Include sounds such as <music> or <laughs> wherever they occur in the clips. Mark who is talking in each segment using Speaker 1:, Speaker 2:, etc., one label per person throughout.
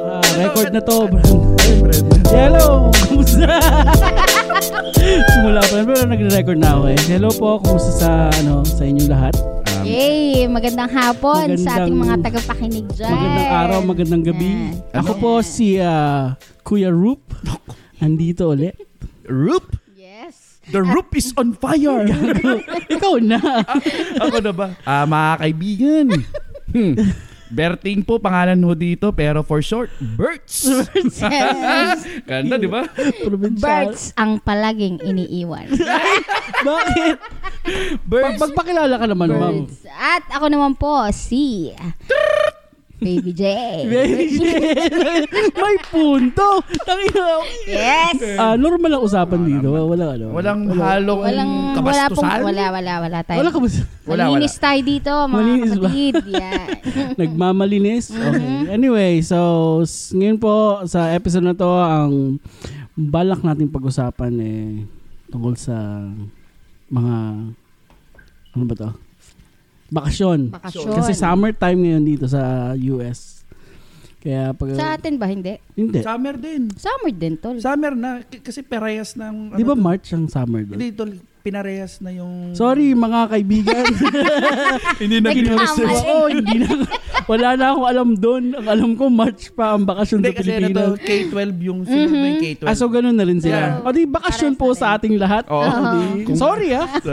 Speaker 1: Ah, record na to, Bran. Hello! Kumusta? Simula pa rin, pero nagre-record na ako eh. Hello po, kumusta sa, ano, sa inyong lahat?
Speaker 2: Yay! Magandang hapon sa ating mga
Speaker 1: Magandang-
Speaker 2: tagapakinig dyan.
Speaker 1: Magandang araw, magandang gabi.
Speaker 2: Yan.
Speaker 1: Ako po si ah, Kuya Roop. Andito ulit.
Speaker 3: Roop!
Speaker 2: Yes.
Speaker 3: The roof is on fire!
Speaker 1: <laughs> Ikaw na.
Speaker 3: Ako na ba? Ah, mga kaibigan. Hmm. Berting po pangalan mo dito pero for short, Berts.
Speaker 1: <laughs>
Speaker 2: Yes.
Speaker 3: Ganda, di ba?
Speaker 1: Provincial.
Speaker 2: Birds ang palaging iniiwan.
Speaker 1: Bakit? Pag
Speaker 3: Berts.
Speaker 1: magpakilala ka naman, ma'am.
Speaker 2: Birds. At ako naman po, si... Baby J.
Speaker 1: <laughs> Baby Jane. May punto. Tangina.
Speaker 2: Yes!
Speaker 1: Ah, normal ang usapan dito. Wala ano.
Speaker 3: Walang halong
Speaker 2: Walang, wala pong,
Speaker 3: kabastusan.
Speaker 2: wala, wala, wala tayo.
Speaker 1: Wala ka ba?
Speaker 3: Wala, wala.
Speaker 2: Malinis tayo dito, mga
Speaker 1: Malinis ba? <laughs>
Speaker 2: kapatid. Yeah.
Speaker 1: Nagmamalinis. Okay. Anyway, so s- ngayon po sa episode na to ang balak nating pag-usapan eh tungkol sa mga ano ba to? Bakasyon.
Speaker 2: Bakasyon.
Speaker 1: Kasi summertime ngayon dito sa US. Kaya pag
Speaker 2: Sa atin ba? Hindi.
Speaker 1: hindi.
Speaker 3: Summer din.
Speaker 2: Summer din, tol.
Speaker 3: Summer na. K- Kasi parehas ng...
Speaker 1: Di ba
Speaker 3: ano to?
Speaker 1: March ang summer doon?
Speaker 3: Hindi, tol. Pinarehas na yung...
Speaker 1: Sorry mga
Speaker 3: <laughs>
Speaker 1: kaibigan.
Speaker 3: Hindi
Speaker 2: na gino-research. Tama.
Speaker 1: Oo, hindi na. Wala na akong alam doon. Ang alam ko, March pa ang bakasyon sa
Speaker 3: Hindi kasi ano to,
Speaker 1: Pilipinas.
Speaker 3: K-12 yung sinunod na yung K-12.
Speaker 1: Ah, so ganun na rin sila.
Speaker 3: Yeah.
Speaker 1: O di, bakasyon
Speaker 2: Parehas
Speaker 1: po
Speaker 2: na rin.
Speaker 1: sa ating lahat.
Speaker 3: Oo.
Speaker 1: O di-
Speaker 2: <laughs>
Speaker 3: Kung-
Speaker 1: Sorry ah.
Speaker 3: So,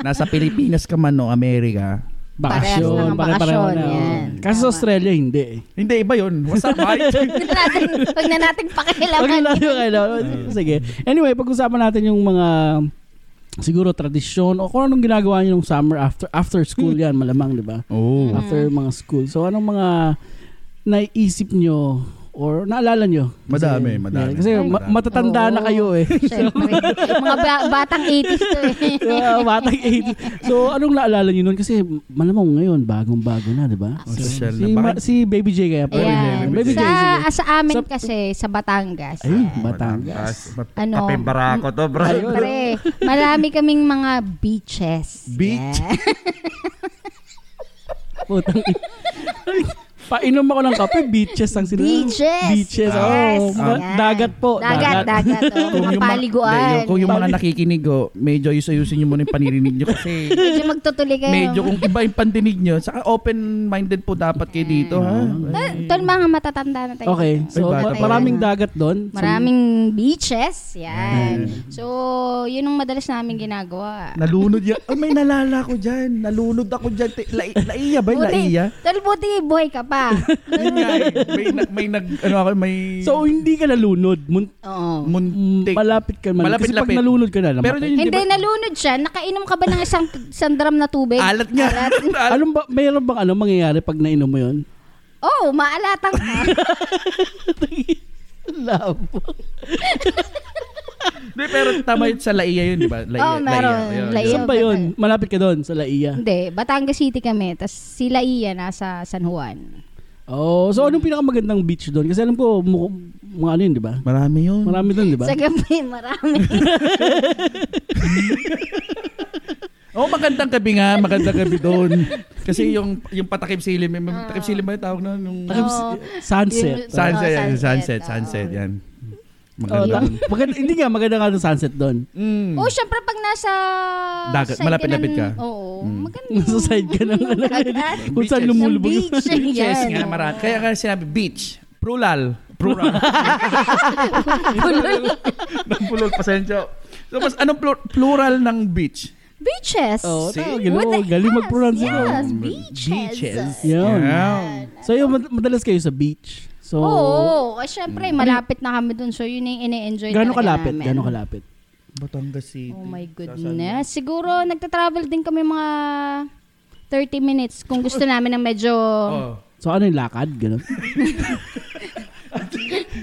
Speaker 3: nasa Pilipinas ka man o Amerika.
Speaker 2: Parehas lang
Speaker 1: Bakasyon.
Speaker 2: ang
Speaker 1: Pare-pareho
Speaker 2: bakasyon,
Speaker 1: na. oh.
Speaker 2: yan.
Speaker 1: Kasi sa
Speaker 2: Tama.
Speaker 1: Australia, hindi eh.
Speaker 3: Hindi, iba yun. What's up,
Speaker 2: <laughs>
Speaker 3: Mike?
Speaker 2: Huwag
Speaker 1: <laughs>
Speaker 2: na natin, huwag na natin pakialaman.
Speaker 1: Okay lang yun, okay lang. Sige. Anyway, pag-usapan natin yung mga siguro tradisyon o kung anong ginagawa niyo nung summer after after school
Speaker 2: Hmm.
Speaker 1: yan malamang di ba
Speaker 3: Oh.
Speaker 1: after mga school so anong mga naisip nyo or naalala nyo Kasi-
Speaker 3: Madami, madami.
Speaker 1: kasi
Speaker 3: Ay,
Speaker 1: ma-
Speaker 3: madami.
Speaker 1: matatanda na
Speaker 2: Oo.
Speaker 1: kayo eh
Speaker 2: <laughs> Siyempre. Mga ba- batang 80s to eh.
Speaker 1: Yeah,
Speaker 2: <laughs>
Speaker 1: batang 80. So, anong naalala niyo noon? Kasi malamang ngayon, bagong-bago na, di ba?
Speaker 3: Oh,
Speaker 1: So,
Speaker 3: social
Speaker 1: si,
Speaker 3: na.
Speaker 1: ma-
Speaker 3: Bakit-
Speaker 1: si Baby J kaya po.
Speaker 2: Ayan.
Speaker 1: Baby J,
Speaker 2: Sa,
Speaker 1: sige.
Speaker 2: sa amin
Speaker 1: Sa-
Speaker 2: kasi, sa Batangas.
Speaker 1: Ayun, Batangas.
Speaker 2: Ano?
Speaker 3: Kape barako to, bro.
Speaker 2: Siyempre, marami kaming mga beaches.
Speaker 3: Beach?
Speaker 2: Yeah. <laughs>
Speaker 1: Putang ina. Ay, Painom ako ng kape, beaches ang sinabi.
Speaker 2: Beaches.
Speaker 1: Beaches, oh.
Speaker 2: Yes.
Speaker 1: Mga
Speaker 2: Ayan.
Speaker 1: dagat po.
Speaker 2: Dagat, dagat.
Speaker 3: <laughs> Kung
Speaker 2: oh. mga
Speaker 3: yung mga- Hindi,
Speaker 2: paliguan.
Speaker 3: yung- Kung yung mga nakikinig, oh, medyo ayus-ayusin nyo muna yung panirinig nyo kasi
Speaker 2: Medyo magtutuloy kayo.
Speaker 3: medyo kung iba yung pandinig nyo, saka open-minded po dapat kayo dito, ha?
Speaker 2: Tol- Tol, mga matatanda na tayo.
Speaker 1: Okay, so
Speaker 3: Ay, bata
Speaker 1: ma-
Speaker 3: pa.
Speaker 1: maraming dagat doon.
Speaker 2: Maraming beaches. Yan. So, yun ang madalas namin ginagawa.
Speaker 3: Nalunod yan. Oh, may nalala ko dyan. Nalunod ako dyan. Te- Lai- Laiya ba? yung Laiya?
Speaker 2: Tol, buti buhay
Speaker 3: <laughs>
Speaker 2: ka pa.
Speaker 3: Yun nga eh. may, nag- may nag, ano ako, may
Speaker 1: So, hindi ka nalunod. Mun-
Speaker 2: Oo.
Speaker 3: muntik.
Speaker 1: malapit ka man. Kasi pag
Speaker 3: Malapit-lapit.
Speaker 1: nalunod ka na,
Speaker 3: Pero
Speaker 1: namatay.
Speaker 3: yun, di
Speaker 2: Hindi,
Speaker 3: ba?
Speaker 2: nalunod siya. Nakainom ka ba ng isang, isang drum na tubig?
Speaker 3: Alat nga. <laughs> Alat.
Speaker 1: Anong ba, mayroon bang ano mangyayari pag nainom mo yun?
Speaker 2: Oo, oh,
Speaker 3: <laughs>
Speaker 2: maalatang ka.
Speaker 1: Labo.
Speaker 3: Hindi, pero tama yun sa Laiya yun, di ba? Laiya.
Speaker 2: Oo, meron.
Speaker 3: Laiya. Yun.
Speaker 2: Laiya.
Speaker 1: Saan ba yun? Malapit ka doon sa Laia.
Speaker 2: Hindi, Batangas City kami. Tapos sila iya nasa San Juan.
Speaker 1: Oh, so anong pinakamagandang beach doon? Kasi alam ko, mu- mga ano yun, di ba?
Speaker 3: Marami yun.
Speaker 1: Marami doon, di
Speaker 3: Diba?
Speaker 1: ba?
Speaker 2: Sa gabi, <laughs> marami.
Speaker 3: Oh, magandang gabi nga, magandang gabi doon. Kasi yung yung patakip silim, may patakip silim ba yung tawag na nung
Speaker 1: Takip si-
Speaker 2: Oo.
Speaker 1: sunset.
Speaker 2: Yun- Sa-
Speaker 3: sunset,
Speaker 2: Oh,
Speaker 3: yan,
Speaker 2: Ah, sunset,
Speaker 3: sunset, sunset,
Speaker 2: oh.
Speaker 3: yan.
Speaker 1: Oh,
Speaker 3: Maganda.
Speaker 1: ta- maganda, hindi nga, maganda nga yung sunset
Speaker 2: <laughs>
Speaker 1: doon.
Speaker 3: Mm.
Speaker 2: Oo, Oh, syempre pag nasa...
Speaker 3: Dagat,
Speaker 2: side
Speaker 3: malapit-lapit
Speaker 2: ng-
Speaker 3: ka. Mm.
Speaker 2: Oo, maganda.
Speaker 1: Nasa side ka ng ano.
Speaker 3: <laughs>
Speaker 2: Dagat.
Speaker 1: Kung saan
Speaker 3: Beaches.
Speaker 1: lumulubog.
Speaker 2: Ng eh. beach. eh.
Speaker 3: Beaches
Speaker 2: Yan.
Speaker 3: nga, marami. Kaya kaya sinabi beach, plural,
Speaker 2: <laughs>
Speaker 3: plural. Nang pulol pasensya. So, mas anong plur- plural ng beach?
Speaker 2: Beaches.
Speaker 1: Oo,
Speaker 3: See?
Speaker 1: tao,
Speaker 2: What
Speaker 1: gano'n.
Speaker 2: the-
Speaker 1: Galing mag-pronounce
Speaker 2: yes,
Speaker 1: ako.
Speaker 2: yes,
Speaker 3: Mm.
Speaker 2: beaches.
Speaker 1: <laughs> Yun.
Speaker 3: Yeah.
Speaker 1: So, yung mad- madalas kayo sa beach. So,
Speaker 2: Oo, oh, syempre,
Speaker 3: Mm.
Speaker 2: malapit na kami dun. So, yun na yung ine-enjoy
Speaker 1: gano'ng
Speaker 2: talaga
Speaker 1: kalapit?
Speaker 2: namin.
Speaker 1: Gano'ng kalapit?
Speaker 3: Batangas City.
Speaker 2: Oh my goodness. Siguro, nagta-travel din kami mga 30 minutes kung gusto namin ng medyo...
Speaker 3: Oh.
Speaker 1: So, ano yung lakad?
Speaker 2: <laughs>
Speaker 1: Gano'n?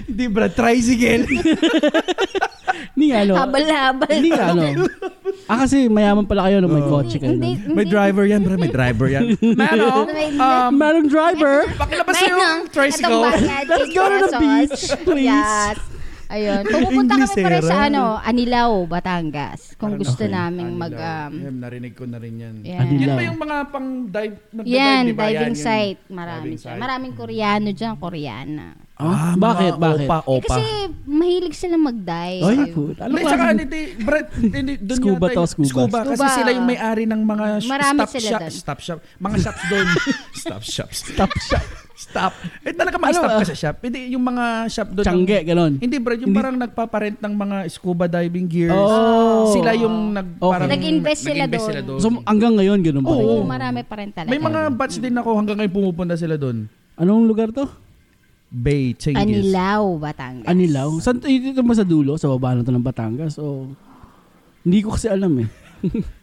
Speaker 3: Hindi bro, tricycle.
Speaker 2: <laughs>
Speaker 1: Hindi nga, ano?
Speaker 2: Habal-habal.
Speaker 1: Hindi nga, ano?
Speaker 2: <laughs>
Speaker 1: Ah, kasi mayaman pala kayo nung may kotse kayo.
Speaker 2: Hindi,
Speaker 1: nun.
Speaker 2: hindi.
Speaker 3: may driver yan, bro. May driver yan. Manong,
Speaker 2: May-
Speaker 3: um,
Speaker 1: Madam driver!
Speaker 3: pakilabas
Speaker 2: May
Speaker 3: yung
Speaker 2: nang-
Speaker 3: tricycle. <laughs>
Speaker 2: Itong bagay,
Speaker 1: Let's go to the
Speaker 2: chicharos.
Speaker 1: beach, please.
Speaker 2: Yes. Ayun. Pupunta kami
Speaker 4: English,
Speaker 2: pare
Speaker 4: eh,
Speaker 2: sa
Speaker 4: right?
Speaker 2: ano, Anilao, Batangas. Kung
Speaker 3: Parang-
Speaker 2: gusto
Speaker 1: Okay.
Speaker 2: naming mag...
Speaker 3: Anilao.
Speaker 2: Um,
Speaker 3: Yan, narinig ko na rin yan.
Speaker 2: yeah.
Speaker 1: Anilao.
Speaker 3: Yan ba yung mga pang dive?
Speaker 2: Yan, diving site. Marami
Speaker 3: Diving
Speaker 2: dyan.
Speaker 3: site.
Speaker 2: Maraming Koreano dyan, Koreana.
Speaker 1: Ah, bakit? Bakit?
Speaker 4: Opa,
Speaker 2: Eh,
Speaker 4: opa.
Speaker 2: kasi mahilig silang mag-dive.
Speaker 1: Ay, good. Ano
Speaker 3: Hindi,
Speaker 1: ba?
Speaker 3: saka niti, Brett, hindi, doon
Speaker 1: Scuba
Speaker 3: yata
Speaker 1: to,
Speaker 3: yung-
Speaker 1: scuba.
Speaker 3: Kasi
Speaker 2: Scuba.
Speaker 3: sila yung may-ari ng mga sh-
Speaker 2: Marami
Speaker 3: stop
Speaker 2: sila
Speaker 3: shop.
Speaker 2: doon.
Speaker 3: Stop shop. Mga shops doon.
Speaker 1: <laughs>
Speaker 3: stop shops.
Speaker 1: Stop shop.
Speaker 3: Stop. Eh talaga mga
Speaker 1: Ano,
Speaker 3: stop
Speaker 1: ah?
Speaker 3: ka sa shop. Hindi, yung mga shop doon.
Speaker 1: Tsangge, ganon.
Speaker 3: Hindi Brett, yung parang nagpaparent ng mga scuba diving gears.
Speaker 1: Oh.
Speaker 3: Sila yung nag,
Speaker 1: Okay.
Speaker 3: parang,
Speaker 2: Nag-invest sila
Speaker 3: nag-invest
Speaker 2: doon.
Speaker 1: So hanggang ngayon ganun pa rin.
Speaker 3: Oo.
Speaker 2: Oo, marami pa rin talaga.
Speaker 3: May mga batch din ako hanggang ngayon pumupunta sila doon.
Speaker 1: Anong lugar to?
Speaker 3: Bay Changes.
Speaker 2: Anilao, Batangas.
Speaker 1: Anilao. San eh, dito ba sa dulo sa baba na to ng Batangas o hindi ko kasi alam eh. <laughs>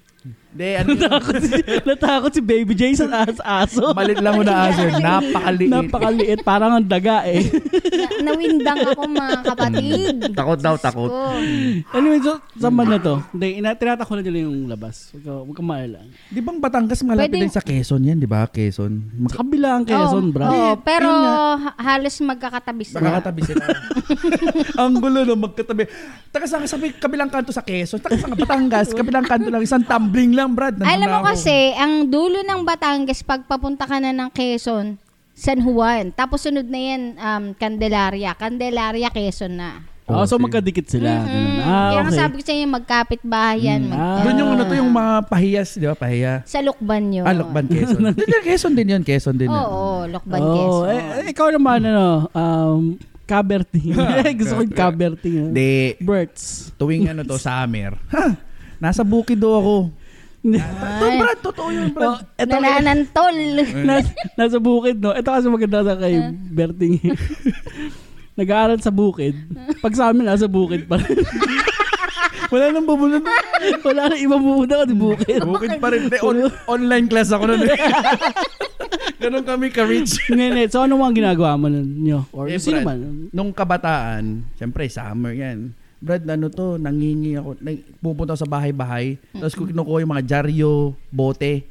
Speaker 3: Hindi, ano
Speaker 2: <laughs>
Speaker 3: yun?
Speaker 1: Natakot si, natakot si Baby Jason as aso.
Speaker 3: Malit lang mo na aso. Napakaliit.
Speaker 1: Napakaliit, parang ang daga eh.
Speaker 2: Na- <laughs> nawindang ako mga kapatid.
Speaker 4: Hmm. Takot daw,
Speaker 2: Ko.
Speaker 4: takot.
Speaker 1: Hmm. anyway, so, saan ba na to? Hindi, ina, tinatakot na nila yung labas. Huwag ka, huwag ka maalala.
Speaker 3: Di bang Batangas malapit
Speaker 2: Pwede-
Speaker 3: din sa Quezon yan, di ba? Quezon.
Speaker 1: Sa kabila ang Quezon,
Speaker 2: Oo,
Speaker 1: bro.
Speaker 2: Oh, oo,
Speaker 3: Hindi,
Speaker 2: pero
Speaker 3: yun
Speaker 2: ha- halos magkakatabi sila.
Speaker 3: Magkakatabi sila.
Speaker 2: <laughs>
Speaker 3: Ang gulo na magkatabi. Taka sa sabi, kabilang kanto sa Quezon, taka sa
Speaker 2: <laughs>
Speaker 3: Batangas, kabilang kanto lang, isang tumbling lang, Brad. Nandun
Speaker 2: Alam
Speaker 3: na
Speaker 2: mo
Speaker 3: ako.
Speaker 2: kasi, ang dulo ng Batangas, pag papunta ka na ng Quezon, San Juan. Tapos sunod na yan, um, Candelaria. Candelaria, Quezon na.
Speaker 1: Oh, so
Speaker 3: sige.
Speaker 1: magkadikit sila. Ganun. Ah,
Speaker 2: Kaya nga
Speaker 1: okay.
Speaker 2: sabi ko sa inyo, magkapit
Speaker 1: Mm,
Speaker 2: bahayan. mag-
Speaker 1: ah.
Speaker 3: Doon yung ano to, yung mga pahiyas, di ba? Pahiya.
Speaker 2: Sa Lukban yun.
Speaker 3: Ah, Lokban,
Speaker 2: <laughs>
Speaker 3: Quezon. Hindi, Quezon din yun, Quezon din.
Speaker 2: Oo,
Speaker 3: yun.
Speaker 2: oo, Lukban,
Speaker 1: Oh,
Speaker 2: Quezon.
Speaker 1: eh, eh, ikaw naman ano, um, Caberting.
Speaker 3: <laughs> Ah,
Speaker 1: Gusto ko yung Caberting. ah.
Speaker 3: Hindi,
Speaker 1: Berts. <laughs>
Speaker 3: tuwing ano to, summer. Ha? Nasa Bukido ako. Ito, Brad, totoo yun, Brad.
Speaker 1: Eto,
Speaker 2: Nananantol.
Speaker 1: nas, nasa bukid, no? Ito kasi maganda sa
Speaker 3: Ah.
Speaker 1: kay Berting. <laughs> Nag-aaral sa bukid. Pag sa amin, nasa bukid pa rin. <laughs>
Speaker 3: Wala nang bubulon.
Speaker 1: Wala na ibang pupunta kundi bukid.
Speaker 3: Eh, Bukid pa rin. Hindi, on- online class ako nun. eh. <laughs> Ganun kami ka-reach.
Speaker 1: Ngayon, eh, so ano mga ginagawa mo nun nyo? Or
Speaker 3: Eh,
Speaker 1: sino
Speaker 3: Brad,
Speaker 1: man?
Speaker 3: Nung kabataan, siyempre summer yan. Brad, ano to, nangingi ako. Nang, pupunta ako sa bahay-bahay. Tapos ko kinukuha yung mga jaryo, bote.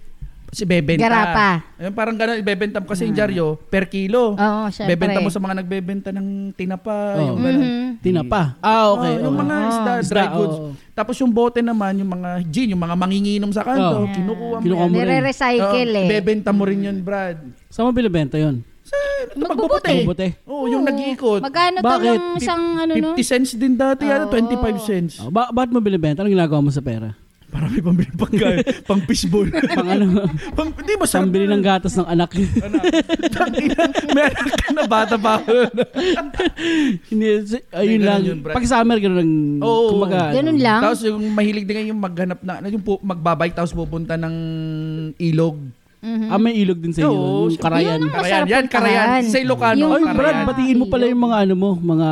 Speaker 3: Si bebenta.
Speaker 2: Garapa.
Speaker 3: Ayun, parang ganun, ibebenta mo kasi yung jaryo per kilo.
Speaker 2: Oo, syempre.
Speaker 3: Bebenta mo sa mga nagbebenta ng tinapa.
Speaker 1: Oo.
Speaker 3: Yung ganun.
Speaker 2: Mhm.
Speaker 3: Hmm.
Speaker 1: Tinapa. Ah, okay.
Speaker 3: Oo, Oh, yung
Speaker 1: okay.
Speaker 3: mga isda,
Speaker 1: Ah,
Speaker 3: dry
Speaker 1: isda,
Speaker 3: goods.
Speaker 1: oo.
Speaker 3: Tapos yung bote naman, yung mga gin, yung mga manginginom sa
Speaker 1: Oo.
Speaker 3: kanto,
Speaker 1: Mm.
Speaker 3: kinukuha mo.
Speaker 1: Kinukuha
Speaker 3: yan.
Speaker 1: mo rin.
Speaker 2: Nire-recycle
Speaker 3: Oo,
Speaker 2: eh.
Speaker 3: Bebenta mo rin yun, Brad.
Speaker 1: Saan mo binibenta yun?
Speaker 3: Sa, ano,
Speaker 2: Magbubuti.
Speaker 3: magbubuti.
Speaker 1: Bubote.
Speaker 3: Oo, Oh, yung
Speaker 2: Oo.
Speaker 3: nag-iikot.
Speaker 2: Magkano to
Speaker 1: Bakit?
Speaker 2: ng isang ano no?
Speaker 3: 50 cents din dati, yata,
Speaker 2: Oo.
Speaker 3: 25 cents.
Speaker 1: Oh, ba- ba't mo binibenta? Anong ginagawa mo sa pera?
Speaker 3: Para may pambili pang kaya,
Speaker 1: <laughs>
Speaker 3: pang fishball.
Speaker 1: Pang ano?
Speaker 3: <laughs> pang, di ba sarap
Speaker 1: Pambili
Speaker 3: <laughs>
Speaker 1: ng gatas ng anak. <laughs>
Speaker 3: Meron ka na bata pa.
Speaker 1: Hindi, si- ayun
Speaker 3: Ganun
Speaker 1: lang.
Speaker 3: yun, Brad.
Speaker 1: Pag summer, ganun lang.
Speaker 3: Oo.
Speaker 1: kumbaga, ano.
Speaker 2: Ganun lang.
Speaker 3: tapos yung mahilig din yung maghanap na, ano, yung pu- magbabike tapos pupunta ng ilog.
Speaker 2: Mhm.
Speaker 1: Ah, may ilog din sa inyo.
Speaker 3: Oo,
Speaker 1: yung karayan.
Speaker 2: Yun ang
Speaker 3: Karayan,
Speaker 2: masarap
Speaker 3: yan, karayan.
Speaker 2: puntahan.
Speaker 3: Sa Ilocano,
Speaker 2: Yung
Speaker 1: Ay,
Speaker 3: karayan.
Speaker 1: Brad, batiin mo pala yung mga ano mo, mga...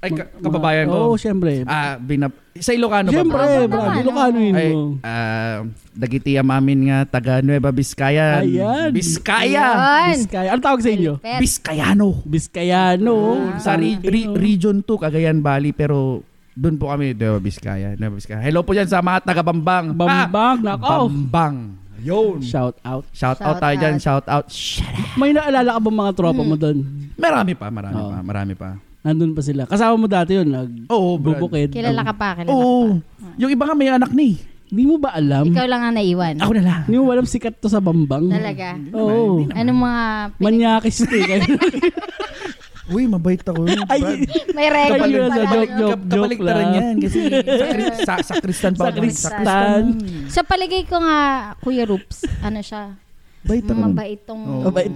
Speaker 3: Ay, ka-
Speaker 1: mga-
Speaker 3: kababayan ko.
Speaker 1: Oo, syempre.
Speaker 3: Ah, binap... Sa Ilocano
Speaker 1: Siyempre,
Speaker 3: ba?
Speaker 2: ba?
Speaker 1: Brad,
Speaker 2: Ano?
Speaker 1: Ilocano yun
Speaker 3: Ay,
Speaker 1: mo.
Speaker 3: ah, dagiti amamin nga taga Nueva Vizcaya.
Speaker 1: Ayan.
Speaker 3: Vizcaya.
Speaker 2: Yan.
Speaker 1: Biskaya. Ano tawag sa inyo?
Speaker 2: Pet.
Speaker 3: Vizcayano.
Speaker 1: Biskayano.
Speaker 3: Ah, sa re- re- region 2, Cagayan Valley, pero doon po kami, Nueva Vizcaya, Nueva Vizcaya. Hello po dyan sa mga taga-Bambang.
Speaker 1: Bambang,
Speaker 3: Ah,
Speaker 1: nakaw.
Speaker 3: Bambang. Yun.
Speaker 1: Shout out.
Speaker 3: Shout, out
Speaker 2: Shout
Speaker 3: tayo dyan,
Speaker 2: out.
Speaker 3: shout out. Shut up.
Speaker 1: May naalala ka ba mga
Speaker 2: Hmm.
Speaker 1: tropa mo doon?
Speaker 3: Marami pa, marami
Speaker 1: Oo.
Speaker 3: pa, marami pa.
Speaker 1: Nandun pa sila. Kasama mo dati yun. Nag
Speaker 3: Oo, Oh, Brad.
Speaker 1: bubukid.
Speaker 2: Kilala ka pa, kilala
Speaker 3: Oo.
Speaker 2: ka
Speaker 3: Yung iba nga may anak ni.
Speaker 1: Ang- Di mo ba
Speaker 2: pa.
Speaker 1: alam?
Speaker 2: Ikaw lang ang naiwan.
Speaker 3: Ako na lang.
Speaker 1: Di mo ba alam sikat to sa Bambang?
Speaker 2: Talaga.
Speaker 1: Oo.
Speaker 2: Anong mga...
Speaker 1: Manyakis to. eh.
Speaker 3: Uy, mabait <laughs> ako. yun,
Speaker 1: Ay,
Speaker 3: Brad.
Speaker 2: May
Speaker 1: Kapal-
Speaker 2: record
Speaker 1: yun na,
Speaker 2: pala.
Speaker 1: joke, joke.
Speaker 3: Kap- kapaligtaran
Speaker 1: lang.
Speaker 3: yan kasi sa,
Speaker 1: <laughs>
Speaker 3: kri- sa, sa Kristan pa.
Speaker 1: sa
Speaker 3: ako.
Speaker 1: Kristan.
Speaker 2: Sa paligay ko nga, Kuya Rups, ano siya,
Speaker 3: Bait ako. nun.
Speaker 2: mabait tong
Speaker 3: Oo.
Speaker 1: Mabait.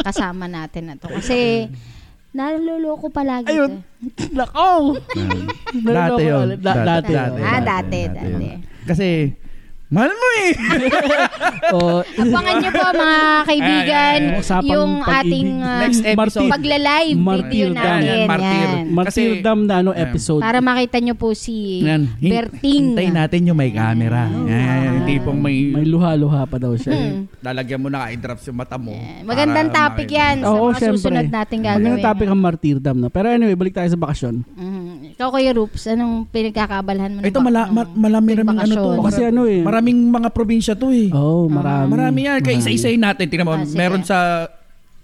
Speaker 2: kasama natin na to. Kasi, naluloko palagi.
Speaker 1: Ayun.
Speaker 2: to. eh.
Speaker 1: Nakaw.
Speaker 3: Dati yun.
Speaker 1: Da- dati.
Speaker 2: dati.
Speaker 1: yun.
Speaker 2: Ah, dati.
Speaker 3: Kasi, mahal mo eh.
Speaker 1: Oo.
Speaker 2: Abangan niyo po mga kaibigan
Speaker 3: Ayan, ayan,
Speaker 1: ayan.
Speaker 2: yung
Speaker 1: Oh, <laughs> Usapang
Speaker 2: ating
Speaker 1: pag-ibig.
Speaker 2: ah,
Speaker 3: Next episode.
Speaker 2: paglalive video
Speaker 1: Martir.
Speaker 2: namin.
Speaker 3: Ayan, martir.
Speaker 2: Yan.
Speaker 1: Martyrdom na ano
Speaker 3: Ayan.
Speaker 1: episode.
Speaker 2: Para makita niyo po si
Speaker 3: <laughs> Yan. Hin-
Speaker 2: Berting.
Speaker 3: Hintayin natin yung may camera. Yan, yung tipong may...
Speaker 1: May luha-luha pa daw siya. eh.
Speaker 3: Lalagyan mo na ka-drops yung mata mo.
Speaker 2: Yan. Hmm. Magandang
Speaker 3: Para
Speaker 2: topic
Speaker 3: makita.
Speaker 2: yan
Speaker 1: Oo,
Speaker 2: sa mga susunod
Speaker 1: syempre.
Speaker 2: natin gagawin.
Speaker 1: Magandang ano, topic ang martyrdom. No? Pero anyway, balik tayo sa bakasyon.
Speaker 2: Mhm. Ikaw Kuya Rups, anong pinagkakabalahan mo? ng
Speaker 3: Ito,
Speaker 2: bak-
Speaker 3: mala,
Speaker 2: ng- <laughs>
Speaker 3: ma, malami raming ano to.
Speaker 2: Bakasyon.
Speaker 1: Kasi ano eh.
Speaker 3: Maraming mga probinsya to eh.
Speaker 1: Oo, oh, marami.
Speaker 3: marami yan. Kaya isa-isayin natin. Tingnan mo,
Speaker 2: Ah, sige.
Speaker 3: meron sa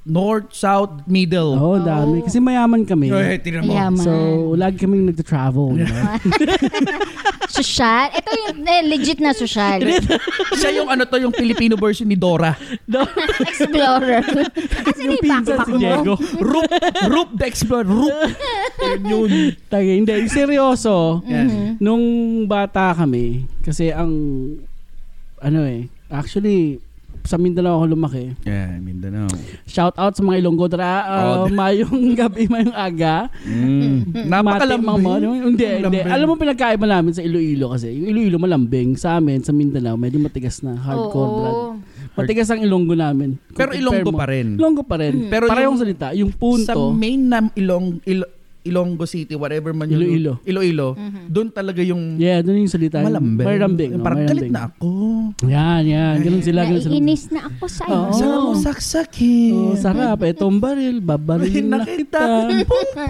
Speaker 3: north, south, middle.
Speaker 1: Oo, oh, dami. Kasi mayaman kami.
Speaker 3: Eh, tingnan mo.
Speaker 2: Ayan.
Speaker 1: So, lagi kaming nagta-travel.
Speaker 2: <laughs>
Speaker 1: di ba?
Speaker 2: Social. Ito yung eh, legit na
Speaker 1: <laughs>
Speaker 2: social.
Speaker 3: Siya yung ano to, yung Filipino version ni Dora.
Speaker 2: <laughs>
Speaker 1: <laughs>
Speaker 2: Explorer. Kasi yung
Speaker 1: Yung pinsan
Speaker 2: backpack
Speaker 1: si
Speaker 2: mo.
Speaker 3: <laughs>
Speaker 1: Diego.
Speaker 3: Roop, Roop the Explorer, Roop. Yun yun.
Speaker 1: Taga, hindi. Seryoso.
Speaker 3: Yan.
Speaker 2: Mm-hmm.
Speaker 1: Nung bata kami, kasi ang, ano eh, actually, sa Mindanao ako lumaki.
Speaker 3: Yeah, Mindanao.
Speaker 1: Shout out sa mga Ilonggo. Tara, ah,
Speaker 3: Oh, di-
Speaker 1: mayong <laughs> gabi, mayong aga.
Speaker 3: Mm.
Speaker 1: Mati, mga
Speaker 3: Napakalamang
Speaker 1: ano, Hindi, hindi. Alam mo pinagkaiba namin sa Iloilo kasi. Yung Iloilo malambing. Sa amin, sa Mindanao, medyo matigas na. Hardcore blood. Matigas ang Ilonggo namin. Kung
Speaker 3: Pero
Speaker 1: compare
Speaker 3: Ilonggo
Speaker 1: mo.
Speaker 3: pa rin. Mm.
Speaker 1: Ilonggo pa rin.
Speaker 3: Pero
Speaker 1: Pero
Speaker 3: yung-
Speaker 1: Parehong salita. Yung punto.
Speaker 3: Sa main na Ilong, Il- Ilonggo City, whatever man yun.
Speaker 1: Iloilo.
Speaker 3: Iloilo. Doon talaga yung
Speaker 1: yeah, doon yung salita.
Speaker 3: malambing.
Speaker 1: Malambing.
Speaker 3: Eh, Parang galit na ako.
Speaker 1: Yan, yan. Ganun sila. Ganun sila.
Speaker 2: Naiinis na ako sa iyo.
Speaker 1: Oo.
Speaker 3: Sana mo saksakin.
Speaker 1: Oh, sarap. Itong baril. Babaril na
Speaker 3: Nakita.
Speaker 1: kita.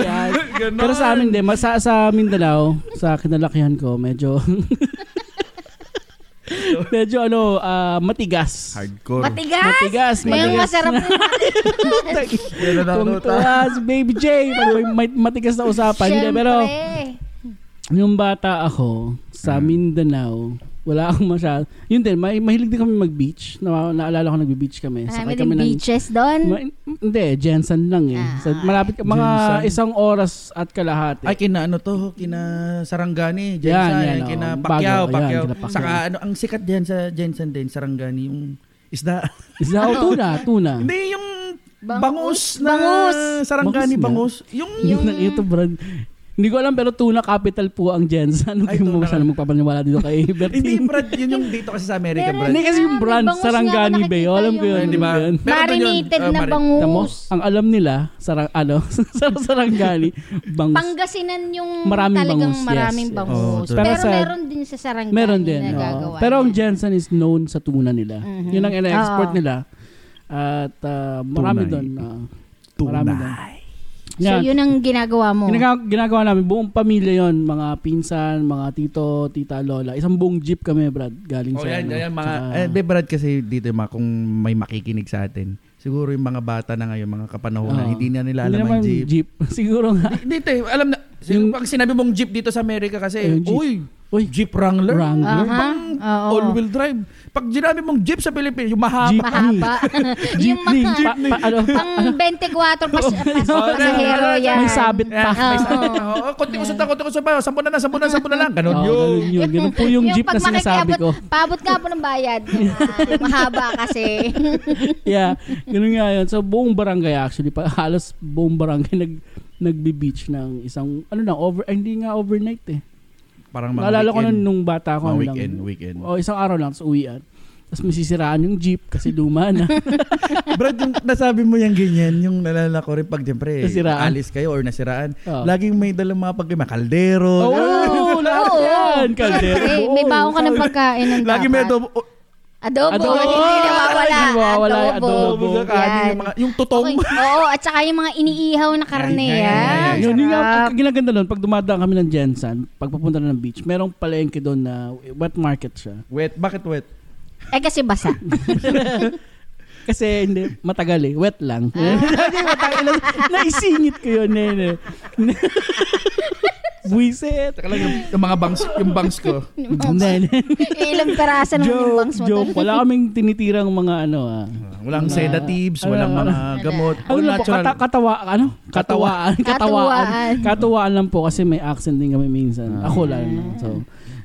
Speaker 1: Yan.
Speaker 3: Ganon.
Speaker 1: Pero sa amin din, mas- sa, sa Mindanao, sa kinalakihan ko, medyo... medyo ano, ah, matigas.
Speaker 3: Hardcore.
Speaker 2: Matigas!
Speaker 1: Matigas,
Speaker 2: Mayroong
Speaker 1: matigas. <laughs>
Speaker 2: masarap na
Speaker 3: Yan na
Speaker 1: Kung tuwas, Baby J, pag may mat- matigas na usapan. Hindi,
Speaker 2: Siyempre.
Speaker 1: pero yung bata ako, sa Mindanao, wala akong masyado. Yun din, may, mahilig din kami mag-beach. Na, naalala ko nagbe-beach kami.
Speaker 2: Marami
Speaker 1: Sakay
Speaker 2: din
Speaker 1: kami ng-
Speaker 2: beaches doon.
Speaker 1: Ma- hindi, Jensen lang eh.
Speaker 2: Mm. Ah,
Speaker 1: so, malapit ka- mga
Speaker 3: Jensen.
Speaker 1: isang oras at kalahati.
Speaker 3: Ay, kina ano to, kina Sarangani, Jensen, eh,
Speaker 1: Yan, yan,
Speaker 3: kina
Speaker 1: oh.
Speaker 3: Pacquiao,
Speaker 1: Bago,
Speaker 3: Pacquiao.
Speaker 1: yan, kina Pacquiao.
Speaker 3: Saka ano, ang sikat diyan sa Jensen din, Sarangani, yung isda.
Speaker 1: Isa
Speaker 2: Ano?
Speaker 1: ako, tuna, tuna.
Speaker 3: Hindi, yung bangus,
Speaker 2: Bangus.
Speaker 3: na
Speaker 2: Bangus.
Speaker 3: Sarangani,
Speaker 1: Bangus
Speaker 3: bangus. Yung,
Speaker 1: Yung... Ito, brad. Hindi ko alam, pero tuna capital po ang Jensen. <laughs> Huwag
Speaker 3: Ay,
Speaker 1: mo
Speaker 3: tuna.
Speaker 1: sana magpapaniwala dito kay
Speaker 3: hindi,
Speaker 1: Bertin.
Speaker 3: Brad, yun yung dito kasi sa America,
Speaker 2: Pero
Speaker 3: Brad.
Speaker 1: Hindi kasi yung
Speaker 2: Marami,
Speaker 1: brand,
Speaker 2: bangus
Speaker 1: Sarangani
Speaker 2: nga,
Speaker 1: Bay.
Speaker 2: nakikita
Speaker 1: Alam ko
Speaker 2: yun.
Speaker 1: yun.
Speaker 3: Hindi ba?
Speaker 1: yun. Ah,
Speaker 3: Pero doon yun,
Speaker 2: Marinated
Speaker 3: uh,
Speaker 2: na
Speaker 3: mari-
Speaker 1: Tamo,
Speaker 2: bangus.
Speaker 1: ang alam nila, sarang, ano, <laughs> sarang sarangani, bangus.
Speaker 2: Pangasinan yung
Speaker 1: Maraming
Speaker 2: talagang
Speaker 1: bangus, yes,
Speaker 2: maraming
Speaker 1: yes.
Speaker 2: bangus.
Speaker 3: Oo,
Speaker 1: totoo.
Speaker 2: pero
Speaker 1: Pero sa-
Speaker 2: meron din sa sarangani
Speaker 1: Meron din.
Speaker 2: na
Speaker 1: oo.
Speaker 2: gagawa.
Speaker 1: Pero ang
Speaker 2: niya.
Speaker 1: Jensen is known sa tuna nila.
Speaker 2: Mhm.
Speaker 1: Yun ang ina-export
Speaker 2: Oo.
Speaker 1: nila. At ah, marami
Speaker 3: Tunay.
Speaker 1: doon. ah, marami doon.
Speaker 3: Tunay.
Speaker 2: So yun ang ginagawa mo.
Speaker 1: Ginaga- ginagawa namin, buong pamilya yon mga pinsan, mga tito, tita, lola. Isang buong jeep kami, Brad, galing
Speaker 3: Oh,
Speaker 1: sa...
Speaker 3: yan,
Speaker 1: ano,
Speaker 3: yan, mga,
Speaker 1: tsaka-
Speaker 3: eh, di, Brad, kasi dito yung mga, kung may makikinig sa atin, siguro yung mga bata na ngayon, mga kapanahonan,
Speaker 1: Oo.
Speaker 3: hindi na nila
Speaker 1: Hindi
Speaker 3: alam
Speaker 1: naman
Speaker 3: ang jeep.
Speaker 1: <laughs> Siguro nga.
Speaker 3: Dito, eh, alam na, yung, pag sinabi mong jeep dito sa America kasi,
Speaker 1: Ayun, jeep.
Speaker 3: uy,
Speaker 1: Uy,
Speaker 3: Jeep Wrangler.
Speaker 1: Wrangler.
Speaker 2: Aha.
Speaker 3: Pang
Speaker 2: Oo.
Speaker 3: all-wheel drive. Pag sinabi mong jeep sa Pilipinas, yung mahaba.
Speaker 1: Jeep.
Speaker 2: Mahaba. yung
Speaker 1: jeepney,
Speaker 2: mga...
Speaker 1: pa- pa- ano,
Speaker 2: <laughs> Pang 24 pas, pas,
Speaker 3: Oh,
Speaker 2: <laughs> pasahero yan.
Speaker 1: May sabit pa.
Speaker 2: Oo. <laughs>
Speaker 3: Oo, konti ko sa ta, konti ko sa pa. Sampo na lang, sampo na, sampo na lang.
Speaker 1: Oo,
Speaker 3: Ganon yun.
Speaker 1: ganun yun. Ganun po yung jeep
Speaker 2: pag
Speaker 1: na sinasabi ko.
Speaker 2: makikiabot, Paabot ka po ng bayad. Ah, Mahaba kasi.
Speaker 1: <laughs> yeah, ganun nga yun. So, buong barangay actually, pa, halos buong barangay <laughs> nag, nagbe-beach ng isang, ano na, over, ay, hindi nga overnight eh.
Speaker 3: Parang mga
Speaker 1: Naalala ko
Speaker 3: weekend.
Speaker 1: nun nung bata ko.
Speaker 3: Mga
Speaker 1: ano
Speaker 3: weekend,
Speaker 1: lang,
Speaker 3: weekend.
Speaker 1: O, isang araw lang, tapos uwian. Tapos masisiraan yung jeep kasi luma
Speaker 2: <laughs>
Speaker 1: na.
Speaker 3: Brad, yung nasabi mo yung ganyan, yung nalala ko rin pag siyempre,
Speaker 1: Nasiraan.
Speaker 3: alis kayo or nasiraan,
Speaker 1: Oo.
Speaker 3: laging may dalang mga pagkima, kaldero.
Speaker 1: Oo, oh, lahat
Speaker 2: Oo.
Speaker 1: yan. Kaldero.
Speaker 2: Siyempre, may baon ka ng pagkain ng
Speaker 3: Lagi may
Speaker 2: dapat.
Speaker 3: adobo. Oh,
Speaker 2: Adobo.
Speaker 1: Adobo.
Speaker 2: Hindi nawawala.
Speaker 1: Hindi nawawala yung adobo.
Speaker 3: adobo ka, kanin, yung, mga, yung tutong.
Speaker 2: Okay. Oo, at saka yung mga iniihaw na karne.
Speaker 3: Ay, ay, ay,
Speaker 2: ah.
Speaker 3: ay, ay.
Speaker 1: Yun, yun nga,
Speaker 2: Sarap.
Speaker 1: ang ginaganda nun, pag dumadaan kami ng Jensen, pagpapunta na ng beach, merong palengke doon na wet market siya.
Speaker 3: <laughs> Wet, bakit wet?
Speaker 2: Eh kasi basa.
Speaker 1: Kasi hindi, matagal eh. Wet lang.
Speaker 2: Ah.
Speaker 1: <laughs> matagal lang. Naisingit ko yun. Eh,
Speaker 2: <laughs>
Speaker 1: eh. Buisit.
Speaker 3: Saka lang yung, yung mga bangs, yung bangs ko.
Speaker 1: Hindi, hindi.
Speaker 2: Eh, Ilang perasan ng yung
Speaker 1: Joke,
Speaker 2: bangs mo.
Speaker 1: joke. Wala kaming tinitirang mga ano ah.
Speaker 3: Walang sedatives, walang
Speaker 1: Wala,
Speaker 3: mga gamot.
Speaker 1: Ano
Speaker 3: All
Speaker 1: lang po,
Speaker 3: natural.
Speaker 1: kata- katawa, ano? Katawaan. Katawaan.
Speaker 2: Katuwaan.
Speaker 1: Katuwaan lang po kasi may accent din kami minsan. Ako lang. no? So,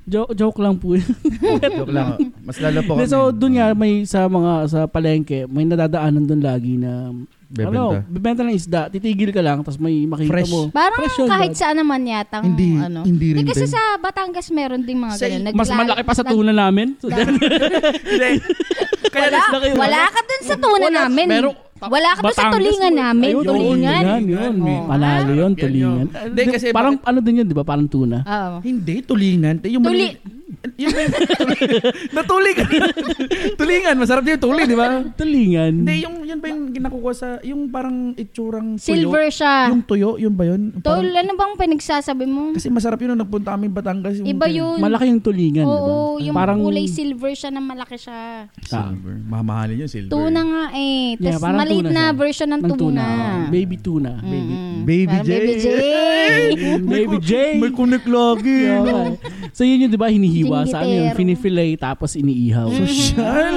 Speaker 1: joke, joke lang po <laughs> yun.
Speaker 3: Joke lang. Mas lalo po
Speaker 1: Hindi,
Speaker 3: kami.
Speaker 1: so, dun nga, may sa mga, sa palengke, may nadadaanan dun lagi na, ano,
Speaker 3: Bebenta.
Speaker 1: bibenta ng isda, titigil ka lang, tapos may makikita
Speaker 3: Fresh.
Speaker 1: mo.
Speaker 2: Parang
Speaker 1: Fresh yun,
Speaker 2: kahit
Speaker 1: Brad.
Speaker 2: saan naman yata.
Speaker 3: Hindi,
Speaker 2: ano.
Speaker 3: hindi rin
Speaker 2: Eh, kasi
Speaker 3: din.
Speaker 2: sa Batangas meron ding mga
Speaker 3: Sa-
Speaker 2: ganun.
Speaker 1: Mas
Speaker 2: Naglala-
Speaker 1: malaki pa sa
Speaker 2: nag-
Speaker 1: tuna
Speaker 2: <laughs>
Speaker 1: namin. So,
Speaker 3: <laughs> Hindi. Kaya
Speaker 2: Wala, wala ka dun sa tuna namin.
Speaker 1: Pero,
Speaker 2: wala ka dun sa
Speaker 1: Batangas,
Speaker 2: tulingan
Speaker 1: boy.
Speaker 2: namin.
Speaker 1: Ayun,
Speaker 2: tulingan.
Speaker 1: Yun, yun.
Speaker 3: Oo.
Speaker 1: Panalo yun,
Speaker 3: Yan
Speaker 1: tulingan.
Speaker 3: yun. Hindi,
Speaker 1: Di-
Speaker 3: kasi
Speaker 1: parang ano din yun, di ba? Parang tuna.
Speaker 2: Oo.
Speaker 3: Hindi, tulingan. Yung
Speaker 2: Tuli.
Speaker 3: mali- Yung <laughs> natuling. tulingan, masarap din yung tuli, di ba?
Speaker 1: Tulingan.
Speaker 3: Hindi, yung, yun yun ba yung ginakukuha sa, yung parang itsurang tuyo?
Speaker 2: Silver siya.
Speaker 3: Yung tuyo, yun ba yun? Yung
Speaker 2: Tol,
Speaker 3: parang-
Speaker 2: ano bang pinagsasabi mo?
Speaker 3: kasi masarap yun nung nagpunta kami Batangas. Yung
Speaker 2: Iba yun.
Speaker 1: Malaki yung tulingan, di ba?
Speaker 2: Oo, yung
Speaker 1: Parang-
Speaker 2: kulay silver siya na malaki siya.
Speaker 3: Silver. Mamahalin yun, silver.
Speaker 2: Tuna nga eh.
Speaker 1: Yeah,
Speaker 2: Tapos
Speaker 1: parang
Speaker 2: maliit
Speaker 1: tuna
Speaker 2: na
Speaker 1: siya.
Speaker 2: version ng, tuna. Mm.
Speaker 1: Baby tuna. Baby,
Speaker 2: Mm-mm.
Speaker 3: Baby
Speaker 2: Parang
Speaker 3: J.
Speaker 2: Baby J.
Speaker 1: baby J.
Speaker 3: May connect lagi.
Speaker 1: Yun. so yun yung di ba hinihiwa sa ano yun,
Speaker 2: Dinggitero.
Speaker 1: finifilet tapos iniihaw.
Speaker 2: Mm.
Speaker 3: Social.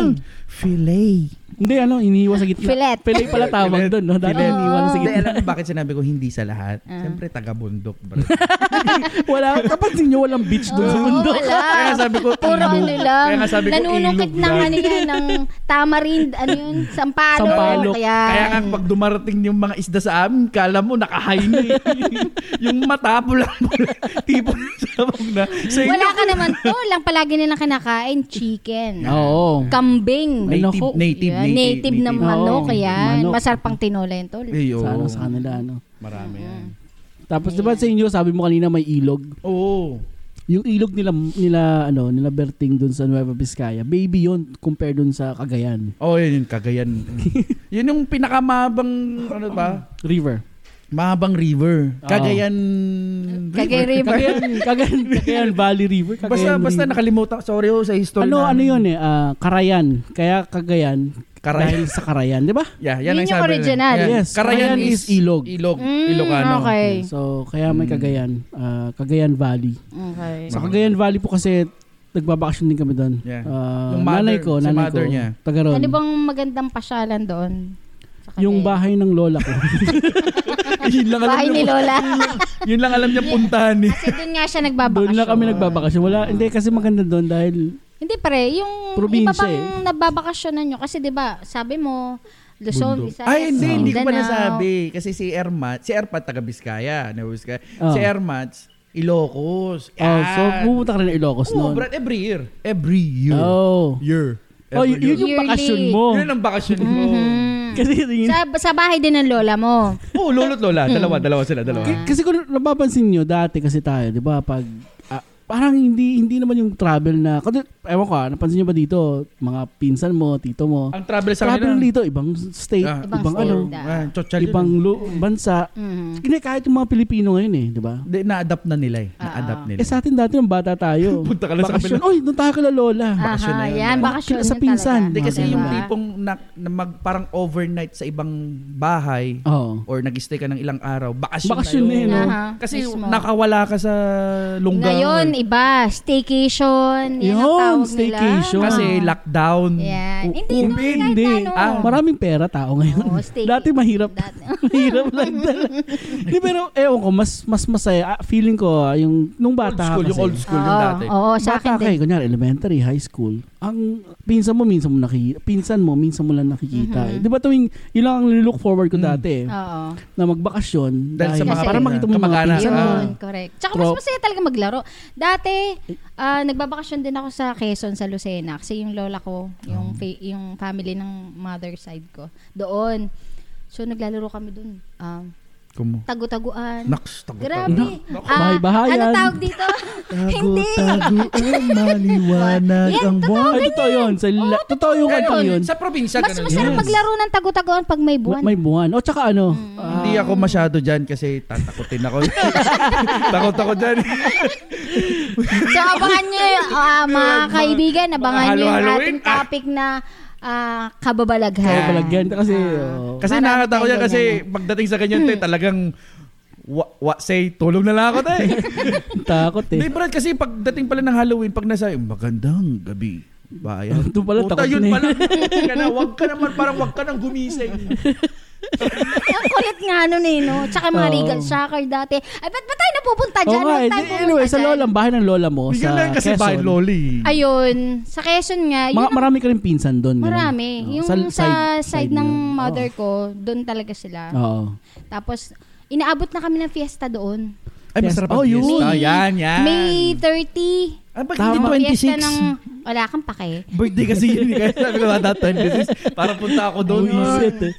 Speaker 3: Filet.
Speaker 1: Hindi ano, iniiwa sa gitna.
Speaker 2: Fillet.
Speaker 1: Fillet pala tawag
Speaker 3: Fillet.
Speaker 1: doon, no? Dati
Speaker 2: Fillet.
Speaker 1: iniiwan sa
Speaker 3: Hindi,
Speaker 1: gitna.
Speaker 3: alam mo bakit sinabi ko hindi sa lahat?
Speaker 2: Ah.
Speaker 3: Siyempre, taga-bundok, bro.
Speaker 1: Wala, kapansin nyo walang beach doon sa
Speaker 2: Oo,
Speaker 1: bundok.
Speaker 2: wala.
Speaker 3: Kaya nga sabi ko,
Speaker 2: Puro
Speaker 3: ilog.
Speaker 2: ano lang.
Speaker 3: Kaya nga sabi ko,
Speaker 2: Nanunukit
Speaker 3: ilog
Speaker 2: ng
Speaker 3: lang.
Speaker 2: ano yan, ng tamarind, ano yun, sampalo.
Speaker 1: Sampalo.
Speaker 2: Kaya,
Speaker 3: Kaya nga pag dumarating yung mga isda sa amin, kala mo nakahay na eh. <laughs> yung mata pula pula. Tipo na sabog na. Sa inyo,
Speaker 2: wala ka naman to. Lang palagi nilang kinakain, chicken.
Speaker 1: Oo.
Speaker 2: Kambing.
Speaker 1: Ay,
Speaker 3: native,
Speaker 1: Nako.
Speaker 3: native,
Speaker 2: Yan, native, na
Speaker 1: native.
Speaker 2: manok.
Speaker 1: Oo,
Speaker 2: Yan.
Speaker 1: manok.
Speaker 2: Masarap pang tinola yun, tol.
Speaker 3: Eh, oo.
Speaker 1: Sa, ano, sa kanila, ano.
Speaker 3: Marami yan.
Speaker 1: Tapos di ba sa inyo, sabi mo kanina may ilog.
Speaker 3: Oo.
Speaker 1: Yung ilog nila, nila ano, nila Berting doon sa Nueva Vizcaya, baby yon compare doon sa Cagayan.
Speaker 3: Oh, yun yung Cagayan. yun yung pinakamabang, ano ba?
Speaker 1: River.
Speaker 3: Mahabang river.
Speaker 1: Oo.
Speaker 3: Cagayan
Speaker 2: Kagay River.
Speaker 1: Cagayan,
Speaker 3: <laughs>
Speaker 1: Cagayan, Cagayan Valley River. Cagayan
Speaker 3: Basta, basta
Speaker 1: River.
Speaker 3: nakalimutan. Sorry oh, sa history
Speaker 1: Ano,
Speaker 3: namin.
Speaker 1: ano yun eh, ah, Karayan. Kaya Cagayan,
Speaker 3: Karayan.
Speaker 1: dahil sa Karayan, di ba?
Speaker 3: Yeah, yan ang
Speaker 2: Yun yung
Speaker 3: sabi nila.
Speaker 2: original.
Speaker 3: Yeah.
Speaker 1: Yes,
Speaker 3: Karayan,
Speaker 1: Karayan
Speaker 3: is,
Speaker 1: is ilog.
Speaker 3: Ilog.
Speaker 2: Mm,
Speaker 3: Ilocano.
Speaker 2: okay.
Speaker 1: So, kaya
Speaker 3: Hmm.
Speaker 1: may Cagayan, ah, Cagayan Valley.
Speaker 2: Okay.
Speaker 1: Sa Cagayan Valley po kasi nagbabakasyon din kami doon.
Speaker 3: Yeah.
Speaker 1: Ah,
Speaker 3: Yung mother-
Speaker 1: nanay ko,
Speaker 3: si
Speaker 1: nanay
Speaker 3: mother
Speaker 1: ko,
Speaker 3: niya.
Speaker 1: taga ron.
Speaker 2: Ano bang magandang pasyalan doon? Sa Cagayan?
Speaker 1: Yung bahay ng lola
Speaker 3: <laughs>
Speaker 1: ko. <laughs>
Speaker 3: yun lang alam
Speaker 2: Bahay ni
Speaker 3: niya. <laughs>
Speaker 2: Lola.
Speaker 3: Yun lang alam niya puntahan eh.
Speaker 2: Kasi doon nga siya
Speaker 1: doon
Speaker 2: nagbabakasyon.
Speaker 1: lang kami nagbabakasyon. Wala, hindi kasi maganda doon dahil
Speaker 2: Hindi pare, yung
Speaker 1: Probinsya
Speaker 2: iba pang
Speaker 1: eh.
Speaker 2: nababakasyonan nyo. Kasi di ba sabi mo, Luzon,
Speaker 3: Bundok.
Speaker 2: Visayas, oh,
Speaker 3: Ay, hindi, hindi ko pa
Speaker 2: Mindanao.
Speaker 3: nasabi. Kasi si Ermat, si Erpat taga Biskaya, Nueva Vizcaya.
Speaker 1: Oh.
Speaker 3: Si Ermat, Ilocos.
Speaker 1: Oh,
Speaker 3: Yan.
Speaker 1: so pumunta ka rin ng Ilocos
Speaker 3: Oo,
Speaker 1: noon.
Speaker 3: brad, every year. Every year.
Speaker 1: Oh.
Speaker 3: Year.
Speaker 1: Oh,
Speaker 3: Every
Speaker 1: y- yun
Speaker 2: year.
Speaker 1: yung bakasyon
Speaker 2: Yearly.
Speaker 1: mo.
Speaker 3: Yun ang bakasyon mo.
Speaker 2: Mm.
Speaker 1: Kasi yun,
Speaker 2: Sa, sa bahay din ng lola mo.
Speaker 3: Oo, Oh, lolo't lola. Dalawa, dalawa sila, <laughs> dalawa.
Speaker 1: k- kasi kung napapansin nyo, dati kasi tayo, di ba, pag, ah, parang hindi hindi naman yung travel na, kasi, ewan ko, ah, napansin nyo ba dito, mga pinsan mo, tito mo,
Speaker 3: Ang travel Ano, sa
Speaker 1: travel
Speaker 3: kanila.
Speaker 1: dito, ibang state,
Speaker 3: Ah.
Speaker 1: ibang,
Speaker 2: Ibang
Speaker 1: ano,
Speaker 2: state.
Speaker 3: Ah, tsotsal yun.
Speaker 1: ibang lu- bansa.
Speaker 2: Mhm.
Speaker 1: Hindi, kahit yung mga Pilipino ngayon eh, di ba?
Speaker 3: Hindi, na-adapt na nila eh. Na-adapt nila.
Speaker 1: Eh sa atin dati nung bata tayo.
Speaker 3: <laughs> Punta ka lang sa
Speaker 1: bakasyon. Oy, doon tayo kala lola.
Speaker 3: Bakasyon na
Speaker 2: Aha,
Speaker 3: yun.
Speaker 2: yan. Bakasyon
Speaker 1: Sa
Speaker 2: yun
Speaker 1: pinsan.
Speaker 2: talaga.
Speaker 3: Hindi kasi
Speaker 1: Diba?
Speaker 3: yung tipong na, na mag, parang overnight sa ibang bahay
Speaker 1: Oo.
Speaker 3: or nag-stay ka ng ilang araw, bakasyon,
Speaker 1: Bakasyon
Speaker 3: na
Speaker 1: na
Speaker 3: yun. oh.
Speaker 1: yun, no?
Speaker 2: Aha,
Speaker 3: Kasi
Speaker 2: mismo.
Speaker 3: nakawala ka sa lungga.
Speaker 2: Ngayon, iba. Staycation. Yan ang
Speaker 1: Yun,
Speaker 2: tawag
Speaker 1: staycation.
Speaker 2: nila. Ah.
Speaker 3: Kasi lockdown.
Speaker 2: Yan.
Speaker 3: U-
Speaker 2: Hindi, no,
Speaker 3: ubin.
Speaker 2: kahit
Speaker 1: Hindi.
Speaker 2: ano.
Speaker 1: Ah, maraming pera tao ngayon.
Speaker 2: Oo, stay-
Speaker 1: <laughs> Dati mahirap.
Speaker 2: Dati.
Speaker 1: <laughs> mahirap lang talaga. Di, pero ewan ko, mas mas masaya. Ah, feeling ko, ah, yung nung
Speaker 3: Old
Speaker 1: bata
Speaker 3: school,
Speaker 1: kasi.
Speaker 3: yung old school yung
Speaker 2: Oo,
Speaker 3: dati.
Speaker 2: Oo, Oh, sa akin
Speaker 1: bata
Speaker 2: din.
Speaker 1: kayo, kunyari, elementary, high school, ang pinsan mo, minsan mo nakikita. Pinsan mo, minsan mo lang nakikita.
Speaker 2: Mm-hmm.
Speaker 1: eh. Di ba tuwing, yun lang ang nilook forward ko dati, eh,
Speaker 2: Oo.
Speaker 1: na magbakasyon.
Speaker 3: Mm. Dahil sa
Speaker 2: mga-
Speaker 1: para makita mo yung mga
Speaker 3: kamag-anak.
Speaker 1: pinsan mo.
Speaker 2: Yun, correct. Tsaka mas
Speaker 1: Trop.
Speaker 2: masaya talaga maglaro. Dati, ah, nagbabakasyon din ako sa Quezon, sa Lucena. Kasi yung lola ko, yung,
Speaker 1: Ah.
Speaker 2: fa- yung family ng mother side ko, doon. So, naglalaro kami doon. Um,
Speaker 3: Kumu.
Speaker 2: tagu-taguan.
Speaker 3: Naks, tagot
Speaker 2: Grabe. Ah,
Speaker 1: Bahay-bahayan.
Speaker 2: Ano tawag dito? Hindi.
Speaker 1: oh,
Speaker 3: ang maliwanag
Speaker 2: Yan, ang
Speaker 3: buwan.
Speaker 1: Ay, totoo yun. Sa la- totoo yung ano yun.
Speaker 3: Sa probinsya,
Speaker 2: Mas
Speaker 3: ganun
Speaker 2: masarap
Speaker 3: yun.
Speaker 2: maglaro ng tagu-taguan pag may <laughs> buwan. Mm.
Speaker 1: May buwan. O tsaka ano, ah,
Speaker 3: Hindi ako masyado dyan kasi tatakutin
Speaker 2: <laughs>
Speaker 3: ako. Takot ako dyan.
Speaker 2: So, abangan nyo, ah, mga kaibigan, abangan nyo yung
Speaker 3: halo-haloin.
Speaker 2: ating topic na ah, kababalaghan.
Speaker 1: kabalagyan. Kasi, oh,
Speaker 3: Kasi
Speaker 2: Marami
Speaker 3: nakakatawa
Speaker 2: tayong
Speaker 3: yan kasi
Speaker 1: eh.
Speaker 2: ganyan.
Speaker 3: pagdating sa ganyan,
Speaker 1: Hmm.
Speaker 3: tayo talagang wa, wa, say, tulog na lang ako
Speaker 1: <laughs>
Speaker 3: tayo.
Speaker 1: takot eh.
Speaker 3: Hindi, Brad, kasi pagdating pala ng Halloween, pag nasa, magandang gabi, bayan.
Speaker 1: Ito pala,
Speaker 3: Puta,
Speaker 1: takot
Speaker 3: yun
Speaker 1: na eh.
Speaker 3: pala. Huwag ka na, huwag ka naman, parang huwag ka nang
Speaker 1: <laughs>
Speaker 3: gumising.
Speaker 2: Ang kulit nga nun eh, no? Tsaka mga
Speaker 1: Oo.
Speaker 2: regal shocker dati. Ay, ba't ba tayo napupunta Ah, dyan?
Speaker 1: Oo nga,
Speaker 2: Ba't
Speaker 1: eh.
Speaker 2: tayo
Speaker 1: Di-
Speaker 2: pumunta
Speaker 1: anyway, sa
Speaker 2: dyan?
Speaker 1: lola, bahay ng lola mo,
Speaker 3: Bigyan lang
Speaker 1: sa
Speaker 3: kasi
Speaker 1: Quezon.
Speaker 3: by Loli.
Speaker 2: Ayun. Sa Quezon nga, yun
Speaker 1: Ma-
Speaker 2: ang
Speaker 1: marami ka rin pinsan doon. ganun.
Speaker 2: marami.
Speaker 1: Oo,
Speaker 2: Yung sa, side, ng
Speaker 1: niyo.
Speaker 2: mother ko, doon talaga sila.
Speaker 1: Oo. Oo.
Speaker 2: Tapos, inaabot na kami ng fiesta doon.
Speaker 3: Ay, masarap ang
Speaker 1: Oh, yun.
Speaker 3: fiesta. Yan, yan.
Speaker 2: May 30.
Speaker 3: Ay, bakit
Speaker 1: Tama.
Speaker 3: hindi
Speaker 2: Mga fiesta
Speaker 3: 26?
Speaker 2: ng... Wala kang pake.
Speaker 3: Birthday kasi yun. eh. Kaya sabi ko, wala 26. Para punta ako doon. ah.
Speaker 1: Buisit eh.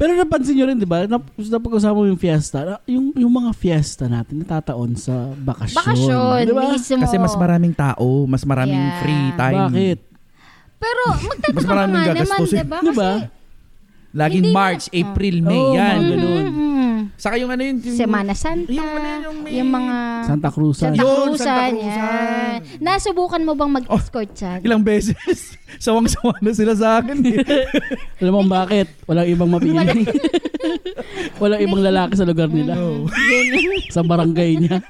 Speaker 1: Pero napansin nyo rin, di ba? Nap- Napag-usama mo yung fiesta. na- Yung, yung mga fiesta natin natataon sa bakasyon.
Speaker 2: Bakasyon.
Speaker 1: Di ba?
Speaker 2: mismo.
Speaker 3: Kasi mas maraming tao, mas maraming
Speaker 2: Yeah.
Speaker 3: free time.
Speaker 1: Bakit?
Speaker 2: Pero magtataka
Speaker 1: <laughs>
Speaker 3: Mas
Speaker 2: ka nga
Speaker 3: maraming
Speaker 2: naman,
Speaker 1: eh.
Speaker 3: gagastusin.
Speaker 2: diba?
Speaker 1: Diba?
Speaker 2: Kasi
Speaker 3: Laging
Speaker 2: Hindi na- Ah.
Speaker 3: March, April, May.
Speaker 1: Oo,
Speaker 3: yan. ano.
Speaker 1: mga ganun.
Speaker 2: Mm.
Speaker 3: Saka yung ano yun. Yung,
Speaker 2: Semana Santa.
Speaker 3: Yung ano yun, yung may-
Speaker 2: yung mga...
Speaker 1: Santa Cruz.
Speaker 2: Santa
Speaker 3: Yun,
Speaker 2: Cruzan.
Speaker 3: Santa
Speaker 2: Santa
Speaker 3: Cruzan.
Speaker 2: Nasubukan mo bang mag-escort
Speaker 3: <laughs>
Speaker 2: yan?
Speaker 3: Ilang beses. <laughs> Sawang-sawa na sila sa akin. eh.
Speaker 1: Alam mo kung bakit? Walang ibang mapili. <laughs> Walang ibang lalaki sa lugar nila.
Speaker 2: <laughs>
Speaker 1: sa barangay niya. <laughs>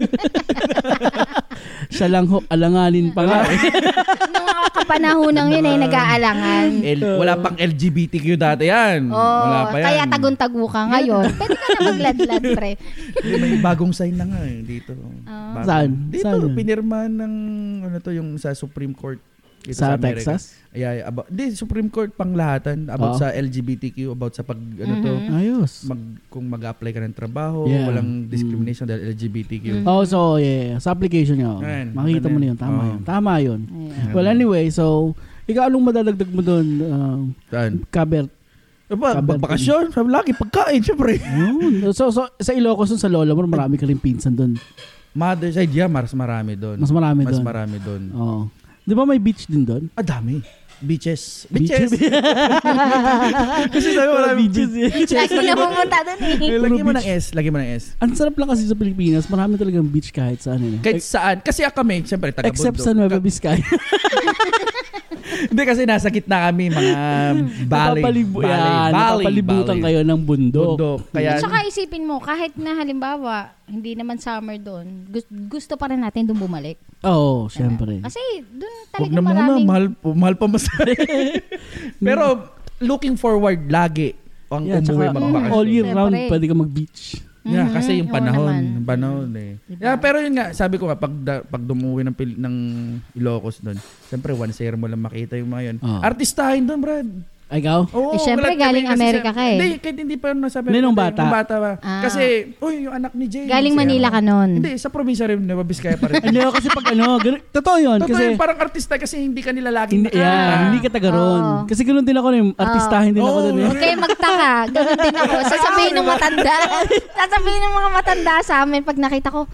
Speaker 1: Siya lang ho, alanganin pa nga. eh.
Speaker 2: Nung mga kapanahonang yun ay nag-aalangan.
Speaker 1: <laughs>
Speaker 3: L- wala pang LGBTQ dati yan.
Speaker 2: Oh,
Speaker 3: Eh, wala pa yan.
Speaker 2: kaya tagong-tago ka ngayon. Pwede ka na magladlad,
Speaker 3: <laughs>
Speaker 2: pre.
Speaker 3: Hindi, may bagong sign na nga eh, dito.
Speaker 2: Ah.
Speaker 3: Bagong-
Speaker 1: Saan?
Speaker 3: Dito,
Speaker 1: Saan yun?
Speaker 3: pinirma ng, ano to, yung sa Supreme Court. Dito
Speaker 1: sa
Speaker 3: Amerika.
Speaker 1: Texas? Oh.
Speaker 3: Yeah, yeah, about, di, Supreme Court panglahatan
Speaker 1: Oo.
Speaker 3: about sa LGBTQ, about sa pag, ano to,
Speaker 2: Mm-hmm.
Speaker 1: Ayos.
Speaker 3: mag, kung mag-apply ka ng trabaho,
Speaker 1: Yeah. Mm.
Speaker 3: walang discrimination dahil LGBTQ.
Speaker 2: Mm.
Speaker 1: Oh, so yeah, yeah. sa application niya. oh.
Speaker 3: Ayan,
Speaker 1: Makikita mo na yun. Tama
Speaker 3: Oo.
Speaker 1: yun. Tama yun.
Speaker 2: Ayun.
Speaker 1: Well, anyway, so, ikaw anong madadagdag mo doon, uh,
Speaker 3: Saan?
Speaker 1: Kabert?
Speaker 3: Aba,
Speaker 1: Kabel-
Speaker 3: Diba? bakasyon, sabi Hmm? lagi, pagkain, syempre.
Speaker 1: Yun. So, so, sa Ilocos, dun sa Lola mo, marami ka rin pinsan doon.
Speaker 3: Mother side, yeah, mas marami doon.
Speaker 1: Mas marami
Speaker 3: Mas
Speaker 1: doon.
Speaker 3: marami doon.
Speaker 1: Oo. Di ba may beach din doon?
Speaker 3: Ah, dami. Beaches. Beaches. <laughs> Kasi sabi mo,
Speaker 1: Wala
Speaker 3: marami
Speaker 1: beaches. eh.
Speaker 3: <laughs>
Speaker 2: Lagi na pumunta dun eh.
Speaker 3: Eh, lagi mo
Speaker 1: Puro
Speaker 3: ng S, lagi mo ng S.
Speaker 1: Ang sarap lang kasi sa Pilipinas, marami talagang beach kahit saan. Eh.
Speaker 3: Kahit saan. Kasi ah, kami, syempre, taga
Speaker 1: Except sa
Speaker 3: bundok.
Speaker 1: Nueva Vizcaya.
Speaker 3: <laughs> Hindi kasi nasa gitna kami, <laughs> mga valley.
Speaker 1: Napapalibu-
Speaker 3: valley,
Speaker 1: yan,
Speaker 3: valley,
Speaker 1: napapalibutan
Speaker 3: valley.
Speaker 1: kayo ng bundok.
Speaker 3: Bundok. Kaya,
Speaker 2: At saka isipin mo, kahit na halimbawa, hindi naman summer doon, gus- gusto pa rin natin doon bumalik.
Speaker 1: Oo, oh, syempre.
Speaker 2: Kasi doon
Speaker 3: Hmm. huwag
Speaker 2: talaga
Speaker 3: na muna,
Speaker 2: maraming...
Speaker 3: mahal, mahal pa <laughs> mas. Pero, looking forward lagi ang
Speaker 1: Yeah,
Speaker 3: umuwi
Speaker 1: tsaka,
Speaker 3: magbakasyon.
Speaker 1: all year
Speaker 2: Syempre.
Speaker 1: round, pwede ka mag-beach.
Speaker 3: Yeah,
Speaker 2: Mhm,
Speaker 3: kasi yung
Speaker 2: oo
Speaker 3: panahon,
Speaker 2: naman. Diba?
Speaker 3: yung panahon eh. Yeah, pero yun nga, sabi ko nga, pag, da- pag dumuwi ng, Pil- ng Ilocos doon, siyempre one year mo lang makita yung mga yun.
Speaker 1: Ah.
Speaker 3: Artistahin doon, Brad.
Speaker 1: Ay, Ikaw?
Speaker 3: Oo,
Speaker 2: Eh, syempre,
Speaker 3: wala-
Speaker 2: galing
Speaker 3: kasi
Speaker 2: Amerika
Speaker 3: sa-
Speaker 2: ka eh.
Speaker 3: Hindi, kahit hindi pa nasa
Speaker 1: Hindi, nung
Speaker 3: Hindi,
Speaker 1: bata.
Speaker 3: pa.
Speaker 2: Ah.
Speaker 3: Kasi, uy, yung anak ni James.
Speaker 2: Galing
Speaker 3: eh,
Speaker 2: Manila ka nun.
Speaker 3: Hindi, sa probinsya rin, Nueva Vizcaya
Speaker 1: <laughs>
Speaker 3: pa rin.
Speaker 1: Ano kasi pag ano, ganun- totoo yun.
Speaker 3: Totoo
Speaker 1: kasi,
Speaker 3: yun, parang artista kasi hindi ka nila lagi
Speaker 1: hindi, yan,
Speaker 3: Ah.
Speaker 1: hindi ka taga roon.
Speaker 2: Oo.
Speaker 1: Kasi ganun din ako, yung artistahin din ako eh.
Speaker 3: Oo,
Speaker 1: doon.
Speaker 2: Huwag kayo magtaka. Ganun din
Speaker 3: <laughs>
Speaker 2: ako. Sasabihin ng matanda. Sasabihin ng mga matanda sa amin pag nakita ko,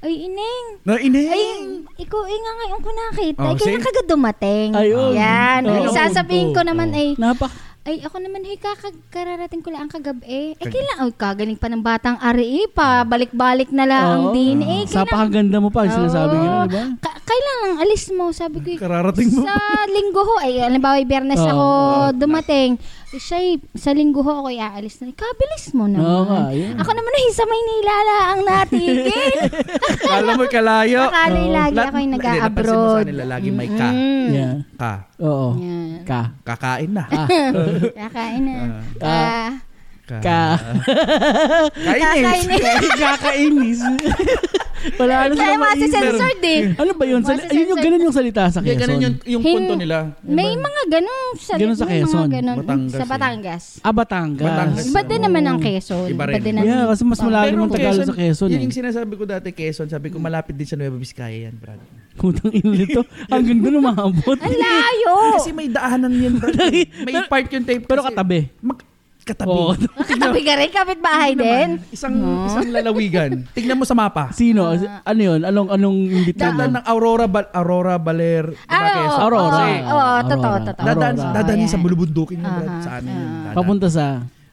Speaker 2: ay, ineng.
Speaker 3: Na
Speaker 2: Ay,
Speaker 3: ineng.
Speaker 2: ikaw, ay nga ngayon ko nakita.
Speaker 3: Oh,
Speaker 2: ay, kaya
Speaker 3: see?
Speaker 2: kagad dumating.
Speaker 1: Ayun.
Speaker 2: Yan. Ay,
Speaker 1: Oo.
Speaker 2: sasabihin ko
Speaker 3: Oh.
Speaker 2: naman, ay,
Speaker 1: Napak.
Speaker 2: ay, ako naman, hey, kakararating ko lang kagabi. Eh, kailan, oh, kagaling pa ng batang ari, eh, pa, balik-balik na
Speaker 1: Oo.
Speaker 2: lang din.
Speaker 3: Ah.
Speaker 2: Eh,
Speaker 1: Oh. Sa
Speaker 2: kailan,
Speaker 1: pakaganda mo pa, sinasabi
Speaker 2: Oo.
Speaker 1: nyo, di ba?
Speaker 2: Ka- kailan ang alis mo? Sabi ko, eh,
Speaker 3: Kararating mo.
Speaker 2: sa linggo ho, ay, alam ba, biyernes
Speaker 1: Oo.
Speaker 2: ako
Speaker 1: Oh,
Speaker 2: dumating. Eh, Siya, eh, sa linggo ho ako aalis na. Kabilis mo naman.
Speaker 1: Oo nga, yun.
Speaker 2: Ako naman ay sa Maynila ang natigil.
Speaker 3: Alam mo, kalayo.
Speaker 2: Akala
Speaker 1: Oo.
Speaker 2: lagi
Speaker 3: Lahat-
Speaker 2: ako yung
Speaker 3: Hindi, napansin mo
Speaker 2: nag-abroad.
Speaker 3: sa nila, lagi <laughs> may ka.
Speaker 2: Mm.
Speaker 1: Yeah.
Speaker 3: Ka.
Speaker 1: Oo.
Speaker 2: Yan.
Speaker 1: Ka.
Speaker 3: Kakain na.
Speaker 1: <laughs>
Speaker 2: Kakain na.
Speaker 1: Ah.
Speaker 2: Ah,
Speaker 1: Ka.
Speaker 3: Ah. Kainis. <laughs>
Speaker 1: Kakainis. <laughs> Wala na
Speaker 2: Kaya
Speaker 1: silang maisip.
Speaker 2: masisensored eh.
Speaker 1: Ano ba yun? Sali- Ayun yung ganun yung salita sa
Speaker 3: Kaya
Speaker 1: Quezon.
Speaker 3: ganun yung, yung punto
Speaker 2: Hin-
Speaker 3: nila.
Speaker 2: May mga ganong salit.
Speaker 1: Ganun sa
Speaker 2: may mga
Speaker 1: Quezon.
Speaker 2: ganun.
Speaker 3: Batangas
Speaker 2: Sa
Speaker 3: eh.
Speaker 2: Batangas.
Speaker 1: Ah, Batangas.
Speaker 3: Batangas.
Speaker 2: Iba din naman ang Quezon.
Speaker 3: Iba
Speaker 2: Iba,
Speaker 3: rin.
Speaker 2: din ang...
Speaker 1: Yeah, kasi mas malalim ang Tagalog sa Quezon.
Speaker 3: Yun
Speaker 1: eh.
Speaker 3: yung sinasabi ko dati, Quezon. Sabi ko, malapit din sa Nueva Vizcaya yan, Brad.
Speaker 1: Putang ina nito. Hanggang doon umabot.
Speaker 2: Ang layo!
Speaker 3: Kasi may daanan yan,
Speaker 1: <laughs>
Speaker 3: Brad. May part yung tape.
Speaker 1: Pero
Speaker 3: kasi-
Speaker 1: katabi.
Speaker 3: Mag- katabi.
Speaker 1: Oo.
Speaker 2: Katabi ka rin, kapitbahay din.
Speaker 3: Naman, Isang, isang
Speaker 2: <laughs>
Speaker 3: lalawigan. Tingnan mo sa mapa.
Speaker 1: Sino? ano yun? Anong, anong hindi
Speaker 3: Dadaan ng Aurora, Bal- Aurora Baler.
Speaker 2: Ah, oo,
Speaker 3: Quezon.
Speaker 2: oo,
Speaker 1: Aurora.
Speaker 2: Oo, oo, totoo,
Speaker 1: Aurora.
Speaker 2: totoo.
Speaker 3: Dadaan,
Speaker 1: Aurora.
Speaker 3: dadaan yun
Speaker 2: Ayan.
Speaker 3: sa bulubundukin yun, Brad.
Speaker 2: Aha. Ah.
Speaker 3: Sa ano yun. dadaan.
Speaker 1: Papunta sa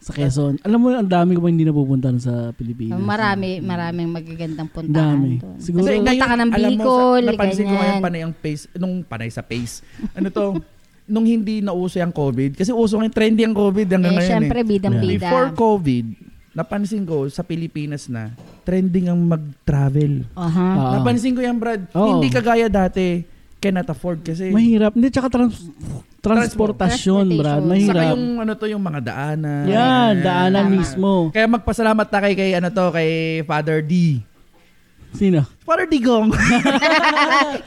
Speaker 1: sa Quezon. Alam mo, ang dami ko pa hindi napupunta sa Pilipinas.
Speaker 2: Marami, maraming magagandang puntahan
Speaker 1: Dami.
Speaker 2: doon.
Speaker 1: Siguro,
Speaker 2: Kasi
Speaker 3: ngayon,
Speaker 2: punta ka ng
Speaker 3: alam mo, sa-
Speaker 2: Bicol,
Speaker 3: napansin ko ngayon
Speaker 2: ganyan.
Speaker 3: panay ang pace, nung panay sa pace. Ano to? <laughs> nung hindi nauso yung COVID, kasi uso ngayon, trendy ang COVID hanggang
Speaker 2: Eh,
Speaker 3: ngayon
Speaker 2: syempre,
Speaker 3: eh.
Speaker 2: bidang-bida.
Speaker 3: Before COVID, napansin ko sa Pilipinas na trending ang mag-travel.
Speaker 2: Aha.
Speaker 1: Oo.
Speaker 3: Napansin ko yan, Brad.
Speaker 1: Oo.
Speaker 3: Hindi kagaya dati, cannot afford kasi.
Speaker 1: Oh. mahirap. Hindi, tsaka trans- transportasyon,
Speaker 2: Transportation. Ah,
Speaker 1: brad.
Speaker 3: Saka
Speaker 1: Mahirap.
Speaker 3: yung ano to, yung mga daanan.
Speaker 1: Yan, daanan
Speaker 2: Tama.
Speaker 1: mismo.
Speaker 3: Kaya magpasalamat ta kay, kay ano to, kay Father D.
Speaker 1: Sino?
Speaker 3: Father Digong.
Speaker 1: <laughs>
Speaker 2: <laughs>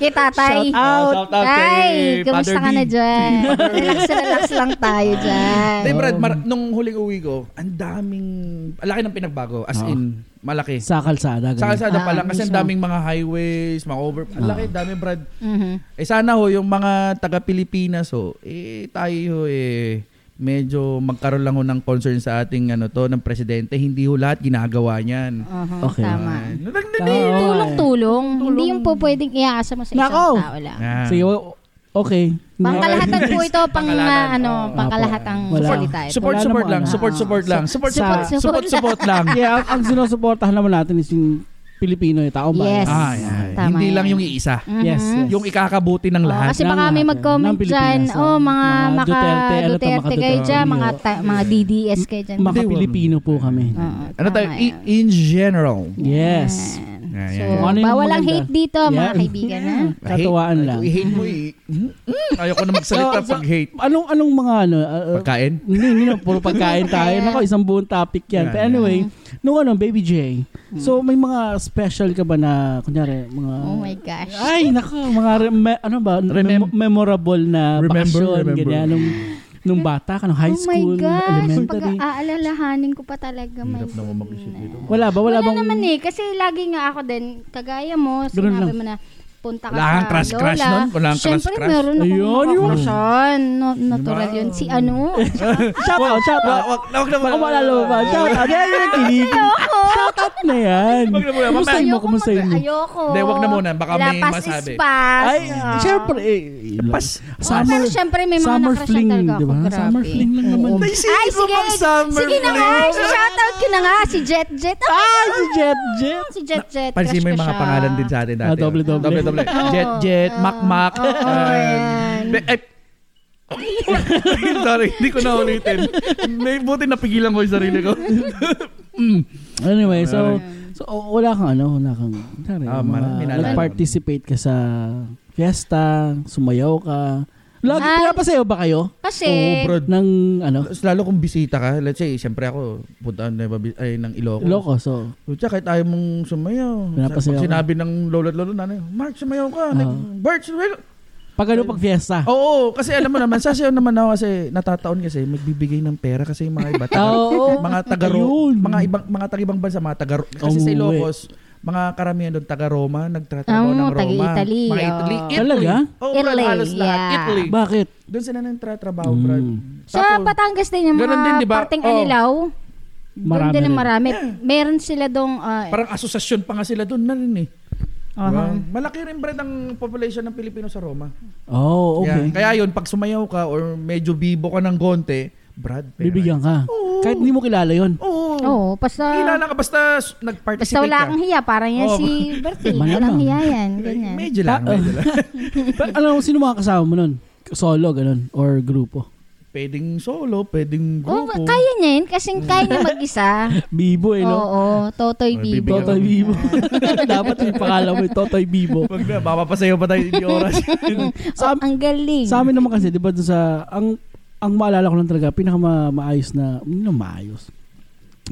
Speaker 2: Kay tatay.
Speaker 1: Shout out.
Speaker 3: Shout out kay
Speaker 2: Tay, kamusta
Speaker 3: Father
Speaker 2: ka na
Speaker 3: D.
Speaker 1: <laughs>
Speaker 2: dyan? relax, relax lang tayo dyan.
Speaker 3: Hindi, Brad, mar- nung huling uwi ko, ang daming, ang laki ng pinagbago. As in, malaki.
Speaker 1: Sa kalsada.
Speaker 3: Sa
Speaker 1: ganun.
Speaker 3: kalsada pa
Speaker 2: Ah,
Speaker 3: lang, kasi ang
Speaker 2: mismo.
Speaker 3: daming mga highways, mga over, ang laki,
Speaker 1: Ah.
Speaker 3: dami, Brad.
Speaker 2: Mhm.
Speaker 3: Eh, sana ho, yung mga taga-Pilipinas ho, eh, tayo ho, eh, medyo magkaroon lang ho ng concern sa ating, ano to, ng presidente. Hindi ho lahat ginagawa niyan.
Speaker 2: Aha,
Speaker 1: Okay.
Speaker 2: Uh-huh, Tama.
Speaker 3: Nag-
Speaker 1: Tama, oo, eh.
Speaker 2: Tulong-tulong. Hindi yung po pwedeng iaasa mo sa isang
Speaker 1: Nako.
Speaker 2: tao lang.
Speaker 3: Ah.
Speaker 1: Sige, wa- Okay.
Speaker 2: Pangkalahatan po ito, pang
Speaker 3: Pangkalahatan,
Speaker 2: ah, ano,
Speaker 3: oo.
Speaker 2: pangkalahatang
Speaker 1: Wala.
Speaker 2: salita. ito.
Speaker 1: Wala
Speaker 3: Support,
Speaker 1: na
Speaker 3: support
Speaker 1: mga
Speaker 3: lang.
Speaker 1: ano.
Speaker 3: Support, support lang. Support,
Speaker 1: Sa-
Speaker 3: support, support,
Speaker 2: <laughs>
Speaker 3: support lang.
Speaker 1: yeah, ang, ang sinusuportahan naman natin is yung Pilipino, yung taong bayan.
Speaker 2: Yes.
Speaker 3: Ah, yeah.
Speaker 2: Tama
Speaker 3: Hindi
Speaker 2: yan.
Speaker 3: lang yung iisa.
Speaker 2: Mhm.
Speaker 1: Yes, yes.
Speaker 3: Yung ikakabuti ng
Speaker 2: Oo,
Speaker 3: lahat.
Speaker 2: Oh, kasi baka
Speaker 1: Ng
Speaker 2: may
Speaker 1: lahat yan.
Speaker 2: mag-comment
Speaker 1: Ng Pilipinas,
Speaker 2: dyan.
Speaker 1: oo.
Speaker 2: Oh, mga
Speaker 1: Mga
Speaker 2: maka
Speaker 1: Duterte,
Speaker 2: Duterte,
Speaker 1: ano to, mga
Speaker 2: kayo
Speaker 1: Duterte.
Speaker 2: dyan, mga, ta- mga DDS kayo dyan.
Speaker 1: Maka Pilipino po kami.
Speaker 2: Oo,
Speaker 3: Ano tayo?
Speaker 2: tama
Speaker 3: I-
Speaker 2: yan.
Speaker 3: in general.
Speaker 1: Yes.
Speaker 2: Yan.
Speaker 3: Yeah,
Speaker 2: So,
Speaker 3: yeah, yeah.
Speaker 1: Ano yung
Speaker 2: bawal ang
Speaker 1: maganda?
Speaker 2: hate dito, mga
Speaker 1: Yeah.
Speaker 2: kaibigan. Ha?
Speaker 1: Katuwaan
Speaker 3: Hate-
Speaker 1: lang.
Speaker 3: Ay, Hate mo eh. Mm, Ayoko na magsalita
Speaker 1: So, so,
Speaker 3: pag hate.
Speaker 1: Anong anong mga ano? uh, uh,
Speaker 3: Pagkain?
Speaker 1: Hindi, hindi na. Puro
Speaker 2: <laughs>
Speaker 1: pagkain tayo. Nako, isang buong topic yan.
Speaker 3: Yeah, Mm.
Speaker 1: But anyway, nung ano, Baby J. So, may mga special ka ba na, kunyari, mga...
Speaker 2: Oh my gosh.
Speaker 1: Ay, nako, mga, rem- ano ba,
Speaker 3: Remem-
Speaker 1: mem- memorable na
Speaker 3: Remember,
Speaker 1: bakasyon,
Speaker 3: remember.
Speaker 1: ganyan, nung, nung bata ka, nung high
Speaker 2: oh my
Speaker 1: school,
Speaker 2: gosh.
Speaker 1: elementary.
Speaker 2: Pag aalalahanin ko pa talaga. my
Speaker 3: Hirap naman mag-isip dito.
Speaker 1: wala ba? Wala,
Speaker 2: Wala,
Speaker 1: bang...
Speaker 2: naman eh. Kasi lagi nga ako din, kagaya mo,
Speaker 1: Ganun
Speaker 2: sinabi
Speaker 1: lang.
Speaker 2: mo na, punta ka
Speaker 3: Wala kang
Speaker 2: sa
Speaker 3: crush,
Speaker 2: Lola.
Speaker 3: crush nun? Wala kang
Speaker 2: Siyempre,
Speaker 3: crush, crush?
Speaker 2: meron akong
Speaker 1: Ayun, yun.
Speaker 2: kakrushan. No, natural yun. Si ano?
Speaker 1: Shout out, shout out.
Speaker 3: Wag wag na
Speaker 1: Baka maalala mo ba? Shout out. Yan, yan,
Speaker 2: <laughs>
Speaker 1: kinig. Shout out na yan.
Speaker 3: Wag na muna,
Speaker 1: Kumustahin mo,
Speaker 2: Ayoko
Speaker 1: kumustahin
Speaker 2: mag-
Speaker 1: mo.
Speaker 2: Ayoko.
Speaker 3: Hindi, wag na muna. Baka may
Speaker 2: Lapas
Speaker 3: masabi.
Speaker 2: is pass.
Speaker 1: Ay,
Speaker 2: Ah.
Speaker 1: syempre, eh.
Speaker 3: Pas.
Speaker 2: Oo,
Speaker 1: Summer,
Speaker 2: pero syempre may mga
Speaker 1: summer
Speaker 2: nakrushan
Speaker 1: fling,
Speaker 2: talaga ako.
Speaker 1: di ba?
Speaker 2: Grabe.
Speaker 1: Summer fling lang naman.
Speaker 2: Oo. Ay, sige. Sige na nga. Shoutout ko na nga. Si Jet Jet.
Speaker 1: Ah, si Jet Jet.
Speaker 2: Si Jet Jet.
Speaker 3: Pansin mo yung
Speaker 2: crush ko
Speaker 3: mga
Speaker 2: siya.
Speaker 3: pangalan din sa atin dati.
Speaker 1: Ah, doble, doble.
Speaker 3: Doble, doble. Jet, jet, mak, mak.
Speaker 2: Oo, Oh. ayan.
Speaker 3: eh, eh, <laughs> Sorry, hindi ko na ulitin. May buti napigilan ko yung sarili ko.
Speaker 1: Anyway, so so o- wala kang ano, wala kang sorry,
Speaker 3: Ah,
Speaker 1: mga,
Speaker 3: marami na-
Speaker 1: nag-participate ka sa fiesta, sumayaw ka. Lagi
Speaker 2: Ah.
Speaker 1: pinapasayaw ba kayo?
Speaker 2: Kasi,
Speaker 3: Oo, bro.
Speaker 1: Ng ano,
Speaker 3: Mas Lalo kung bisita ka, let's say, siyempre ako, punta na ay, ng Ilocos.
Speaker 1: loko. So,
Speaker 3: O tsaka kahit ayaw mong sumayaw.
Speaker 1: Pinapasayaw
Speaker 3: Pag
Speaker 1: ka.
Speaker 3: sinabi ng lolo at lolo nanay, Mark, sumayaw ka.
Speaker 1: Oo.
Speaker 3: Like, Bert, sumayaw.
Speaker 1: pag ano, pag fiesta.
Speaker 3: Oo, kasi alam mo naman, <laughs> sasayaw naman ako kasi natataon kasi magbibigay ng pera kasi yung mga iba
Speaker 1: <laughs>
Speaker 3: taga,
Speaker 1: Oo.
Speaker 3: mga tagaro,
Speaker 1: Ayun.
Speaker 3: mga ibang mga tagabang bansa, mga tagaro. Kasi sa
Speaker 1: Oo, eh.
Speaker 3: Ilocos, mga karamihan doon taga Roma, nagtatrabaho
Speaker 2: Oo,
Speaker 3: ng Roma.
Speaker 2: Ah, taga-Italy,
Speaker 3: Mga
Speaker 2: oo.
Speaker 3: Italy. Italy.
Speaker 1: Talaga?
Speaker 3: Oo, brad,
Speaker 2: Italy,
Speaker 3: halos lahat.
Speaker 2: yeah.
Speaker 3: Italy.
Speaker 1: Bakit?
Speaker 3: Doon sila nagtatrabaho,
Speaker 1: Mm.
Speaker 3: brad.
Speaker 2: sa Batangas din yung
Speaker 3: Ganun din,
Speaker 2: mga
Speaker 3: di ba?
Speaker 2: parteng
Speaker 3: Oo.
Speaker 2: Anilaw. Doon
Speaker 1: Marami
Speaker 2: din ang
Speaker 1: rin.
Speaker 2: marami. Meron sila dong, ah,
Speaker 3: parang asosasyon pa nga sila doon na rin eh.
Speaker 2: aha.
Speaker 3: Diba? Malaki rin brad ang population ng Pilipino sa Roma.
Speaker 1: Oh, okay.
Speaker 3: Yeah. Kaya yun, pag sumayaw ka or medyo bibo ka ng konti, Brad, pera.
Speaker 1: Bibigyan ka.
Speaker 3: Oo.
Speaker 1: Kahit hindi mo kilala 'yon.
Speaker 3: Oo.
Speaker 2: Oo, basta,
Speaker 3: Kilala ka basta s- nag-participate
Speaker 2: basta wala kang
Speaker 3: ka.
Speaker 2: hiya. Parang yan
Speaker 3: Oo.
Speaker 2: si Bertie.
Speaker 1: Malamang.
Speaker 2: Walang hiya yan. Ganyan.
Speaker 3: Medyo lang,
Speaker 1: Ah, oh.
Speaker 3: medyo
Speaker 1: <laughs>
Speaker 3: lang.
Speaker 1: Pero ano, sino mga kasama mo nun? Solo, ganun? Or grupo?
Speaker 3: pwedeng solo, pwedeng
Speaker 2: Oh,
Speaker 3: grupo.
Speaker 2: kaya niya yun. Kasi kaya niya
Speaker 3: <laughs>
Speaker 2: mag-isa.
Speaker 1: Bibo eh, no?
Speaker 2: Oo, Totoy
Speaker 3: Or
Speaker 2: Bibo.
Speaker 3: bibigyan
Speaker 1: Totoy Bibo. <laughs> Dapat yung pangalan mo, Totoy Bibo.
Speaker 3: Wag na, mapapasayaw pa tayo hindi oras.
Speaker 2: <laughs>
Speaker 1: Sa,
Speaker 2: ang galing.
Speaker 1: sa amin naman kasi, di ba, dun sa, ang, ang maalala ko lang talaga, pinaka ma- maayos na, hindi na maayos.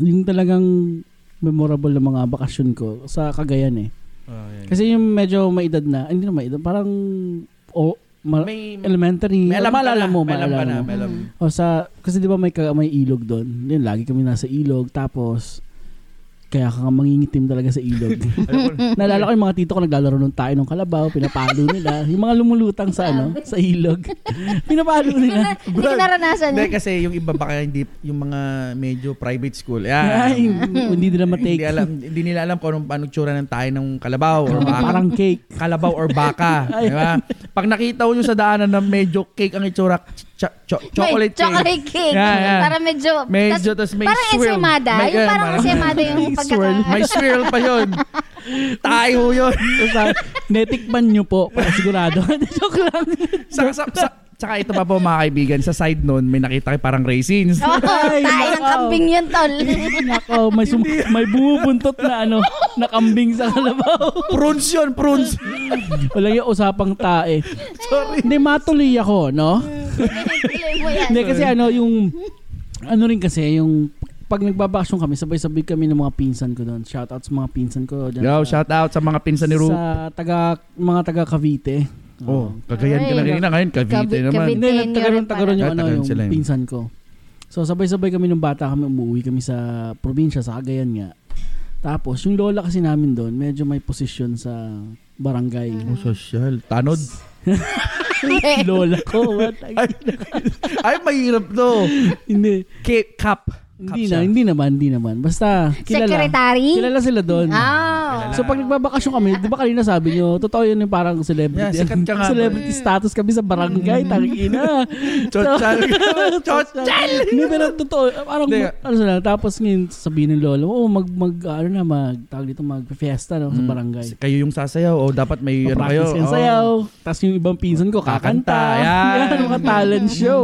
Speaker 1: Yung talagang memorable na mga bakasyon ko sa Cagayan eh. Kasi yung medyo may edad na, ay, hindi na may edad, parang o, ma-
Speaker 3: may,
Speaker 1: elementary.
Speaker 3: may alam ka
Speaker 1: maalala
Speaker 3: na,
Speaker 1: mo,
Speaker 3: may alam ka
Speaker 1: maalala
Speaker 3: na,
Speaker 1: mo.
Speaker 3: may alam.
Speaker 1: O sa, kasi di ba may, ka- may ilog doon? Yun, lagi kami nasa ilog. Tapos, kaya ka mangingitim talaga sa ilog.
Speaker 3: <laughs>
Speaker 1: Naalala ko yung mga tito ko naglalaro ng tayo ng kalabaw, pinapalo nila. yung mga lumulutang sa ano, sa ilog. pinapalo nila.
Speaker 2: Hindi ko naranasan
Speaker 3: Hindi
Speaker 2: yun.
Speaker 3: kasi yung iba baka hindi yung mga medyo private school.
Speaker 1: Ay,
Speaker 3: Yan.
Speaker 1: hindi nila
Speaker 3: Ah. hindi
Speaker 1: matake.
Speaker 3: alam hindi nila alam kung anong paano tsura ng tayo ng kalabaw or baka.
Speaker 1: Parang cake.
Speaker 3: kalabaw or
Speaker 2: <laughs>
Speaker 3: baka, di ba? Pag nakita ko yung sa daanan na medyo cake ang itsura, ch- ch- cho- chocolate
Speaker 2: May
Speaker 3: cake.
Speaker 2: chocolate cake.
Speaker 3: Yeah, yeah.
Speaker 2: Para medyo...
Speaker 3: Medyo,
Speaker 2: tas-
Speaker 3: tas may
Speaker 2: parang
Speaker 3: swirl.
Speaker 2: ensaymada.
Speaker 3: May-
Speaker 2: yung parang
Speaker 3: parang-
Speaker 2: ensaymada yung
Speaker 1: <laughs> May
Speaker 2: pagkaka...
Speaker 1: swirl.
Speaker 2: <laughs>
Speaker 3: May swirl pa yun. Tayo yun.
Speaker 1: Sa, netikman nyo po, para sigurado. <laughs> Joke lang.
Speaker 3: sa, sa, sa, tsaka ito pa po mga kaibigan, sa side nun, may nakita kayo parang raisins.
Speaker 2: Oo,
Speaker 1: Ay,
Speaker 2: tayo ng
Speaker 1: nakaw.
Speaker 2: kambing yun, tol. <laughs>
Speaker 1: Nako, may, sum- may bumubuntot na ano, nakambing sa kalabaw.
Speaker 2: Oh.
Speaker 3: Prunes yun,
Speaker 2: <laughs>
Speaker 3: prunes.
Speaker 1: Walang yung usapang tae.
Speaker 2: oh.
Speaker 3: Sorry.
Speaker 1: Hindi, matuloy ako, no?
Speaker 2: Tuloy mo
Speaker 1: <laughs>
Speaker 2: yan.
Speaker 1: Hindi kasi ano yung ano rin kasi yung pag nagbabakasyon kami, sabay-sabay kami ng mga pinsan ko doon. Shout out sa mga pinsan ko dyan.
Speaker 3: Yo, shout out sa mga pinsan ni Ru.
Speaker 1: Sa taga mga taga Cavite.
Speaker 3: Oh, kagayan ka na
Speaker 2: Ay.
Speaker 3: kanina. Ngayon, Cavite
Speaker 2: Cavi-
Speaker 3: naman.
Speaker 2: Cavite.
Speaker 1: Hindi,
Speaker 2: Tenure
Speaker 1: nagtagaron tagaron yung
Speaker 3: pala.
Speaker 1: ano
Speaker 3: Nagtagaron
Speaker 1: yung
Speaker 3: sila yun.
Speaker 1: pinsan ko. So sabay-sabay kami nung bata kami umuwi kami sa probinsya sa Cagayan nga. Tapos yung lola kasi namin doon, medyo may posisyon sa barangay.
Speaker 3: Oh, social. Tanod. Mm-hmm.
Speaker 1: <laughs>
Speaker 2: Hindi.
Speaker 3: <laughs>
Speaker 1: Lola ko. what?
Speaker 2: <laughs>
Speaker 3: Ay, mahirap to.
Speaker 1: Hindi.
Speaker 3: Cape, cap.
Speaker 1: Hindi
Speaker 3: Kapsa.
Speaker 1: na, hindi naman, hindi naman. Basta kilala.
Speaker 2: Secretary?
Speaker 1: Kilala sila doon.
Speaker 2: Ah.
Speaker 1: So pag nagbabakasyon kami, di ba kanina sabi nyo, totoo yun yung parang celebrity.
Speaker 3: Yeah, sikat ka nga.
Speaker 1: <laughs> celebrity status kami sa barangay,
Speaker 3: Mm-hmm.
Speaker 1: tangina. <laughs>
Speaker 3: Chochal. Chochal.
Speaker 1: Hindi, pero totoo. Parang,
Speaker 3: Hindi.
Speaker 1: ano sila, tapos ngayon sabihin ng lolo, oh, mag, mag, ano na, mag, tawag dito, mag-fiesta no, sa
Speaker 3: Mm.
Speaker 1: barangay.
Speaker 3: Kayo yung sasayaw o dapat may ano kayo.
Speaker 1: Papractice yung
Speaker 3: Oo.
Speaker 1: sayaw. Tapos yung ibang pinsan ko, kakanta.
Speaker 3: Kakanta, yan.
Speaker 1: Yan, <laughs> mga talent show.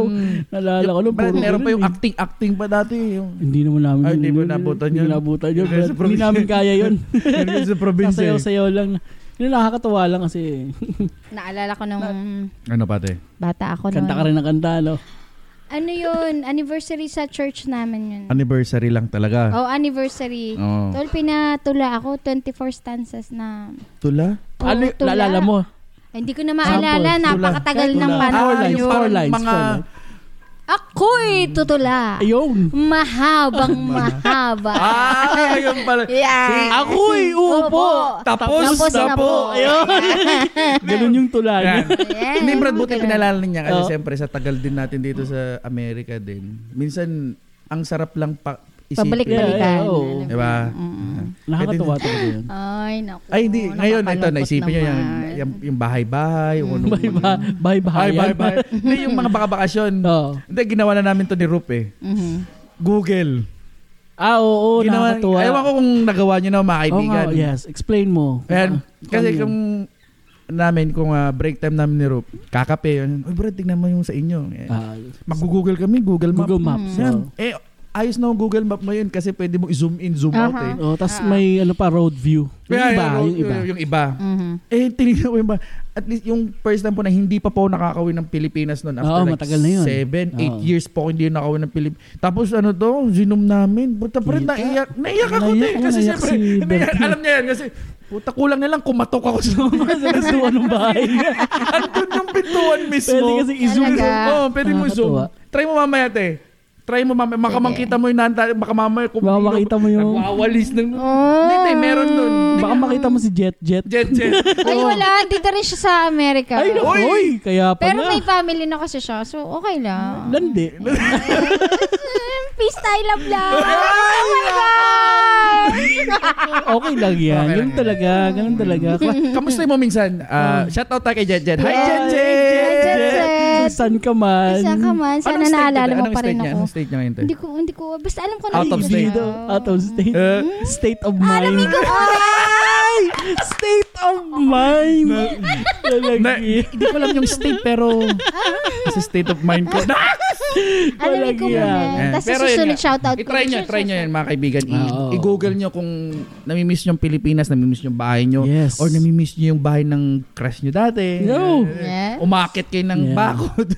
Speaker 1: Nalala ko, nung
Speaker 3: Brad,
Speaker 1: puro
Speaker 3: meron pa
Speaker 1: ganun
Speaker 3: yung
Speaker 1: eh.
Speaker 3: acting-acting pa dati.
Speaker 1: <laughs>
Speaker 3: Yung,
Speaker 1: Hindi naman namin.
Speaker 3: Ay, hindi mo
Speaker 1: yun,
Speaker 3: nabutan
Speaker 1: Hindi
Speaker 3: yun.
Speaker 1: nabutan yun.
Speaker 3: Kasi
Speaker 1: Brad.
Speaker 3: sa
Speaker 1: Hindi
Speaker 3: probinsya.
Speaker 1: namin kaya
Speaker 3: <laughs>
Speaker 1: yun.
Speaker 3: yun sa probinsya. eh.
Speaker 1: Sasayaw-sayaw lang. Yun ang nakakatawa lang kasi
Speaker 2: Naalala ko nung
Speaker 3: Ano pate?
Speaker 2: bata ako
Speaker 1: kanta ka
Speaker 2: noon.
Speaker 1: rin ng kanta, no?
Speaker 2: Ano yun? Anniversary sa church namin yun.
Speaker 1: Ano
Speaker 3: Anniversary lang talaga. Oh.
Speaker 2: Oh, anniversary.
Speaker 1: oh.
Speaker 3: Oo.
Speaker 2: Tol, pinatula ako 24 stanzas na
Speaker 3: Tula?
Speaker 2: Oo,
Speaker 1: ano,
Speaker 2: tula.
Speaker 1: naalala mo?
Speaker 2: Ay, Hindi ko na maalala,
Speaker 1: Sample, tula.
Speaker 2: napakatagal
Speaker 1: Tula.
Speaker 2: ng panahon
Speaker 1: Four lines,
Speaker 2: yun.
Speaker 1: four lines,
Speaker 3: Ah, mga-
Speaker 1: four lines.
Speaker 2: Ako eh, tutula.
Speaker 1: Ayun.
Speaker 2: <laughs>
Speaker 3: <laughs>
Speaker 2: Mahabang mahaba.
Speaker 1: <laughs>
Speaker 3: Ah, yun pala.
Speaker 2: Yeah.
Speaker 1: Ako eh, upo.
Speaker 3: Tapos,
Speaker 2: Tapos
Speaker 3: na
Speaker 2: na po.
Speaker 3: po.
Speaker 1: Ayun. Ganun yung tula niya. <laughs>
Speaker 3: Yan. Hindi Brad, buti pinalala niya kasi
Speaker 1: Oo.
Speaker 3: siyempre sa tagal din natin dito sa Amerika din. Minsan, ang sarap lang pa isipin.
Speaker 2: Pabalik-balikan.
Speaker 1: Yeah, oo.
Speaker 2: Alam mo.
Speaker 3: Diba?
Speaker 2: Mm-mm.
Speaker 1: Nakakatawa talaga yun.
Speaker 2: <laughs> Ay, naku.
Speaker 3: Ay, hindi.
Speaker 1: Oh,
Speaker 3: Ngayon, ito,
Speaker 2: nakakalungkot
Speaker 3: naisipin niyo yung,
Speaker 2: naman.
Speaker 3: yung, yung bahay-bahay. Yung ano-
Speaker 1: Bye-bye.
Speaker 3: Ay,
Speaker 1: Bye-bye.
Speaker 3: bahay-bahay. Hindi, yung mga bakabakasyon.
Speaker 1: Oo.
Speaker 3: Hindi, ginawa na namin to ni Rup eh.
Speaker 2: Mhm.
Speaker 3: Google.
Speaker 1: Ah, oo,
Speaker 3: Ginawa,
Speaker 1: nakakatuwa.
Speaker 3: Ewan ko kung nagawa niyo na mga
Speaker 1: Oo nga,
Speaker 3: kaibigan.
Speaker 1: yes, explain mo.
Speaker 3: Ayan,
Speaker 1: Ah, ano
Speaker 3: kasi
Speaker 1: yun?
Speaker 3: kung namin, kung ah, break time namin ni Rup, kakape yun. Uy bro, tignan mo yung sa inyo. Eh,
Speaker 1: Ah,
Speaker 3: Mag-google kami, Google Map.
Speaker 1: Google Oh. Maps.
Speaker 2: Mm.
Speaker 1: oo.
Speaker 3: Yan. Eh, ayos na yung Google Map ngayon kasi pwede mo i-zoom in, zoom out eh.
Speaker 1: Oh, tas may ano pa road view. Yung
Speaker 3: Kaya,
Speaker 1: iba,
Speaker 3: yung-
Speaker 1: yung iba. <laughs>
Speaker 3: yung iba.
Speaker 2: Mhm.
Speaker 3: Eh, tinignan ko yung ba, at least yung first time po na hindi pa po nakakawin ng Pilipinas noon. After
Speaker 1: Oo,
Speaker 3: like
Speaker 1: matagal na yun.
Speaker 3: seven, eight
Speaker 1: Oo.
Speaker 3: years po ako hindi nakawin ng Pilipinas. Tapos ano to, zinom namin. Puta pa rin,
Speaker 1: Kita.
Speaker 3: naiyak. Naiyak ako
Speaker 1: Naiyak
Speaker 3: din.
Speaker 1: ako,
Speaker 3: Kasi
Speaker 1: naiyak
Speaker 3: siyempre,
Speaker 1: si
Speaker 3: hindi
Speaker 1: Bert.
Speaker 3: yan- alam niya yan. Kasi, puta kulang na lang, kumatok ako sa
Speaker 1: Sa kasuan ng
Speaker 3: <laughs>
Speaker 1: bahay.
Speaker 3: Andun yung
Speaker 1: <laughs>
Speaker 3: pintuan mismo.
Speaker 1: Pwede kasi i-zoom.
Speaker 2: Talaga.
Speaker 3: Oo, pwede mo zoom.
Speaker 1: Nakakatuwa.
Speaker 3: Try mo mamaya, te. Try mo mamaya. Baka makita mo yung nanta. Baka mamaya kung
Speaker 1: Baka makita mo yung-
Speaker 3: Nagwawalis ng...
Speaker 2: Oh.
Speaker 3: Hindi, te. Meron nun.
Speaker 1: Baka makita mo si Jet Jet.
Speaker 3: Jet, jet.
Speaker 2: Ay, wala. Dito rin siya sa Amerika.
Speaker 1: Ay, naku,
Speaker 3: Uy!
Speaker 1: oy, kaya pala.
Speaker 2: Pero may family na kasi siya, so okay
Speaker 3: Ah,
Speaker 2: lang.
Speaker 1: Landi.
Speaker 2: <laughs> Peace tayo, love lang. Oh my God!
Speaker 1: okay lang yan.
Speaker 3: <laughs> Okay lang
Speaker 1: Ganun talaga. Ganun talaga. Kla-
Speaker 3: Kamusta mo minsan? Ah, shout out tayo kay Jet, jet. Hi, Jet,
Speaker 1: Hi,
Speaker 3: jet.
Speaker 2: Jet, Jet.
Speaker 1: Kung Saan ka man.
Speaker 2: Isa ka man,
Speaker 3: Anong
Speaker 2: ah, sana
Speaker 3: state
Speaker 2: naalala
Speaker 3: niya?
Speaker 2: mo
Speaker 3: Anong
Speaker 2: pa rin
Speaker 3: state niya?
Speaker 2: ako.
Speaker 3: Anong state niya ngayon, te?
Speaker 2: Hindi ko, hindi ko, basta alam ko na
Speaker 3: Out of
Speaker 2: dito
Speaker 3: state.
Speaker 2: siya.
Speaker 1: Out of state.
Speaker 3: Eh.
Speaker 1: state of mind.
Speaker 2: <laughs> Alam ko, ah.
Speaker 3: <laughs>
Speaker 1: Ay! State of mind. Talaga.
Speaker 3: Na- Hindi ko alam yung state, pero... Kasi state of mind
Speaker 2: <laughs>
Speaker 3: ko.
Speaker 2: alam
Speaker 1: Walang
Speaker 2: ko
Speaker 1: yan.
Speaker 2: man.
Speaker 3: Eh,
Speaker 2: Tapos
Speaker 3: pero
Speaker 2: sa
Speaker 3: yun
Speaker 2: susunod
Speaker 3: nga.
Speaker 2: shoutout ko.
Speaker 3: I-try nyo, try nyo yan mga kaibigan. I-
Speaker 1: Oo.
Speaker 3: I-google nyo kung namimiss nyo yung Pilipinas, namimiss nyo yung bahay nyo,
Speaker 1: Yes.
Speaker 3: or namimiss nyo yung bahay ng crush nyo dati.
Speaker 1: No.
Speaker 2: Yes.
Speaker 3: Umakit kayo ng
Speaker 1: Yeah. <laughs>
Speaker 3: bakod.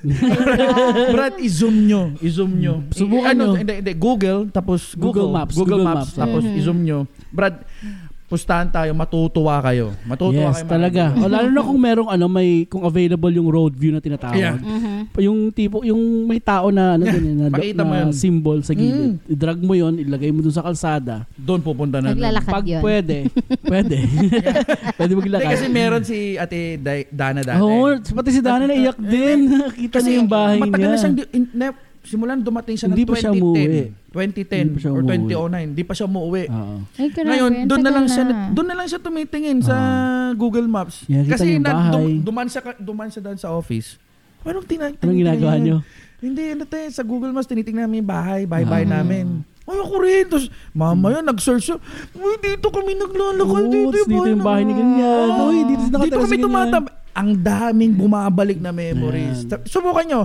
Speaker 3: Brad, i-zoom nyo. I-zoom nyo.
Speaker 1: Subukan
Speaker 3: I- ano,
Speaker 1: nyo.
Speaker 3: Hindi, hindi. Google, tapos Google,
Speaker 1: Mm. Google Maps,
Speaker 3: Google,
Speaker 1: Google
Speaker 3: Maps,
Speaker 1: Maps. Mm-hmm.
Speaker 3: tapos i-zoom nyo. Brad, pustahan tayo, matutuwa kayo. Matutuwa
Speaker 1: Yes,
Speaker 3: kayo. mga
Speaker 1: talaga.
Speaker 3: kaibigan.
Speaker 1: O, lalo na kung merong ano, may, kung available yung road view na tinatawag.
Speaker 3: Yeah.
Speaker 2: Mhm.
Speaker 1: Yung tipo, yung may tao na ano ganyan, na,
Speaker 3: Makita mo
Speaker 1: na
Speaker 3: yun. Mm.
Speaker 1: symbol sa gilid. I-drag mo yun, ilagay mo dun sa kalsada.
Speaker 3: Doon pupunta na. nun.
Speaker 2: Naglalakad
Speaker 1: Pag
Speaker 2: yun.
Speaker 3: <laughs>
Speaker 1: pwede, pwede. pwede
Speaker 3: Hindi,
Speaker 1: maglakad.
Speaker 3: kasi meron si ate Dai- Dana dati.
Speaker 1: Oo, pati si Dana naiyak din. <laughs> Nakita niya yung bahay niya.
Speaker 3: matagal na siyang, di- in- na, simulan dumating siya
Speaker 1: Hindi
Speaker 3: ng
Speaker 1: pa siya
Speaker 3: 2010.
Speaker 1: Hindi pa siya
Speaker 3: 2010 or
Speaker 1: umuwi.
Speaker 3: 2009. Hindi pa siya umuwi.
Speaker 1: Oo.
Speaker 2: Ay, grabe,
Speaker 3: Ngayon,
Speaker 2: ang
Speaker 3: doon na
Speaker 2: tagal
Speaker 3: lang siya doon na lang siya tumitingin sa Google Maps.
Speaker 1: Yeah, kita
Speaker 3: Kasi
Speaker 1: niya yung bahay.
Speaker 3: duman siya ka- duman siya doon sa office. Anong tinatingin?
Speaker 1: Anong ginagawa niyo?
Speaker 3: Hindi, ano tayo, sa Google Maps, tinitingnan namin yung bahay, bahay-bahay
Speaker 1: Ah.
Speaker 3: namin. Ay, ako rin. Tapos, mamaya, nag-search siya. Uy, dito kami naglalakad.
Speaker 1: Oo,
Speaker 3: Ano, dito,
Speaker 1: tas
Speaker 3: yung
Speaker 1: dito yung bahay ni ganyan.
Speaker 3: Oo.
Speaker 1: Uy, dito siya nakatira
Speaker 3: Dito kami
Speaker 1: si ganyan.
Speaker 3: tumatab. Ang daming bumabalik na memories.
Speaker 1: Ayan.
Speaker 3: Subukan nyo.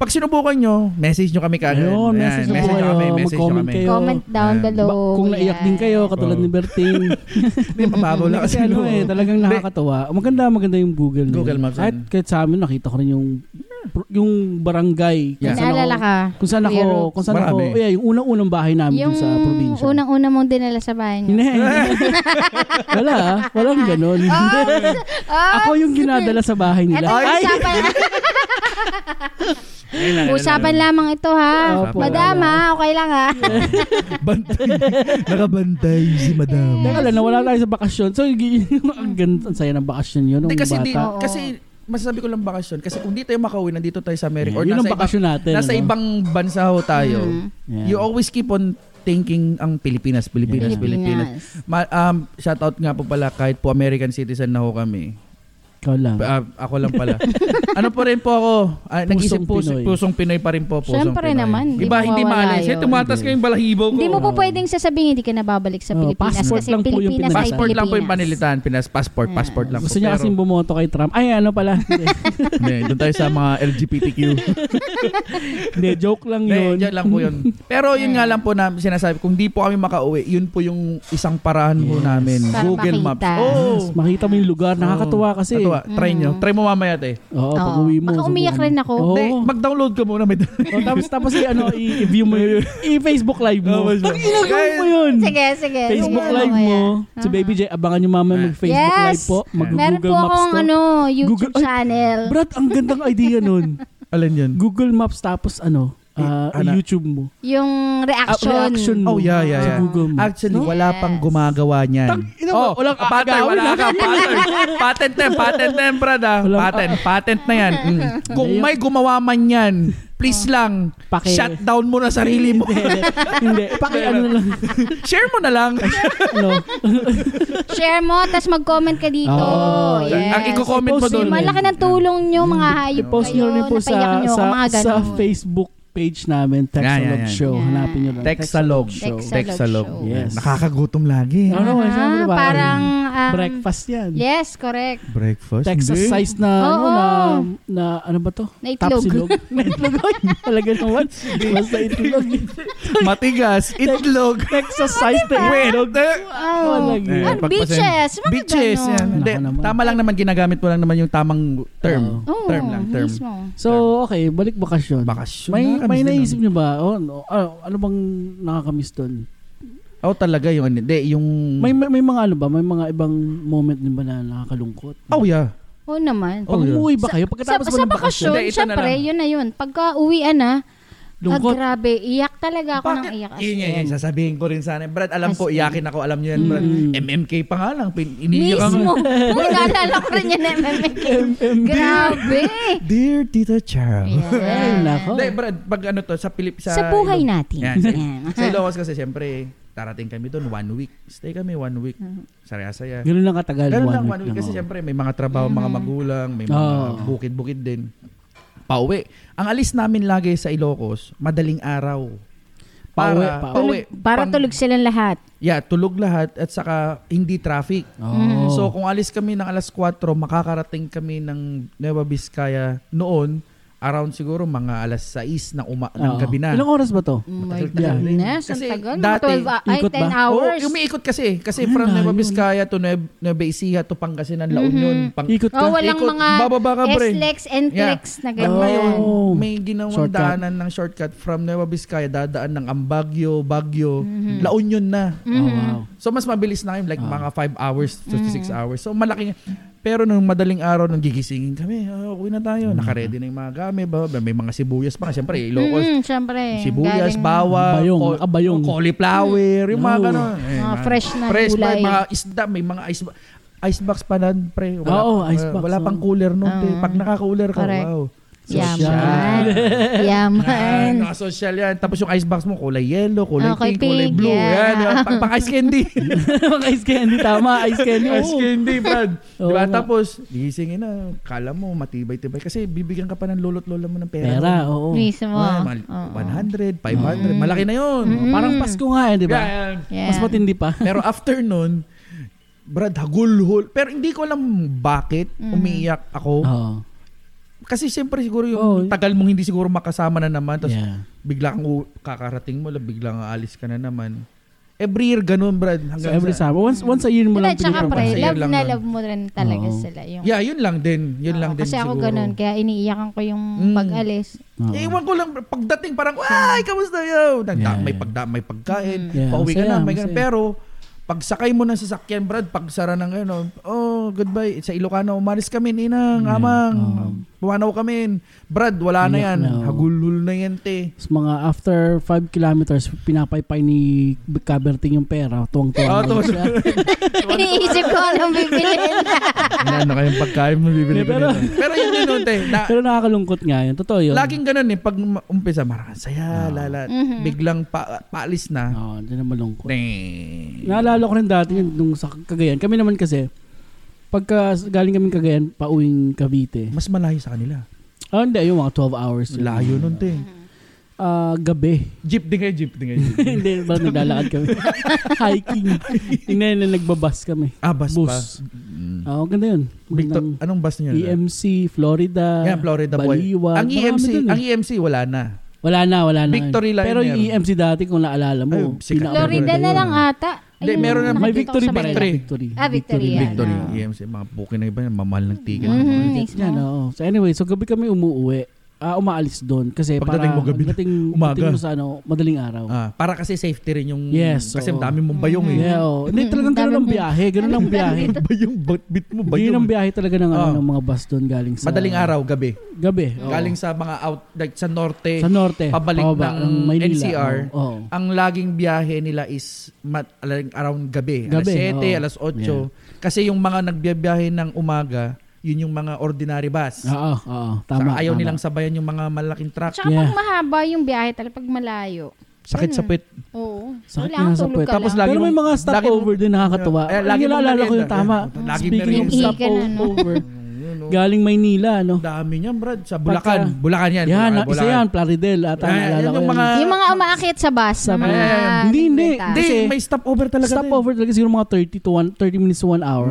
Speaker 3: Pag sinubukan nyo, message nyo kami kagad.
Speaker 1: Ayun,
Speaker 3: Ayan,
Speaker 1: message nyo
Speaker 3: nyo
Speaker 1: kayo,
Speaker 3: kami. Message nyo
Speaker 1: mag-comment
Speaker 3: kami.
Speaker 1: kayo.
Speaker 2: Comment down
Speaker 3: Ayan.
Speaker 2: below.
Speaker 1: Ba- kung naiyak din kayo, katulad
Speaker 3: Oo.
Speaker 1: ni
Speaker 3: <laughs>
Speaker 1: Berting.
Speaker 3: Hindi, mababaw lang
Speaker 1: kasi ano eh, talagang nakakatawa. Maganda, maganda yung Google. na yun.
Speaker 3: Google Maps,
Speaker 1: Kahit,
Speaker 3: ano?
Speaker 1: kahit sa amin, nakita ko rin yung yung barangay.
Speaker 3: Yeah.
Speaker 1: Kung saan ako-
Speaker 2: Naalala ka.
Speaker 1: Kung saan ako,
Speaker 2: Kuya Ruth.
Speaker 1: kung saan ako,
Speaker 3: Marami.
Speaker 1: oh yeah, yung unang-unang bahay namin
Speaker 2: Yung
Speaker 1: dun sa probinsya.
Speaker 2: unang-una mong dinala sa bahay niya.
Speaker 3: <laughs>
Speaker 1: Hindi. Wala ah. Walang
Speaker 2: Oh,
Speaker 1: ganun.
Speaker 2: Ah,
Speaker 1: Ako yung ginadala sa bahay nila.
Speaker 2: Eto,
Speaker 1: <laughs>
Speaker 2: usapan, usapan lamang ito ha.
Speaker 1: Opo.
Speaker 2: Madama, okay lang ha.
Speaker 3: Bantay. Nakabantay si madam.
Speaker 1: <laughs> Teka lang, nawala tayo sa bakasyon. So, yung- ang ganda, ang saya ng bakasyon yun.
Speaker 3: Hindi
Speaker 1: Nung
Speaker 3: kasi
Speaker 1: bata.
Speaker 3: di,
Speaker 2: Oo.
Speaker 3: kasi masasabi ko lang bakasyon kasi kung di tayo makauwi, nandito tayo sa America or
Speaker 1: yun ang
Speaker 3: nasa, ibang,
Speaker 1: bakasyon natin.
Speaker 3: nasa
Speaker 1: ano?
Speaker 3: ibang bansa ho tayo.
Speaker 2: Mm.
Speaker 1: Yeah.
Speaker 3: You always keep on thinking ang Pilipinas, Pilipinas,
Speaker 1: Yeah.
Speaker 3: Pilipinas.
Speaker 2: Pilipinas.
Speaker 3: Ma- um, shout out nga po pala kahit po American citizen na ho kami.
Speaker 1: Ikaw lang.
Speaker 3: Pa- ah, ako lang
Speaker 2: <laughs>
Speaker 3: pala. ano po rin po ako? Ah, nag-isip po,
Speaker 1: Pinoy.
Speaker 3: pusong Pinoy pa rin po. Pusong
Speaker 2: Siyempre
Speaker 3: Pinoy.
Speaker 2: naman, hindi
Speaker 3: Iba,
Speaker 2: mawawala
Speaker 3: hindi maalis. Eh,
Speaker 2: yun.
Speaker 3: tumatas kayong balahibo ko.
Speaker 2: Hindi mo po pwedeng sasabihin hindi ka nababalik sa
Speaker 1: Oh,
Speaker 2: Pilipinas
Speaker 1: passport
Speaker 2: kasi
Speaker 1: lang po yung
Speaker 2: Pilipinas ay
Speaker 3: passport lang po yung
Speaker 2: Pilipinas.
Speaker 3: panilitan. Pinas, passport, passport lang
Speaker 1: Gusto
Speaker 3: po.
Speaker 1: niya kasing bumoto kay Trump. Ay, ano pala. <laughs> Hindi.
Speaker 3: Hindi, doon tayo sa mga LGBTQ.
Speaker 1: Hindi, joke lang
Speaker 3: <laughs> Hindi,
Speaker 1: yun.
Speaker 3: dyan lang po yun. Pero yun nga lang po na sinasabi, kung di po kami makauwi, yun po yung isang parahan po namin.
Speaker 2: Para
Speaker 3: Google Maps.
Speaker 2: makita.
Speaker 3: Oh,
Speaker 1: Yes, makita mo yung lugar. Nakakatuwa kasi.
Speaker 3: Natuwa. Try nyo. Try mo mamaya te.
Speaker 1: Oo,
Speaker 2: Oo.
Speaker 1: pag uwi mo.
Speaker 2: Baka umiyak
Speaker 1: subukan
Speaker 2: rin
Speaker 1: mo.
Speaker 2: ako.
Speaker 1: Oo.
Speaker 3: Hindi, mag-download ka muna. May
Speaker 1: <laughs> O, tapos, tapos i- ano, i- i-view mo
Speaker 3: <laughs>
Speaker 1: yun. I-Facebook live mo.
Speaker 3: Tapos-
Speaker 1: Ang ginagawa mo yun.
Speaker 2: Sige, sige.
Speaker 1: Facebook
Speaker 2: Sige,
Speaker 1: live
Speaker 2: ano
Speaker 1: mo.
Speaker 2: kaya?
Speaker 1: Si Baby J, abangan nyo
Speaker 3: Ah.
Speaker 1: mamaya mag-Facebook
Speaker 2: Yes.
Speaker 1: live po.
Speaker 2: Meron
Speaker 1: Mag-Google
Speaker 2: po
Speaker 1: Maps
Speaker 2: akong
Speaker 1: to.
Speaker 2: ano, YouTube
Speaker 1: Google- Ay,
Speaker 2: channel.
Speaker 1: Brad, ang gandang idea
Speaker 2: <laughs>
Speaker 1: nun.
Speaker 3: Alin yun?
Speaker 1: Google Maps tapos ano, ah,
Speaker 3: Eh, ano?
Speaker 1: YouTube mo.
Speaker 2: Yung
Speaker 1: Ah,
Speaker 2: reaction.
Speaker 1: reaction mo.
Speaker 3: Oh, yeah, yeah,
Speaker 1: Sa
Speaker 3: yeah.
Speaker 1: Google mo.
Speaker 3: Actually,
Speaker 1: No?
Speaker 3: wala pang gumagawa niyan.
Speaker 1: Tang- ina mo, walang
Speaker 3: patay,
Speaker 1: aagawin
Speaker 3: wala
Speaker 1: lang.
Speaker 3: ka. Patent, patent na yan, patent na yan, brad, ah.
Speaker 1: <laughs> Walang-
Speaker 3: Patent, patent na yan.
Speaker 1: <laughs>
Speaker 3: Mm. Kung may gumawa man yan, please lang,
Speaker 1: Paki-
Speaker 3: shut down mo na sarili
Speaker 1: <laughs>
Speaker 3: mo.
Speaker 1: Hindi, paki ano na lang.
Speaker 3: Share mo na lang.
Speaker 1: Ano?
Speaker 2: Share mo, tapos mag-comment ka dito.
Speaker 1: Oh,
Speaker 2: yes.
Speaker 3: Ang i-comment mo
Speaker 1: Post
Speaker 3: doon.
Speaker 1: yun.
Speaker 2: Malaki ng tulong nyo, mga hayop
Speaker 1: I-post nyo
Speaker 2: kayo.
Speaker 1: rin po sa,
Speaker 2: napahiya nyo ako,
Speaker 1: sa,
Speaker 2: mga
Speaker 1: sa
Speaker 2: ganun.
Speaker 1: Facebook page namin,
Speaker 3: Yan, yan,
Speaker 1: Texalog
Speaker 3: yan.
Speaker 1: Show.
Speaker 2: Yan.
Speaker 1: Hanapin nyo lang.
Speaker 3: Texalog.
Speaker 2: Texalog show.
Speaker 1: Yes.
Speaker 3: Nakakagutom lagi.
Speaker 1: Ano naman, sabi
Speaker 2: Ah,
Speaker 1: ba?
Speaker 2: parang... um,
Speaker 1: Breakfast yan.
Speaker 2: Yes, correct.
Speaker 3: Breakfast?
Speaker 1: Texas
Speaker 3: Hindi.
Speaker 1: size na, ano,
Speaker 2: Oo.
Speaker 1: na, na, ano ba to?
Speaker 2: Na itlog. <laughs>
Speaker 1: Tapsilog. na itlog. oy. Talaga naman. Basta itlog.
Speaker 3: <laughs> Matigas. Itlog.
Speaker 1: Texas size na
Speaker 3: Wait.
Speaker 1: itlog. Ah,
Speaker 2: Oh.
Speaker 1: Talaga.
Speaker 3: Eh,
Speaker 2: Ano,
Speaker 3: pagpasen-
Speaker 2: beaches, mga
Speaker 3: Beaches.
Speaker 2: ganun.
Speaker 3: Yan. Hindi,
Speaker 1: Ako naman.
Speaker 3: Tama lang naman, ginagamit mo lang naman yung tamang term.
Speaker 2: Oh,
Speaker 3: term lang, term.
Speaker 2: mismo.
Speaker 1: So, okay, balik bakasyon.
Speaker 3: Bakasyon.
Speaker 1: May,
Speaker 3: Nakakamiss
Speaker 1: may
Speaker 3: din,
Speaker 1: naisip
Speaker 3: ano?
Speaker 1: nyo ba? Oh, no. ano, ano bang nakakamiss doon?
Speaker 3: Oh, talaga yung ano. Hindi, yung...
Speaker 1: May, may, may mga ano ba? May mga ibang moment din ba na nakakalungkot?
Speaker 3: Oh, yeah.
Speaker 2: Oo naman.
Speaker 1: Pag
Speaker 3: Oh, yeah.
Speaker 1: umuwi ba kayo?
Speaker 2: Sa,
Speaker 1: Pagkatapos ba
Speaker 2: sa
Speaker 1: ng bakasyon?
Speaker 2: bakasyon,
Speaker 3: Hindi, ito na
Speaker 2: syempre,
Speaker 3: lang.
Speaker 2: yun na yun. Pagka uwian na, ah,
Speaker 1: Lungkot.
Speaker 2: grabe, iyak talaga ako ng iyak. As
Speaker 3: Yun, yun, yun.
Speaker 2: in.
Speaker 3: Sasabihin ko rin sana. Brad, alam
Speaker 2: As
Speaker 3: ko,
Speaker 2: in.
Speaker 3: iyakin ako. Alam nyo yan, Brad.
Speaker 1: Mm.
Speaker 3: MMK pa nga lang. Pin- iniyak ako.
Speaker 1: <laughs>
Speaker 2: Mismo. Uy, naalala ko rin yun, MMK. Grabe.
Speaker 3: Dear Tita Charo.
Speaker 1: Ay, nako.
Speaker 3: Hindi, Brad, pag ano to, sa Pilip... Sa,
Speaker 2: Oh. Sa buhay
Speaker 3: Ilog-
Speaker 2: natin.
Speaker 3: Yan, sa-
Speaker 2: Yan.
Speaker 3: Sa Ilocos kasi, siyempre, darating kami doon one week. Stay kami one week.
Speaker 2: Mm-hmm.
Speaker 3: Saya-saya.
Speaker 1: Ganun lang katagal.
Speaker 3: Ganun lang, one
Speaker 1: week
Speaker 3: week.
Speaker 1: oh.
Speaker 3: Kasi syempre, may mga trabaho,
Speaker 2: Mm-hmm.
Speaker 3: mga magulang, may
Speaker 1: Oo.
Speaker 3: mga bukid-bukid din. Pauwi. Ang alis namin lagi sa Ilocos, madaling araw.
Speaker 1: Pauwi,
Speaker 3: Para,
Speaker 2: Tulog,
Speaker 3: pauwi.
Speaker 2: para
Speaker 3: Pang-
Speaker 2: tulog silang lahat.
Speaker 3: Yeah, tulog lahat at saka hindi traffic.
Speaker 1: Oh.
Speaker 3: So kung alis kami ng alas 4, makakarating kami ng Nueva Vizcaya noon around siguro mga alas 6 ng, uma- ng
Speaker 1: Oo.
Speaker 3: gabi na. Hmm.
Speaker 1: Ilang oras ba to?
Speaker 2: Oh my
Speaker 3: Matagal-tagal din.
Speaker 2: goodness, ang
Speaker 3: Kasi
Speaker 2: tagal.
Speaker 3: dati,
Speaker 2: Mga 12, ah, ay,
Speaker 1: ikot ba?
Speaker 2: 10 hours.
Speaker 3: Oo, umiikot kasi. Kasi
Speaker 1: Ah,
Speaker 3: from Nueva
Speaker 1: layo.
Speaker 3: Vizcaya to Nueva, Nueva Ecija to Pangasinan, La
Speaker 2: Mhm.
Speaker 3: Union. Pang,
Speaker 1: Mm-hmm. Ikot ka?
Speaker 2: Oh, walang
Speaker 3: Ikot.
Speaker 2: mga
Speaker 3: Bababa ka, pre.
Speaker 2: S-Lex and
Speaker 3: Yeah.
Speaker 2: Tlex na
Speaker 3: Pero
Speaker 1: Oh.
Speaker 2: gano'n.
Speaker 3: ngayon, may ginawang
Speaker 1: Shortcut.
Speaker 3: daanan ng shortcut from Nueva Vizcaya, dadaan ng Ambagyo, Bagyo,
Speaker 1: Mm-hmm.
Speaker 3: La Union na.
Speaker 1: Oh,
Speaker 2: Mm-hmm.
Speaker 1: wow.
Speaker 3: So mas mabilis na kami, like
Speaker 2: Ah.
Speaker 3: mga 5 hours
Speaker 2: Hmm.
Speaker 3: to 6 hours. So malaking, pero nung madaling araw, nung gigisingin kami, oh, uwi na
Speaker 2: Hmm.
Speaker 3: tayo, nakaredy na yung mga gamit, ba, ba- may mga sibuyas pa, siyempre, Ilocos.
Speaker 2: Mm, syempre.
Speaker 3: Sibuyas,
Speaker 2: Galing- ah,
Speaker 3: bawal,
Speaker 1: Bayong,
Speaker 3: cau-
Speaker 1: nakabayong.
Speaker 3: cauliflower, yung mga
Speaker 1: No.
Speaker 3: ganun. Eh,
Speaker 2: Mga
Speaker 3: mga-
Speaker 2: fresh na
Speaker 3: fresh pa,
Speaker 2: gulay.
Speaker 3: mga isda, may mga ice, icebox pa na, pre. Wala,
Speaker 1: Oo,
Speaker 3: wala-
Speaker 1: icebox,
Speaker 3: Wala
Speaker 1: oo.
Speaker 3: pang cooler nun, pre.
Speaker 2: Oo.
Speaker 3: Pag naka-cooler ka,
Speaker 2: oh. Ah. Correct.
Speaker 3: wow.
Speaker 2: Yaman. <laughs> Yaman.
Speaker 3: <laughs> Yan, Ah, naka-social yan. Tapos yung icebox mo, kulay yellow, kulay
Speaker 2: Okay,
Speaker 3: pink, kulay
Speaker 2: pink,
Speaker 3: blue.
Speaker 2: yeah.
Speaker 3: Yan, yan. pang, pang ice candy.
Speaker 1: <laughs>
Speaker 2: <laughs>
Speaker 1: Mga ice candy. Tama, ice candy.
Speaker 3: ice
Speaker 1: oo.
Speaker 3: candy, Brad.
Speaker 1: <laughs> Oo
Speaker 3: diba?
Speaker 1: nga.
Speaker 3: Tapos, gisingin na. Kala mo, matibay-tibay. Kasi bibigyan ka pa ng lulot-lola mo ng pera.
Speaker 1: Pera, Mm. oo.
Speaker 2: Mismo.
Speaker 3: Ah, mal-
Speaker 2: Oo.
Speaker 3: 100, 500. Malaki na yun.
Speaker 1: Parang Pasko nga eh, di ba?
Speaker 3: Yan.
Speaker 2: Mm-hmm. Yeah.
Speaker 1: Mas matindi pa.
Speaker 3: Pero after nun, Brad, hagulhol. Pero hindi ko alam bakit
Speaker 2: Mm.
Speaker 3: umiiyak ako.
Speaker 1: Oo.
Speaker 3: Kasi siyempre siguro yung
Speaker 1: Oo.
Speaker 3: tagal mong hindi siguro makasama na naman. Tapos
Speaker 1: Oh, Yeah.
Speaker 3: bigla kang u- kakarating mo, la, biglang aalis ka na naman. Every year, ganun, Brad.
Speaker 1: So
Speaker 3: Hanggang
Speaker 1: every
Speaker 3: sa-
Speaker 1: summer, once, once a year mo
Speaker 2: Diba,
Speaker 1: lang
Speaker 2: tsaka
Speaker 1: pinapapasa.
Speaker 2: pre,
Speaker 3: Sa'yo
Speaker 2: love
Speaker 3: lang
Speaker 2: na
Speaker 3: nun.
Speaker 2: love mo rin talaga
Speaker 1: Oo.
Speaker 2: sila. Yung,
Speaker 3: Yeah, yun lang din. Yun
Speaker 2: Oo,
Speaker 3: lang din
Speaker 2: kasi ako
Speaker 3: siguro.
Speaker 2: ganun, kaya iniiyakan ko yung
Speaker 3: Mm.
Speaker 2: pag-alis. <laughs>
Speaker 1: Oo.
Speaker 3: Eh, Iwan ko lang, pagdating parang, ay, kamusta yo?
Speaker 1: Yeah.
Speaker 3: Nagda-
Speaker 1: Mm.
Speaker 3: May, pagda- may pagkain,
Speaker 1: Yeah,
Speaker 3: pauwi ka
Speaker 1: masaya,
Speaker 3: na, may ganun.
Speaker 1: masaya.
Speaker 3: Pero, pagsakay mo ng sasakyan, Brad, pagsara ng ano, oh, goodbye, sa Ilocano, umalis kami, ninang, amang. Pumanaw kami. Brad, wala na
Speaker 1: Wala
Speaker 3: yan.
Speaker 1: na, oo.
Speaker 3: Hagulhul na yan, te.
Speaker 1: Tapos mga after 5 kilometers, pinapaypay ni Caberting yung pera. Tuwang-tuwang na
Speaker 3: Ah, tuwa- <laughs>
Speaker 1: siya. <laughs>
Speaker 2: Iniisip ko anong bibilhin.
Speaker 3: Ano kayong pagkain mo bibili
Speaker 1: Pero-
Speaker 3: pero, pero yun yun, nun, te. Na,
Speaker 1: <laughs> Pero nakakalungkot nga yun. Totoo yun.
Speaker 3: laging ganun eh. Pag ma- umpisa, maraming saya, lala.
Speaker 2: Mhm.
Speaker 3: Biglang pa, paalis na.
Speaker 1: Oo, hindi na malungkot.
Speaker 3: Ding.
Speaker 1: Naalala ko rin dati yun, nung sa Cagayan. Kami naman kasi, pagka galing kami Cagayan, pauwing Cavite.
Speaker 3: Mas malayo sa kanila.
Speaker 1: Ah, hindi. Yung mga 12 hours. yun.
Speaker 3: Layo nun, te.
Speaker 1: Ah, gabi. <laughs>
Speaker 3: Jeep din kayo, jeep din kayo. jeep.
Speaker 1: hindi, parang naglalakad kami. <laughs> Hiking. Tingnan na nagbabas kami.
Speaker 3: <laughs> Ah, bus,
Speaker 1: Bus.
Speaker 3: pa. Mm.
Speaker 1: Oo, ganda yun.
Speaker 3: Victor,
Speaker 1: Magandang
Speaker 3: anong bus
Speaker 1: E
Speaker 3: niyo?
Speaker 1: EMC, Florida,
Speaker 3: Yan, Florida boy.
Speaker 1: Baliwag.
Speaker 3: Ang
Speaker 2: E
Speaker 1: Marami
Speaker 3: EMC,
Speaker 1: dun eh. E
Speaker 3: ang EMC wala na.
Speaker 1: Wala na, wala na.
Speaker 3: Victory
Speaker 1: ngayon.
Speaker 3: Liner.
Speaker 1: Pero yung EMC dati kung naalala
Speaker 3: Ay,
Speaker 1: mo.
Speaker 3: sikat.
Speaker 1: pinaka-
Speaker 2: Florida na lang ata.
Speaker 3: Hindi, meron na-
Speaker 1: May
Speaker 2: nakikita ko
Speaker 1: victory
Speaker 2: sa
Speaker 1: ba?
Speaker 2: kanila.
Speaker 3: Victory.
Speaker 1: Victory.
Speaker 2: Ah, Victory yan.
Speaker 3: Victory,
Speaker 2: Ah.
Speaker 3: EMC, E mga bukin na iba yan, mamahal ng ticket.
Speaker 1: Mm-hmm.
Speaker 2: Mhm, mismo.
Speaker 1: Yan, oo. oh. So anyway, so gabi kami umuwi. Ah, umaalis doon kasi
Speaker 3: Pagdating
Speaker 1: para
Speaker 3: mo gabi na.
Speaker 1: pagdating,
Speaker 3: Umaga.
Speaker 1: pagdating mo sa ano, madaling araw.
Speaker 3: Ah, para kasi safety rin yung
Speaker 1: Yes,
Speaker 3: kasi
Speaker 1: oo.
Speaker 3: ang dami mong bayong eh. <laughs>
Speaker 1: Yeah, oo. Hindi talagang
Speaker 2: Dami
Speaker 1: ganun ang
Speaker 2: mo-
Speaker 1: biyahe, ganun ang biyahe.
Speaker 3: bayong bat- bit mo
Speaker 1: Ganun ang
Speaker 3: bayong.
Speaker 1: biyahe talaga ng, ano,
Speaker 3: Ah.
Speaker 1: ng mga bus doon galing sa...
Speaker 3: Madaling araw gabi.
Speaker 1: Gabi. oo.
Speaker 3: Galing sa mga out like sa norte,
Speaker 1: sa norte.
Speaker 3: pabalik
Speaker 1: pababa
Speaker 3: ng
Speaker 1: Maynila, Oh,
Speaker 3: NCR.
Speaker 1: Oo. oo.
Speaker 3: ang laging biyahe nila is mat, alang- around gabi,
Speaker 1: Gabi, oo.
Speaker 3: alas 7, alas 8.
Speaker 1: Yeah.
Speaker 3: Kasi yung mga nagbiyahe ng umaga, yun yung mga ordinary bus.
Speaker 1: Oo, oo. Ah,
Speaker 3: Saka
Speaker 1: Tama,
Speaker 3: ayaw
Speaker 1: tama.
Speaker 3: nilang sabayan yung mga malaking truck.
Speaker 2: Tsaka
Speaker 1: Yeah.
Speaker 2: pag mahaba yung biyahe talaga, pag malayo.
Speaker 3: Sakit sa
Speaker 2: eh.
Speaker 3: pit.
Speaker 2: Oo.
Speaker 1: Sakit
Speaker 2: Kailangan
Speaker 1: na sa
Speaker 2: tulog
Speaker 1: puwet.
Speaker 2: ka
Speaker 1: eh. Tapos
Speaker 2: lang.
Speaker 3: lagi
Speaker 1: Pero may
Speaker 3: mong-
Speaker 1: mga stopover din nakakatuwa. Eh,
Speaker 3: Eh, lagi
Speaker 1: lagi
Speaker 3: mong
Speaker 1: naalala ko
Speaker 3: merienda.
Speaker 1: yung tama.
Speaker 3: Yeah. Lagi
Speaker 1: Speaking of
Speaker 2: merienda.
Speaker 1: stopover,
Speaker 3: Yun, oh.
Speaker 1: galing Maynila, ano?
Speaker 3: Ang dami niyan, Brad. Sa
Speaker 1: Pagka-
Speaker 3: Bulacan. Bulacan yan.
Speaker 1: Yan,
Speaker 3: Bulacan,
Speaker 1: isa
Speaker 3: Bulacan.
Speaker 1: yan, Plaridel. Ata,
Speaker 3: Ayan,
Speaker 1: naalala ko
Speaker 3: yan Eh, yung
Speaker 1: yan.
Speaker 3: mga...
Speaker 2: Yung mga um- umaakit sa bus.
Speaker 1: Sa
Speaker 2: mga Ah,
Speaker 1: bus.
Speaker 2: bigla.
Speaker 1: Hindi, hindi.
Speaker 3: Hindi,
Speaker 1: Kasi-
Speaker 3: may stopover talaga.
Speaker 1: Stopover talaga siguro mga 30 to 1, 30 minutes to 1 hour.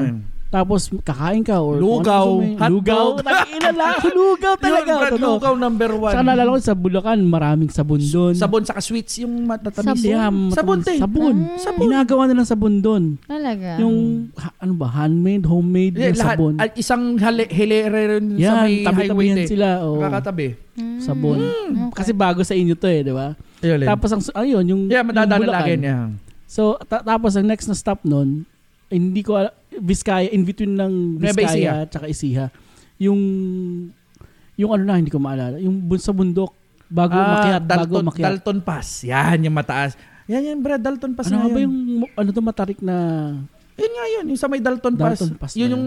Speaker 1: Tapos kakain ka or kung
Speaker 3: Mm. Lugaw.
Speaker 1: ano gusto mo eh.
Speaker 3: Hotdog.
Speaker 1: Lugaw. Tangina
Speaker 3: <laughs>
Speaker 1: lang. Lugaw talaga.
Speaker 3: Talaga, Brad,
Speaker 1: totoo.
Speaker 3: lugaw number one.
Speaker 1: Saka naalala ko sa Bulacan, maraming sabon doon.
Speaker 3: Sabon saka sweets yung matatamis.
Speaker 2: Sabon.
Speaker 1: Yeah, matamis-
Speaker 3: Sabon, te.
Speaker 1: Sabon.
Speaker 3: Sabon.
Speaker 1: Ginagawa nila sabon doon.
Speaker 2: Talaga.
Speaker 1: Yung, ha- ano ba, handmade, homemade na
Speaker 3: Yeah, lahat,
Speaker 1: sabon.
Speaker 3: at isang hale, hilere rin sa may
Speaker 1: Yan,
Speaker 3: highway.
Speaker 1: tabi-tabihan
Speaker 3: Sila.
Speaker 1: sila. oo.
Speaker 3: Kakatabi.
Speaker 2: Mm.
Speaker 1: sabon.
Speaker 2: Mm, okay.
Speaker 1: Kasi bago sa inyo to eh, di ba?
Speaker 3: Ayun. Tapos,
Speaker 1: Tapos ang ayun, yung
Speaker 3: yeah,
Speaker 1: yung
Speaker 3: madadaanan
Speaker 1: Bulacan.
Speaker 3: lagi niya.
Speaker 1: So ta- tapos ang next na stop nun, hindi ko ala- Vizcaya, in between ng
Speaker 3: Nueva
Speaker 1: Vizcaya at saka Ecija. Yung yung ano na hindi ko maalala, yung bun sa bundok bago umakyat, bago
Speaker 3: Ah, Dalton,
Speaker 1: umakyat.
Speaker 3: Dalton Pass. Yan, yung mataas. Yan, yan, Brad. Dalton Pass
Speaker 1: ano
Speaker 3: nga
Speaker 1: nga ba
Speaker 3: yun.
Speaker 1: yung mo- ano to matarik na
Speaker 3: Yun nga yun, yung sa may Dalton,
Speaker 1: Dalton
Speaker 3: Pass.
Speaker 1: Pass
Speaker 3: yun
Speaker 1: na
Speaker 3: yung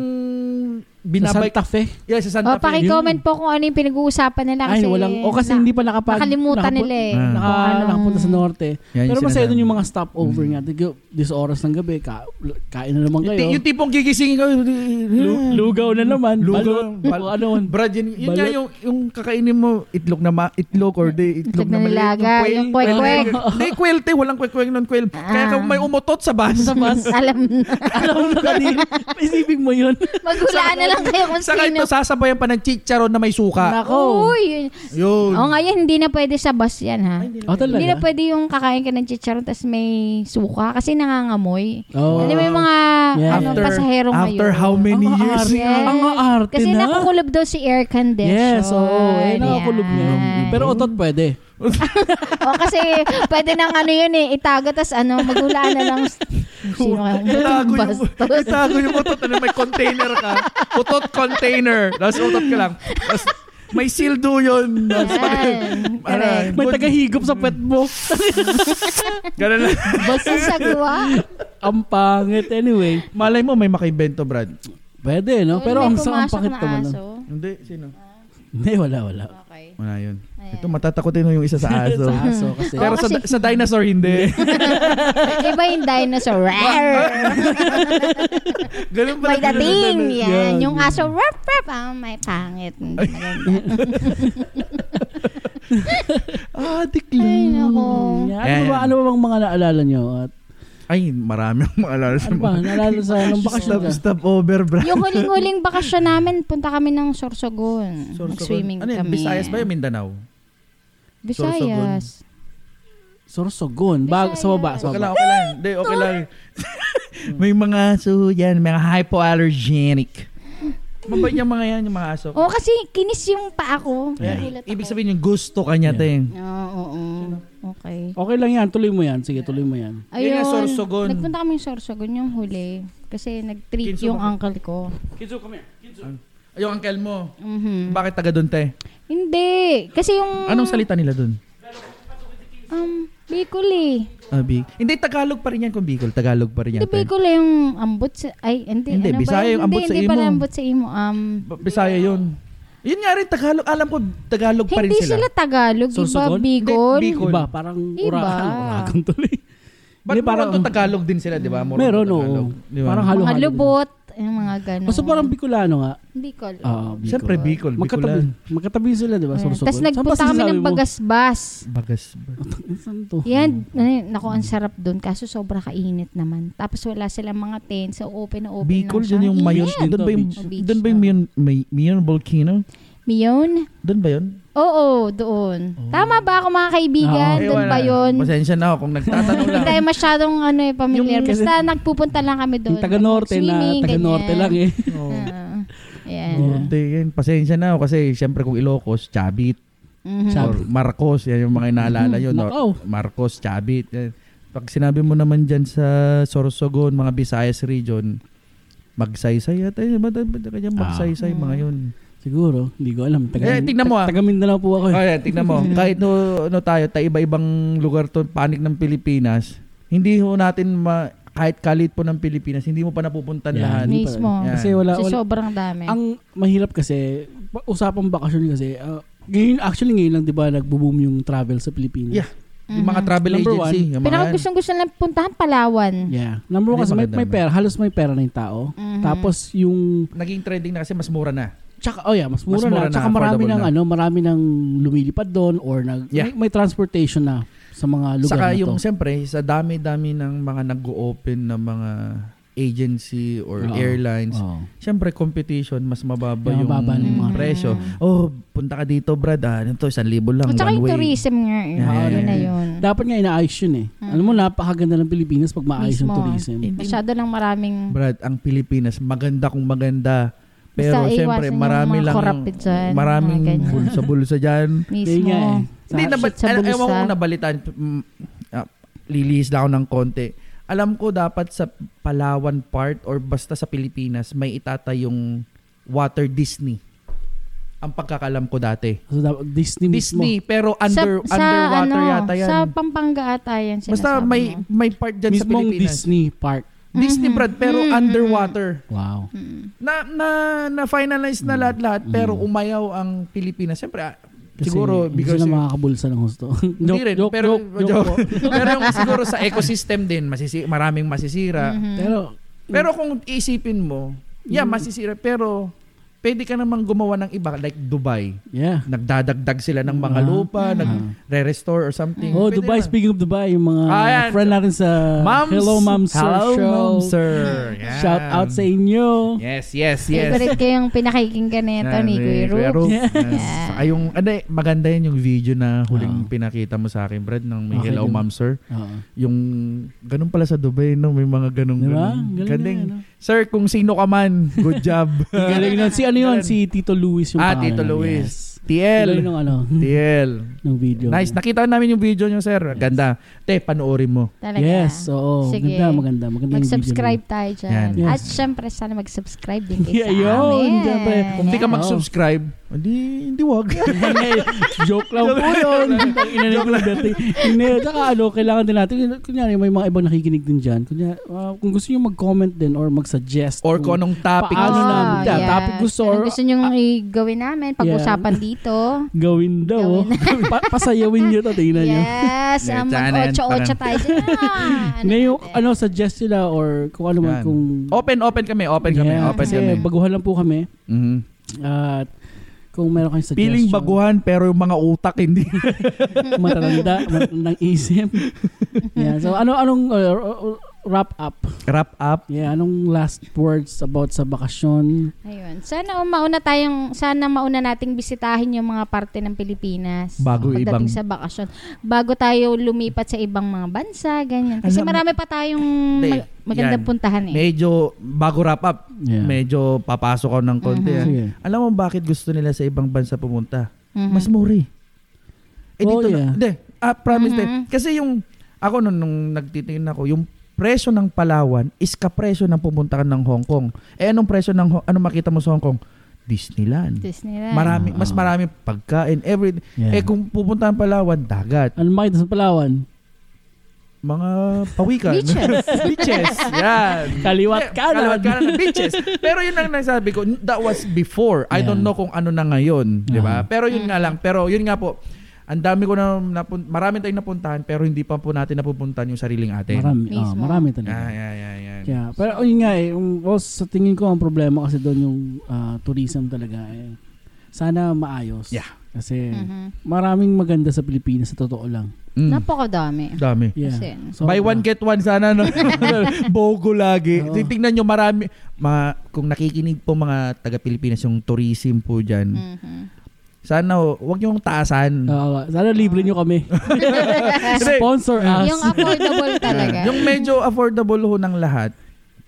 Speaker 1: sa
Speaker 3: binabay.
Speaker 1: Santa Fe?
Speaker 3: yeah, sa Santa Fe.
Speaker 2: O, Oh, pakicomment po kung ano yung pinag-uusapan
Speaker 1: eh.
Speaker 2: nila.
Speaker 1: Ay,
Speaker 2: Kasi
Speaker 1: walang o kasi
Speaker 2: na-
Speaker 1: hindi pa nakapag
Speaker 2: Nakalimutan
Speaker 1: nakapu-
Speaker 2: nila eh.
Speaker 3: Ah.
Speaker 1: Naka,
Speaker 2: Kung anong-
Speaker 1: nakapunta sa norte.
Speaker 3: Yan yung
Speaker 1: Pero masaya
Speaker 3: sinasabi.
Speaker 1: dun yung mga stopover nga. Tig- This oras ng gabi, ka, kain na naman kayo.
Speaker 3: Yung, ti- yung tipong gigisingin ka.
Speaker 1: Lu- lugaw na naman.
Speaker 3: Lugaw.
Speaker 1: Balot. O ano man.
Speaker 3: Brad, yun, yun
Speaker 1: Balot.
Speaker 3: nga yung, yung kakainin mo, itlog na ma- itlog or di, itlog,
Speaker 2: Itlog na
Speaker 3: maliit,
Speaker 2: nilaga, yung Ah. kwek-kwek.
Speaker 3: <laughs> Hindi, quail te, walang kwek-kwek nun quail. Kaya ka may umutot sa bus. <laughs>
Speaker 1: Sa bus.
Speaker 2: <laughs> Alam na.
Speaker 1: Alam na kanina. Isipin mo yun.
Speaker 2: Maghulaan na lang kayo kung
Speaker 3: Saka
Speaker 2: sino.
Speaker 3: ito sasabayan pa ng chicharon na may suka.
Speaker 1: Nako.
Speaker 2: Uy, yun.
Speaker 3: Yun.
Speaker 2: O ngayon, hindi na pwede sa bus yan ha.
Speaker 1: Oh, talaga?
Speaker 2: Hindi na pwede yung kakain ka ng chicharon tas may suka kasi nangangamoy.
Speaker 1: Oh.
Speaker 2: Alam mo yung mga
Speaker 1: Yeah.
Speaker 2: ano, pasahero ngayon.
Speaker 3: after how many
Speaker 1: Ang
Speaker 3: years?
Speaker 1: aarte.
Speaker 2: Yes.
Speaker 1: Ang aarte
Speaker 2: Kasi
Speaker 1: na.
Speaker 2: nakukulob daw si air condition.
Speaker 1: Yes, oo. Eh, nakakulob niya.
Speaker 2: Yan. <laughs>
Speaker 1: Pero otot pwede.
Speaker 2: o Oh, kasi pwede nang ano yun eh, itago tas ano, maghulaan na lang sino kayang
Speaker 3: Itago yung,
Speaker 2: <laughs> bastos.
Speaker 3: itago yung utot. Ano, may container ka. Utot container. Tapos utot ka lang. Tapos may sildo yun. Tapos,
Speaker 2: Yan. Correct.
Speaker 1: May tagahigop sa pet mo.
Speaker 3: Ganun lang.
Speaker 2: Basta sa gawa.
Speaker 1: ang pangit anyway.
Speaker 3: Malay mo, may makaibento, Brad.
Speaker 1: Pwede, no? Pero ang sa ang pangit naman. no?
Speaker 3: Hindi, sino?
Speaker 1: Hindi, wala, wala.
Speaker 2: Okay.
Speaker 3: Wala yun.
Speaker 2: Ayan.
Speaker 3: Ito, matatakotin mo yung isa
Speaker 2: <laughs>
Speaker 3: sa aso.
Speaker 1: Sa aso kasi.
Speaker 3: Pero sa,
Speaker 2: kasi-
Speaker 3: sa dinosaur, hindi.
Speaker 2: <laughs> Iba yung
Speaker 1: <laughs>
Speaker 2: dinosaur. Rar!
Speaker 3: Ganun pala.
Speaker 2: May dating. Yan.
Speaker 1: Yan.
Speaker 2: Yung aso. Rap, rap. Ah, may pangit. Hindi maganda.
Speaker 3: Ah,
Speaker 2: Ay,
Speaker 3: tikli.
Speaker 1: <laughs>
Speaker 2: nako.
Speaker 1: Yeah. Ano ba,
Speaker 3: Ayan.
Speaker 1: ano ba bang mga naalala nyo? At,
Speaker 3: Ay, marami akong maalala sa
Speaker 1: ano ba,
Speaker 3: mga.
Speaker 1: naalala sa anong bakasyon
Speaker 3: Stop,
Speaker 1: ka?
Speaker 3: stop over, Brad.
Speaker 2: Yung huling-huling bakasyon namin, punta kami ng Sorsogon.
Speaker 3: Sorsogon.
Speaker 2: Nag-swimming
Speaker 3: ano yan,
Speaker 2: kami.
Speaker 3: Visayas ba yung Mindanao? Sorsogon.
Speaker 2: Visayas.
Speaker 1: Sorsogon. Bag, sa baba, sa
Speaker 3: Okay lang,
Speaker 1: baba.
Speaker 3: okay lang. Hindi, okay lang. May mga aso yan, mga hypoallergenic. Mabait yung mga yan, yung mga aso.
Speaker 2: Oo, kasi kinis yung paa ko.
Speaker 1: Yeah.
Speaker 2: Nagulat
Speaker 3: Ibig
Speaker 2: ako.
Speaker 3: sabihin yung gusto kanya,
Speaker 1: Yeah.
Speaker 3: ting.
Speaker 2: Oo, oo. Okay.
Speaker 1: Okay lang yan, tuloy mo yan. Sige, tuloy mo yan.
Speaker 3: Yun
Speaker 2: Ayun.
Speaker 3: yung Sorsogon.
Speaker 2: Nagpunta kami yung Sorsogon yung huli. Kasi nag-treat
Speaker 3: Kinso
Speaker 2: yung
Speaker 3: bakit?
Speaker 2: uncle ko.
Speaker 1: Kizu, come here. Kizu.
Speaker 3: Yung uncle mo.
Speaker 2: Mhm.
Speaker 3: Bakit taga doon, te?
Speaker 2: Hindi. Kasi yung...
Speaker 3: Mm-hmm. Anong salita nila doon?
Speaker 2: Um, Bicol eh.
Speaker 3: Ah, Bi- Hindi, Tagalog pa rin yan kung Bicol. Tagalog pa rin yan.
Speaker 2: Hindi
Speaker 3: te.
Speaker 2: Bicol eh, yung ambot sa... Ay, hindi.
Speaker 3: Hindi,
Speaker 2: ano ba
Speaker 3: Bisaya
Speaker 2: yun?
Speaker 3: yung ambot
Speaker 2: Hindi,
Speaker 3: sa
Speaker 2: Hindi
Speaker 3: imo.
Speaker 2: pala ambot sa imo. Um,
Speaker 3: Ba- Bisaya yun. Yun nga rin, Tagalog. Alam ko, Tagalog pa rin
Speaker 2: hindi sila.
Speaker 3: sila.
Speaker 2: Tagalog. Iba
Speaker 1: Sorsogon?
Speaker 2: Bicol.
Speaker 3: Hindi, Bicol.
Speaker 1: Iba, parang
Speaker 2: Iba.
Speaker 1: urakan. <laughs> Urakan tuloy.
Speaker 3: But
Speaker 1: Hindi, parang-
Speaker 3: parang Tagalog din sila, di ba? Moronto
Speaker 1: Meron, oo.
Speaker 3: Tagalog. Di ba?
Speaker 1: Parang halo-halo.
Speaker 2: Mga
Speaker 1: din.
Speaker 2: lubot. Yung mga ganun.
Speaker 1: Basta parang Bicolano nga.
Speaker 2: Bicol.
Speaker 1: Ah, Bicol.
Speaker 3: Siyempre, Bicol.
Speaker 1: Magkatabi.
Speaker 3: Bicolan.
Speaker 1: Magkatabi sila, di ba? Sorsogon. Saan
Speaker 2: Tapos
Speaker 1: ba
Speaker 2: nagpunta kami
Speaker 1: sinasabi
Speaker 2: ng
Speaker 1: mo?
Speaker 2: Bagasbas.
Speaker 3: Bagas.
Speaker 1: <laughs> Saan to?
Speaker 2: Yan, ano yun, naku, ang sarap doon. Kaso sobra kainit naman. Tapos wala silang mga tent. So open na open
Speaker 3: Bicol,
Speaker 2: lang siya.
Speaker 3: yun yung mayon.
Speaker 1: Beach.
Speaker 3: Doon ba yung,
Speaker 2: Beach.
Speaker 3: doon ba yung Mayon, May- Mayon Volcano?
Speaker 2: Miyon?
Speaker 3: Doon ba yun?
Speaker 2: Oo, doon.
Speaker 1: Oh.
Speaker 2: Tama ba ako mga kaibigan?
Speaker 1: Oo.
Speaker 3: Eh,
Speaker 2: doon
Speaker 3: wala.
Speaker 2: ba yun?
Speaker 3: Pasensya na ako kung nagtatanong
Speaker 2: <laughs> Hindi
Speaker 3: lang.
Speaker 2: tayo masyadong ano eh, familiar.
Speaker 1: Yung-
Speaker 2: Basta nagpupunta lang kami doon.
Speaker 1: Yung taga-norte na,
Speaker 2: Swimming,
Speaker 1: taga-norte
Speaker 2: ganyan.
Speaker 1: lang eh.
Speaker 3: Oo.
Speaker 2: Ah, ayan.
Speaker 3: Norte, yan. Oh, Pasensya na ako kasi siyempre kung Ilocos, Chavit.
Speaker 2: Mhm.
Speaker 1: Sabi-
Speaker 3: Or Marcos, yan yung mga inaalala
Speaker 2: Mm-hmm.
Speaker 3: yun.
Speaker 1: Mm, nakaw.
Speaker 3: Or Marcos, Chavit. Yan. Pag sinabi mo naman dyan sa Sorsogon, mga Visayas region, magsaysay yata. Yun, Ba't ba't kanya
Speaker 2: Ah.
Speaker 3: magsaysay, mga yun.
Speaker 1: Siguro, hindi ko alam. Taga,
Speaker 3: Eh, tignan mo, ah.
Speaker 1: Taga Mindanao po ako
Speaker 3: Oh,
Speaker 1: eh.
Speaker 3: yan, tignan
Speaker 1: <laughs>
Speaker 3: mo. Kahit no, no tayo, tayo iba-ibang lugar to, panik ng Pilipinas, hindi ho natin ma, kahit kalit po ng Pilipinas, hindi mo pa napupuntan
Speaker 1: Yan.
Speaker 3: lahat.
Speaker 1: Hindi pa-
Speaker 2: Mismo.
Speaker 3: Yan.
Speaker 1: Kasi wala,
Speaker 2: So,
Speaker 1: wala.
Speaker 2: sobrang dami.
Speaker 1: Ang mahirap kasi, pa- usapang bakasyon kasi, ah, ngayon, actually ngayon lang di ba nagbo-boom yung travel sa Pilipinas?
Speaker 3: Yeah. Yung mga
Speaker 2: Mhm.
Speaker 3: travel
Speaker 1: Number
Speaker 3: agency. Yung mga
Speaker 2: Pinaka
Speaker 3: yan.
Speaker 2: gustong gusto lang puntahan Palawan.
Speaker 1: Yeah. Number one
Speaker 3: Hindi
Speaker 1: kasi may,
Speaker 3: maganda,
Speaker 1: may
Speaker 3: man.
Speaker 1: pera, halos may pera na yung tao.
Speaker 2: Mhm.
Speaker 1: Tapos yung
Speaker 3: Naging trending na kasi mas mura na.
Speaker 1: Tsaka, oh yeah, mas mura,
Speaker 3: Mas mura
Speaker 1: na.
Speaker 3: na,
Speaker 1: Tsaka marami
Speaker 3: affordable
Speaker 1: ng,
Speaker 3: na.
Speaker 1: ano, marami ng lumilipad doon or nag,
Speaker 3: Yeah.
Speaker 1: may, may transportation na sa mga lugar
Speaker 3: Saka
Speaker 1: na
Speaker 3: yung
Speaker 1: to.
Speaker 3: siyempre, sa dami-dami ng mga nag-open na mga agency or
Speaker 1: Oo.
Speaker 3: airlines,
Speaker 1: Oo.
Speaker 3: Siyempre, competition, mas mababa
Speaker 1: Mas
Speaker 3: yung
Speaker 1: mababa ng mga-
Speaker 3: presyo. Oh, punta ka dito, Brad. Ah, ito, isang libo lang,
Speaker 2: At saka
Speaker 3: one
Speaker 2: yung
Speaker 3: way.
Speaker 2: tourism nga eh.
Speaker 3: Yeah,
Speaker 1: yeah,
Speaker 2: Ano
Speaker 1: yeah.
Speaker 2: na yun.
Speaker 1: Dapat nga inaayos yun eh.
Speaker 3: Hmm.
Speaker 1: Alam mo, napakaganda ng Pilipinas pag maayos yung
Speaker 2: Mismo.
Speaker 1: tourism.
Speaker 2: Masyado lang maraming
Speaker 3: Brad, ang Pilipinas, maganda kung maganda. Pero
Speaker 2: Mm. Basta
Speaker 3: siyempre,
Speaker 2: iwasan yung
Speaker 3: marami
Speaker 2: mga
Speaker 3: lang,
Speaker 2: corrupt dyan,
Speaker 3: maraming
Speaker 2: mga ganyan.
Speaker 3: bulsa-bulsa dyan.
Speaker 1: Yun
Speaker 2: mismo.
Speaker 1: nga eh. Sa-
Speaker 3: Hindi,
Speaker 2: <laughs> Sa-
Speaker 3: nabal-
Speaker 2: sa
Speaker 3: ewan ko
Speaker 2: bulsa.
Speaker 3: kung nabalitaan. Mm, ah, lilihis na ako ng konti. Alam ko dapat sa Palawan part or basta sa Pilipinas, may itatay yung water Disney. Ang pagkakalam ko dati.
Speaker 1: So, dapat Disney,
Speaker 3: Disney, pero under,
Speaker 2: sa,
Speaker 3: underwater
Speaker 2: ano,
Speaker 3: yata yan.
Speaker 2: Sa Pampanga ata yan sinasabi
Speaker 3: basta may,
Speaker 2: mo. Mm-hmm.
Speaker 3: may part dyan
Speaker 1: mismo.
Speaker 3: sa
Speaker 1: Mismong
Speaker 3: Pilipinas.
Speaker 1: Disney Park.
Speaker 3: Disney, Brad, pero underwater.
Speaker 1: Wow.
Speaker 3: Hmm. na na na finalize
Speaker 1: Mm.
Speaker 3: na lahat-lahat pero umayaw ang Pilipinas. Siyempre ah,
Speaker 1: Kasi
Speaker 3: siguro
Speaker 1: hindi
Speaker 3: because
Speaker 1: sila makakabulsa ng gusto.
Speaker 3: hindi rin, pero
Speaker 1: <laughs> joke,
Speaker 3: joke
Speaker 1: po.
Speaker 3: po. <laughs> pero yung siguro sa ecosystem din masisi maraming masisira.
Speaker 2: Mm-hmm.
Speaker 1: Pero,
Speaker 3: Pero kung isipin mo,
Speaker 1: Mm-hmm.
Speaker 3: yeah, masisira pero pwede ka namang gumawa ng iba like Dubai.
Speaker 1: yeah.
Speaker 3: Nagdadagdag sila ng
Speaker 1: Ah.
Speaker 3: mga lupa,
Speaker 1: Ah.
Speaker 3: nagre-restore or something.
Speaker 1: Oh,
Speaker 3: Hmm. Pwede
Speaker 1: Dubai,
Speaker 3: naman.
Speaker 1: speaking of Dubai, yung mga
Speaker 3: Ah, yan.
Speaker 1: friend natin sa
Speaker 3: Moms,
Speaker 1: Hello Ma'am Sir
Speaker 3: Hello,
Speaker 1: Show.
Speaker 3: Ma'am Sir. Yeah.
Speaker 1: Shout out sa inyo.
Speaker 3: Yes, yes, yes.
Speaker 2: Favorite ko yung pinakikinggan nito ni Kuya
Speaker 1: <laughs>
Speaker 2: Ru.
Speaker 1: Yes.
Speaker 3: Saka yung, ano eh, maganda yun yung video na huling
Speaker 1: Oo.
Speaker 3: pinakita mo sa akin, Brad, ng
Speaker 1: Ah.
Speaker 3: may
Speaker 1: Okay,
Speaker 3: Hello
Speaker 1: ganun.
Speaker 3: Ma'am Sir.
Speaker 1: Oo.
Speaker 3: Yung, ganun pala sa Dubai, no? May mga ganun
Speaker 1: Di ba? Galing
Speaker 3: ganun. Galing.
Speaker 1: na, ano? no?
Speaker 3: Sir, kung sino ka man, good job.
Speaker 1: <laughs> Galing nun. Si ano yun?
Speaker 3: Ganun.
Speaker 1: Si Tito Luis yung
Speaker 3: ah,
Speaker 1: pangalan.
Speaker 3: Tito Luis.
Speaker 1: Yes. Galing
Speaker 3: TL.
Speaker 1: nung ano,
Speaker 3: TL.
Speaker 1: nung video.
Speaker 3: Nice. Nakita namin yung video nyo, sir. Ganda. Te, panoorin mo.
Speaker 2: Talaga.
Speaker 1: Yes, oo.
Speaker 2: Sige.
Speaker 1: Ganda, maganda. Maganda yung video. <laughs>
Speaker 2: Mag-subscribe tayo dyan.
Speaker 1: Yan.
Speaker 2: At syempre, sana mag-subscribe din kayo
Speaker 1: Yeah,
Speaker 2: sa
Speaker 1: yun.
Speaker 2: amin.
Speaker 1: Siyempre.
Speaker 3: Kung di ka
Speaker 1: Yeah.
Speaker 3: mag-subscribe, hindi, hindi
Speaker 1: <laughs>
Speaker 3: wag.
Speaker 1: Joke lang po yun. Joke lang. Hindi, tsaka ano, kailangan din natin, kunyari may mga ibang nakikinig din dyan. Kunyari, ah, kung gusto nyo mag-comment din or ano- mag-suggest.
Speaker 3: Or kung anong topic.
Speaker 1: Paano
Speaker 2: Oo,
Speaker 1: namin? Yeah, topic gusto
Speaker 2: Anong
Speaker 1: or- Ah.
Speaker 2: gusto nyo i-gawin namin, pag-usapan dito.
Speaker 1: Gawin daw. <laughs> pa- pasayawin nyo to, tingnan
Speaker 2: <laughs>
Speaker 1: nyo.
Speaker 2: Yes,
Speaker 3: Yeah,
Speaker 2: ah,
Speaker 3: dyan,
Speaker 2: mag-ocho-ocho
Speaker 3: parang-
Speaker 2: tayo dyan. Ah,
Speaker 1: <laughs> Ngayon,
Speaker 2: natin.
Speaker 1: ano, suggest sila or kung ano man
Speaker 3: Yan.
Speaker 1: kung...
Speaker 3: Open, open kami. Open kami.
Speaker 1: Yeah,
Speaker 3: Open
Speaker 1: kasi
Speaker 3: kami.
Speaker 1: baguhan lang po kami.
Speaker 3: Mhm.
Speaker 1: At kung meron kayong suggestion.
Speaker 3: Piling baguhan pero yung mga utak hindi. <laughs>
Speaker 1: <laughs> matatanda, matatandang isip. yeah, so ano anong uh, wrap up?
Speaker 3: Wrap up.
Speaker 1: Yeah, anong last words about sa bakasyon?
Speaker 2: Ayun. Sana um, mauna tayong sana mauna nating bisitahin yung mga parte ng Pilipinas
Speaker 3: Bago ibang-
Speaker 2: pagdating sa bakasyon. Bago tayo lumipat sa ibang mga bansa, ganyan. Kasi
Speaker 3: Alam mo-
Speaker 2: marami pa tayong
Speaker 3: Hindi.
Speaker 2: mag- magandang
Speaker 3: Yan.
Speaker 2: puntahan eh.
Speaker 3: Medyo bago wrap up.
Speaker 1: Yeah.
Speaker 3: Medyo papasok ako ng konti. ah.
Speaker 1: Sige.
Speaker 3: Alam mo bakit gusto nila sa ibang bansa pumunta?
Speaker 2: Mhm.
Speaker 3: Mas mura eh. Eh
Speaker 1: Oh,
Speaker 3: dito
Speaker 1: yeah.
Speaker 3: na. Hindi. Ah, promise din.
Speaker 2: Mhm.
Speaker 3: Kasi yung, ako nung, nung nagtitingin ako, yung presyo ng Palawan is kapresyo ng pumunta ka ng Hong Kong. Eh anong presyo ng, Ho- anong makita mo sa Hong Kong? Disneyland.
Speaker 2: Disneyland.
Speaker 3: Marami,
Speaker 1: Ah,
Speaker 3: mas
Speaker 1: ah.
Speaker 3: marami pagkain, every
Speaker 1: Yeah.
Speaker 3: Eh kung pupuntahan Palawan, dagat,
Speaker 1: Ano makita sa Palawan?
Speaker 3: mga pawikan.
Speaker 2: Beaches.
Speaker 3: <laughs> beaches. Yan.
Speaker 1: Kaliwat
Speaker 3: Eh,
Speaker 1: kanan.
Speaker 3: Kaliwat kanan ng beaches. Pero yun ang nasabi ko, that was before. I
Speaker 1: Yeah.
Speaker 3: don't know kung ano na ngayon, 'di ba?
Speaker 1: Ah.
Speaker 3: Pero yun nga lang, pero yun nga po. Ang dami ko na napun- marami tayong napuntahan pero hindi pa po natin napupuntahan yung sariling atin.
Speaker 1: Marami,
Speaker 2: Mismo.
Speaker 1: oh, marami
Speaker 3: Yeah,
Speaker 1: talaga.
Speaker 3: yeah, yeah, yeah.
Speaker 1: Kaya, pero yun nga eh, um, well, sa tingin ko ang problema kasi doon yung ah, tourism talaga eh. Sana maayos.
Speaker 3: Yeah.
Speaker 1: Kasi
Speaker 2: Mhm.
Speaker 1: maraming maganda sa Pilipinas sa totoo lang.
Speaker 3: Mm. <laughs>
Speaker 2: Napakadami.
Speaker 3: Dami.
Speaker 1: Yeah.
Speaker 2: Kasi,
Speaker 1: So,
Speaker 3: Buy one get one sana no. <laughs> Bogo lagi.
Speaker 1: Oo.
Speaker 3: Titingnan nyo marami ma, kung nakikinig po mga taga Pilipinas yung tourism po diyan.
Speaker 2: Mhm.
Speaker 3: Sana oh, ho, wag niyo taasan.
Speaker 1: Mm. Oo, sana libre nyo kami. Sponsor us.
Speaker 2: Yung affordable talaga.
Speaker 3: Yung medyo affordable ho ng lahat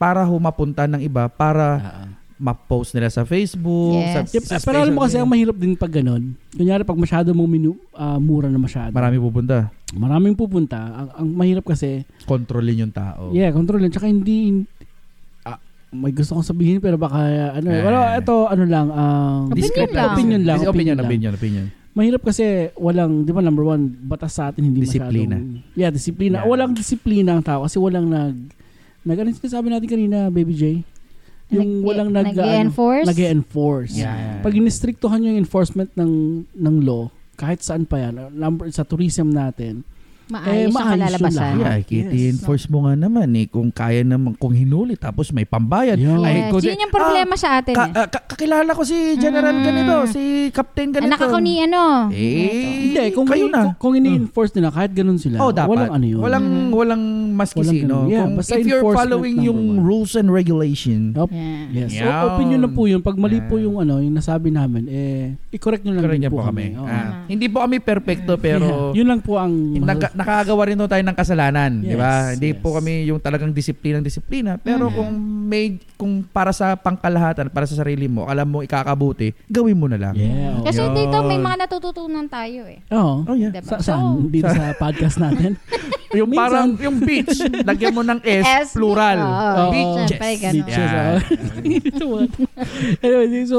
Speaker 3: para ho mapunta ng iba para
Speaker 1: Ah.
Speaker 3: ma-post nila sa Facebook.
Speaker 2: Yes.
Speaker 3: Sa,
Speaker 1: Yep,
Speaker 3: sa
Speaker 1: pero alam mo kasi
Speaker 3: social
Speaker 1: ang
Speaker 3: media.
Speaker 1: mahirap din pag ganun. Kunyari pag masyado mong minu, ah, mura na masyado.
Speaker 3: marami pupunta.
Speaker 1: Maraming pupunta. Ang, ang mahirap kasi,
Speaker 3: Kontrolin yung tao.
Speaker 1: yeah, control lang. Tsaka hindi, ah, may gusto kong sabihin pero baka ano eh.
Speaker 3: Yeah.
Speaker 1: Pero ito ano lang, ang
Speaker 2: Opinion
Speaker 1: discrepan-
Speaker 2: lang.
Speaker 1: opinion lang.
Speaker 3: Dis-
Speaker 1: opinion
Speaker 3: Opinion,
Speaker 1: lang.
Speaker 3: opinion, opinion.
Speaker 1: Mahirap kasi walang, di ba number one, batas sa atin hindi
Speaker 3: Disiplina.
Speaker 1: masyadong... Yeah, disiplina.
Speaker 3: Yeah.
Speaker 1: Walang disiplina ang tao kasi walang nag... nag ano yung sinasabi natin kanina, Baby J? Yung
Speaker 2: Nag-
Speaker 1: walang nag... ano,
Speaker 2: nag-i-enforce?
Speaker 1: enforce Pag inistriktuhan yung enforcement ng ng law, kahit saan pa yan, number sa tourism natin, eh, maayos
Speaker 2: maayos ang
Speaker 1: yun
Speaker 2: kalalabasan.
Speaker 1: lahat.
Speaker 3: Yeah,
Speaker 1: Ah, yes.
Speaker 3: enforce mo nga naman eh. Kung kaya naman, kung hinuli, tapos may pambayad.
Speaker 1: Yeah.
Speaker 3: Ay,
Speaker 2: Yes,
Speaker 3: kundi-
Speaker 2: yun yung problema sa atin.
Speaker 3: Ka-
Speaker 2: eh.
Speaker 3: ah, ka- kakilala ko si General
Speaker 2: Mm. Ah,
Speaker 3: ganito, si Captain ganito.
Speaker 2: Anak ako ni ano.
Speaker 3: Eh,
Speaker 1: hindi, kung, ini-
Speaker 3: kayo na.
Speaker 1: kung, kung ini-enforce nila, kahit ganun sila,
Speaker 3: Oh, dapat. Mm-hmm.
Speaker 1: walang ano yun.
Speaker 3: Walang, walang maski
Speaker 1: Walang
Speaker 3: sino.
Speaker 1: ganun. Yeah,
Speaker 3: Kung-
Speaker 1: basta
Speaker 3: if you're
Speaker 1: enforcement
Speaker 3: following
Speaker 1: number
Speaker 3: yung
Speaker 1: one. Oh,
Speaker 3: rules and regulation,
Speaker 1: Yup.
Speaker 2: Yeah.
Speaker 1: Yes. So,
Speaker 3: Yan.
Speaker 1: opinion na po yun. Pag mali po
Speaker 3: Yan.
Speaker 1: yung ano, yung nasabi namin, eh, i-correct nyo lang
Speaker 3: correct
Speaker 1: din
Speaker 3: niya
Speaker 1: po
Speaker 3: po kami.
Speaker 1: Oo.
Speaker 3: Ah,
Speaker 2: Tama.
Speaker 3: Hindi po kami perfecto, pero...
Speaker 1: Yeah. yun lang po ang...
Speaker 3: Nag- nakakagawa rin po tayo ng kasalanan,
Speaker 1: Yes,
Speaker 3: di ba? Hindi
Speaker 1: yes. Mm-hmm.
Speaker 3: po kami yung talagang disiplina ng disiplina, pero
Speaker 2: Mhm.
Speaker 3: kung may kung para sa pangkalahatan, para sa sarili mo, alam mo ikakabuti, gawin mo na lang.
Speaker 1: Yeah.
Speaker 2: Kasi
Speaker 3: Oh, Yun.
Speaker 2: dito may mga natututunan tayo eh.
Speaker 1: Oo.
Speaker 3: Oh yeah.
Speaker 2: Diba?
Speaker 1: Sa,
Speaker 2: So,
Speaker 1: saan? Dito sa podcast natin?
Speaker 3: Yung
Speaker 1: Minsan-
Speaker 3: parang yung
Speaker 1: <laughs>
Speaker 3: beach, lagyan mo ng S, plural.
Speaker 2: Oo,
Speaker 1: Oo.
Speaker 3: Beaches.
Speaker 2: ah, oh, syempre, ganun.
Speaker 1: Beaches. <laughs> anyway, so,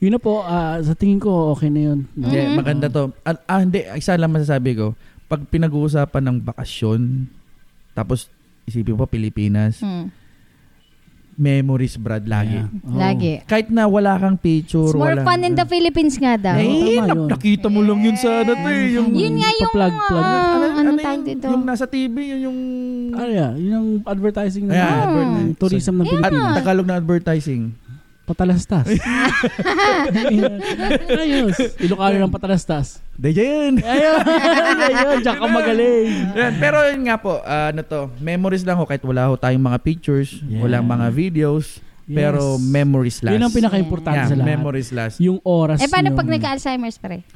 Speaker 1: yun na po. ah, sa tingin ko, okay na yun. No?
Speaker 3: Hindi,
Speaker 2: Mhm.
Speaker 3: maganda to. Ah, ah, hindi, isa lang masasabi ko. Pag pinag-uusapan ng bakasyon, tapos isipin mo Pilipinas,
Speaker 2: Mm,
Speaker 3: memories Brad lagi.
Speaker 1: Yeah. Oo.
Speaker 2: Lagi.
Speaker 3: Kahit na wala kang picture,
Speaker 2: It's more
Speaker 3: wala.
Speaker 2: fun in the Philippines nga daw.
Speaker 1: Eh,
Speaker 3: Ay,
Speaker 1: tama
Speaker 3: nak-
Speaker 1: yun.
Speaker 3: nakita mo lang yun sa ano to eh. Yung,
Speaker 2: Yun nga yung...
Speaker 1: Pa-plug, plug.
Speaker 2: ah,
Speaker 3: ano, ano
Speaker 2: anong
Speaker 3: yung-
Speaker 2: tawag dito?
Speaker 3: Yung nasa TV, yun yung...
Speaker 1: Ah, yeah. Yun ang advertising ng
Speaker 3: Ayan,
Speaker 1: ng
Speaker 3: advertising.
Speaker 1: tourism ng
Speaker 3: At
Speaker 1: Pilipinas.
Speaker 3: Tagalog na advertising. <laughs>
Speaker 1: Patalastas. <laughs> Ayos. Ilocano ng patalastas. <laughs>
Speaker 3: Hindi, yan.
Speaker 2: <laughs>
Speaker 1: Ayun. Ayun. Diyan ka magaling.
Speaker 3: Yan, Pero yun nga po, ah, ano to, memories lang ho, kahit wala ho tayong mga pictures,
Speaker 1: Yeah.
Speaker 3: walang mga videos,
Speaker 1: Yes.
Speaker 3: pero memories last.
Speaker 1: Yun ang pinaka-importante
Speaker 3: Yeah,
Speaker 1: sa lahat.
Speaker 3: memories last.
Speaker 1: Yung oras
Speaker 2: eh,
Speaker 1: nyo.
Speaker 2: paano pag nagka-Alzheimer's pre?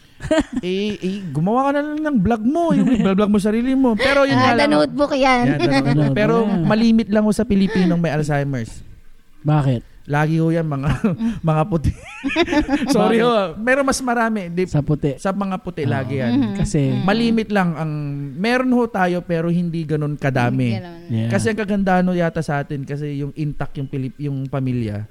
Speaker 3: eh, eh, gumawa ka na lang ng vlog mo. <laughs> Yung vlog mo sarili mo. Pero yun
Speaker 2: Ah,
Speaker 3: nga
Speaker 2: the
Speaker 3: lang.
Speaker 2: notebook
Speaker 3: Yan,
Speaker 2: yan.
Speaker 3: the
Speaker 2: <laughs>
Speaker 3: notebook. Pero
Speaker 1: Yeah.
Speaker 3: malimit lang ho sa Pilipinong may Alzheimer's.
Speaker 1: Bakit?
Speaker 3: Lagi ho yan mga, <laughs> mga <laughs> puti. Sorry Ah. ho. Pero mas marami. Di,
Speaker 1: Sa puti.
Speaker 3: sa mga puti
Speaker 1: Oo.
Speaker 3: lagi
Speaker 2: Mm-hmm.
Speaker 3: yan.
Speaker 1: Kasi,
Speaker 3: Malimit lang ang meron ho tayo pero hindi ganun kadami.
Speaker 2: Ganun.
Speaker 1: yeah.
Speaker 3: Kasi ang kagandahan ho yata sa atin kasi yung intact yung Pilip, yung pamilya.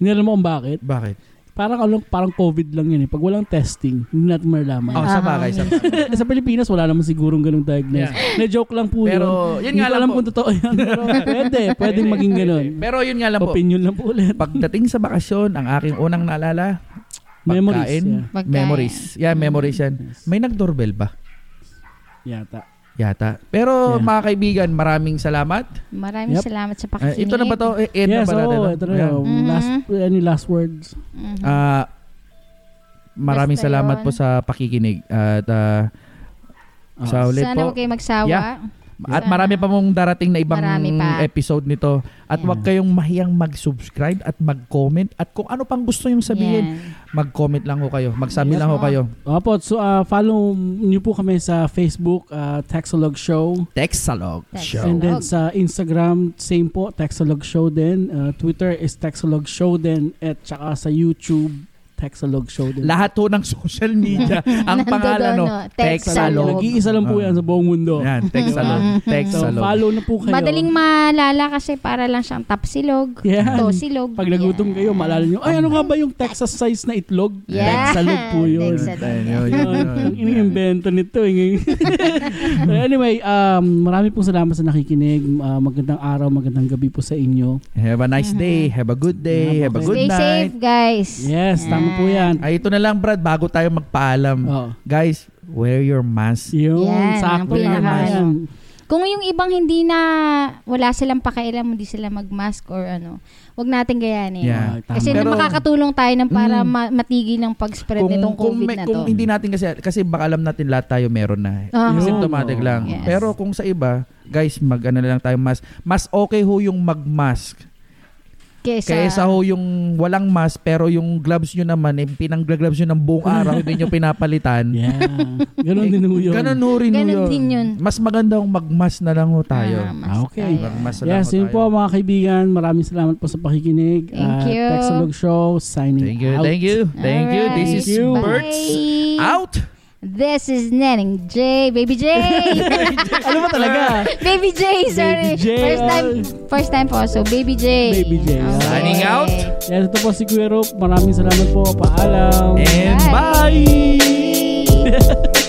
Speaker 1: hindi alam mo kung bakit.
Speaker 3: Bakit?
Speaker 1: Parang, alam- parang COVID lang yun eh. Pag walang testing, hindi natin malalaman.
Speaker 3: Oh, sa bagay sa bagay.
Speaker 1: Eh, <laughs> sa Pilipinas, wala naman sigurong ganung diagnosis. Na-joke lang po
Speaker 3: Pero,
Speaker 1: yun.
Speaker 3: yun
Speaker 1: Hindi ko
Speaker 3: nga lang
Speaker 1: alam
Speaker 3: po.
Speaker 1: kung totoo yan.
Speaker 3: <laughs>
Speaker 1: Pero pwede, pwedeng maging ganun.
Speaker 3: Pero yun nga lang po.
Speaker 1: Opinion lang po ulit.
Speaker 3: Pagdating sa bakasyon, ang aking unang naalala,
Speaker 1: Memories.
Speaker 3: pagkain,
Speaker 1: Yeah.
Speaker 2: Pagkain.
Speaker 3: memories. Yeah, memories yan.
Speaker 1: Yes.
Speaker 3: May nag-doorbell ba?
Speaker 1: Yata.
Speaker 3: Yata. Pero
Speaker 1: Yeah.
Speaker 3: mga kaibigan, maraming salamat.
Speaker 2: Maraming
Speaker 1: Yep.
Speaker 2: salamat sa
Speaker 3: Ah,
Speaker 2: pakikinig.
Speaker 3: ito na ba to? Eh, end
Speaker 1: yes,
Speaker 3: na ba natin?
Speaker 1: oo,
Speaker 3: no?
Speaker 1: ito na
Speaker 3: Ayan.
Speaker 1: yun. Last, any last words?
Speaker 2: Mhm.
Speaker 3: Ah, maraming
Speaker 2: Basta
Speaker 3: salamat
Speaker 2: yun.
Speaker 3: po sa pakikinig. At ah,
Speaker 1: Ah,
Speaker 3: sa ulit
Speaker 2: Sana
Speaker 3: po.
Speaker 2: huwag kayo magsawa.
Speaker 3: Yeah. At
Speaker 2: Sana.
Speaker 3: marami pa mong darating na ibang
Speaker 2: Marami pa.
Speaker 3: episode nito. At
Speaker 2: Yeah.
Speaker 3: huwag kayong mahiyang mag-subscribe at mag-comment. At kung ano pang gusto yung sabihin,
Speaker 2: Yan.
Speaker 3: mag-comment lang ho kayo. Magsabi lang ho
Speaker 2: po.
Speaker 3: kayo.
Speaker 1: Opo, so ah, follow niyo po kami sa Facebook, ah, Texalog Show.
Speaker 3: Texalog
Speaker 2: Show.
Speaker 1: And then
Speaker 2: Texalog.
Speaker 1: sa Instagram, same Uh, po, Texalog Show din. Ah, Twitter is Texalog Show din. At saka sa YouTube, Texalog show din.
Speaker 3: Lahat ho ng social
Speaker 2: <laughs>
Speaker 3: media. ang
Speaker 2: Nandoon,
Speaker 3: pangalan, no?
Speaker 2: no? Texalog.
Speaker 3: Texalog.
Speaker 1: Nag-iisa lang po yan sa buong mundo.
Speaker 3: Ah, Yan,
Speaker 2: Diba?
Speaker 3: Texalog.
Speaker 1: So,
Speaker 3: Texalog.
Speaker 1: follow na po kayo.
Speaker 2: Madaling malala kasi para lang siyang tapsilog,
Speaker 1: Yan.
Speaker 2: tosilog.
Speaker 1: Pag nagutom
Speaker 2: Yan.
Speaker 1: kayo, malala nyo, ay, ano nga ba yung Texas size na itlog?
Speaker 2: Yeah.
Speaker 1: Texalog po yun.
Speaker 2: Texalog.
Speaker 3: Ayun, Oh, yun,
Speaker 1: Ayun,
Speaker 3: yun.
Speaker 1: Ang iniimbento nito. eh. <laughs> But anyway, um, marami pong salamat sa nakikinig. Ah, magandang araw, magandang gabi po sa inyo.
Speaker 3: Have a nice day. Have a good day. Have a good
Speaker 2: Mm-hmm. Stay
Speaker 3: night.
Speaker 2: safe, guys.
Speaker 1: Yes, tama po yan.
Speaker 3: Ay, mm. ito na lang, Brad, bago tayo magpaalam.
Speaker 1: Oh.
Speaker 3: Guys, wear your mask.
Speaker 1: Yun,
Speaker 2: Yan, ang
Speaker 1: sakto yan.
Speaker 2: pinaka-
Speaker 1: Yan.
Speaker 2: Kung yung ibang hindi na wala silang pakialam, hindi sila mag-mask or ano, wag natin gayanin.
Speaker 1: Ah,
Speaker 3: Yeah.
Speaker 1: tama.
Speaker 2: Kasi
Speaker 3: Pero- Mm.
Speaker 2: makakatulong tayo ng para ma- matigil ang pag-spread nitong
Speaker 3: kung,
Speaker 2: COVID
Speaker 3: may-
Speaker 2: na to.
Speaker 3: kung hindi natin kasi, kasi baka alam natin lahat tayo meron na.
Speaker 2: Ah.
Speaker 1: Yun.
Speaker 3: Symptomatic
Speaker 1: Oo.
Speaker 3: lang.
Speaker 2: Yes.
Speaker 3: Pero kung sa iba, guys, mag ano na lang tayo mask. Mas okay ho yung mag-mask.
Speaker 2: kesa,
Speaker 3: Kaysa ho yung walang mask pero yung gloves nyo naman, eh, pinang-gloves nyo ng buong araw, hindi nyo pinapalitan. Eh,
Speaker 1: Yeah. Ganon din
Speaker 3: <laughs>
Speaker 1: ho yun.
Speaker 3: Ganun ho rin ho
Speaker 2: Ganun
Speaker 3: yun.
Speaker 2: din yun.
Speaker 3: Mas maganda kung mag-mask na lang ho
Speaker 2: Ah,
Speaker 3: tayo.
Speaker 2: mask
Speaker 1: Ah, okay.
Speaker 2: tayo.
Speaker 3: Mag-mask na lang
Speaker 1: Yes,
Speaker 3: ho
Speaker 1: yun
Speaker 3: tayo.
Speaker 1: po mga kaibigan. Maraming salamat po sa pakikinig.
Speaker 2: Thank
Speaker 1: At
Speaker 2: you.
Speaker 1: Texalog Show signing
Speaker 3: Thank you,
Speaker 1: out.
Speaker 3: thank you, thank you.
Speaker 2: Alright.
Speaker 3: This is
Speaker 1: Thank you.
Speaker 3: Berts
Speaker 2: Bye.
Speaker 3: out.
Speaker 2: This is Neneng J, Baby
Speaker 3: <laughs>
Speaker 2: J. <laughs>
Speaker 1: Ano ba talaga?
Speaker 2: Baby J, sorry.
Speaker 1: Baby J.
Speaker 2: First time, first time po. So, Baby J.
Speaker 1: Baby J.
Speaker 2: Okay.
Speaker 3: Signing out.
Speaker 1: Yes, ito po si Kuya Rup. Maraming salamat po. Paalam.
Speaker 3: And
Speaker 2: <laughs> Bye.
Speaker 3: bye.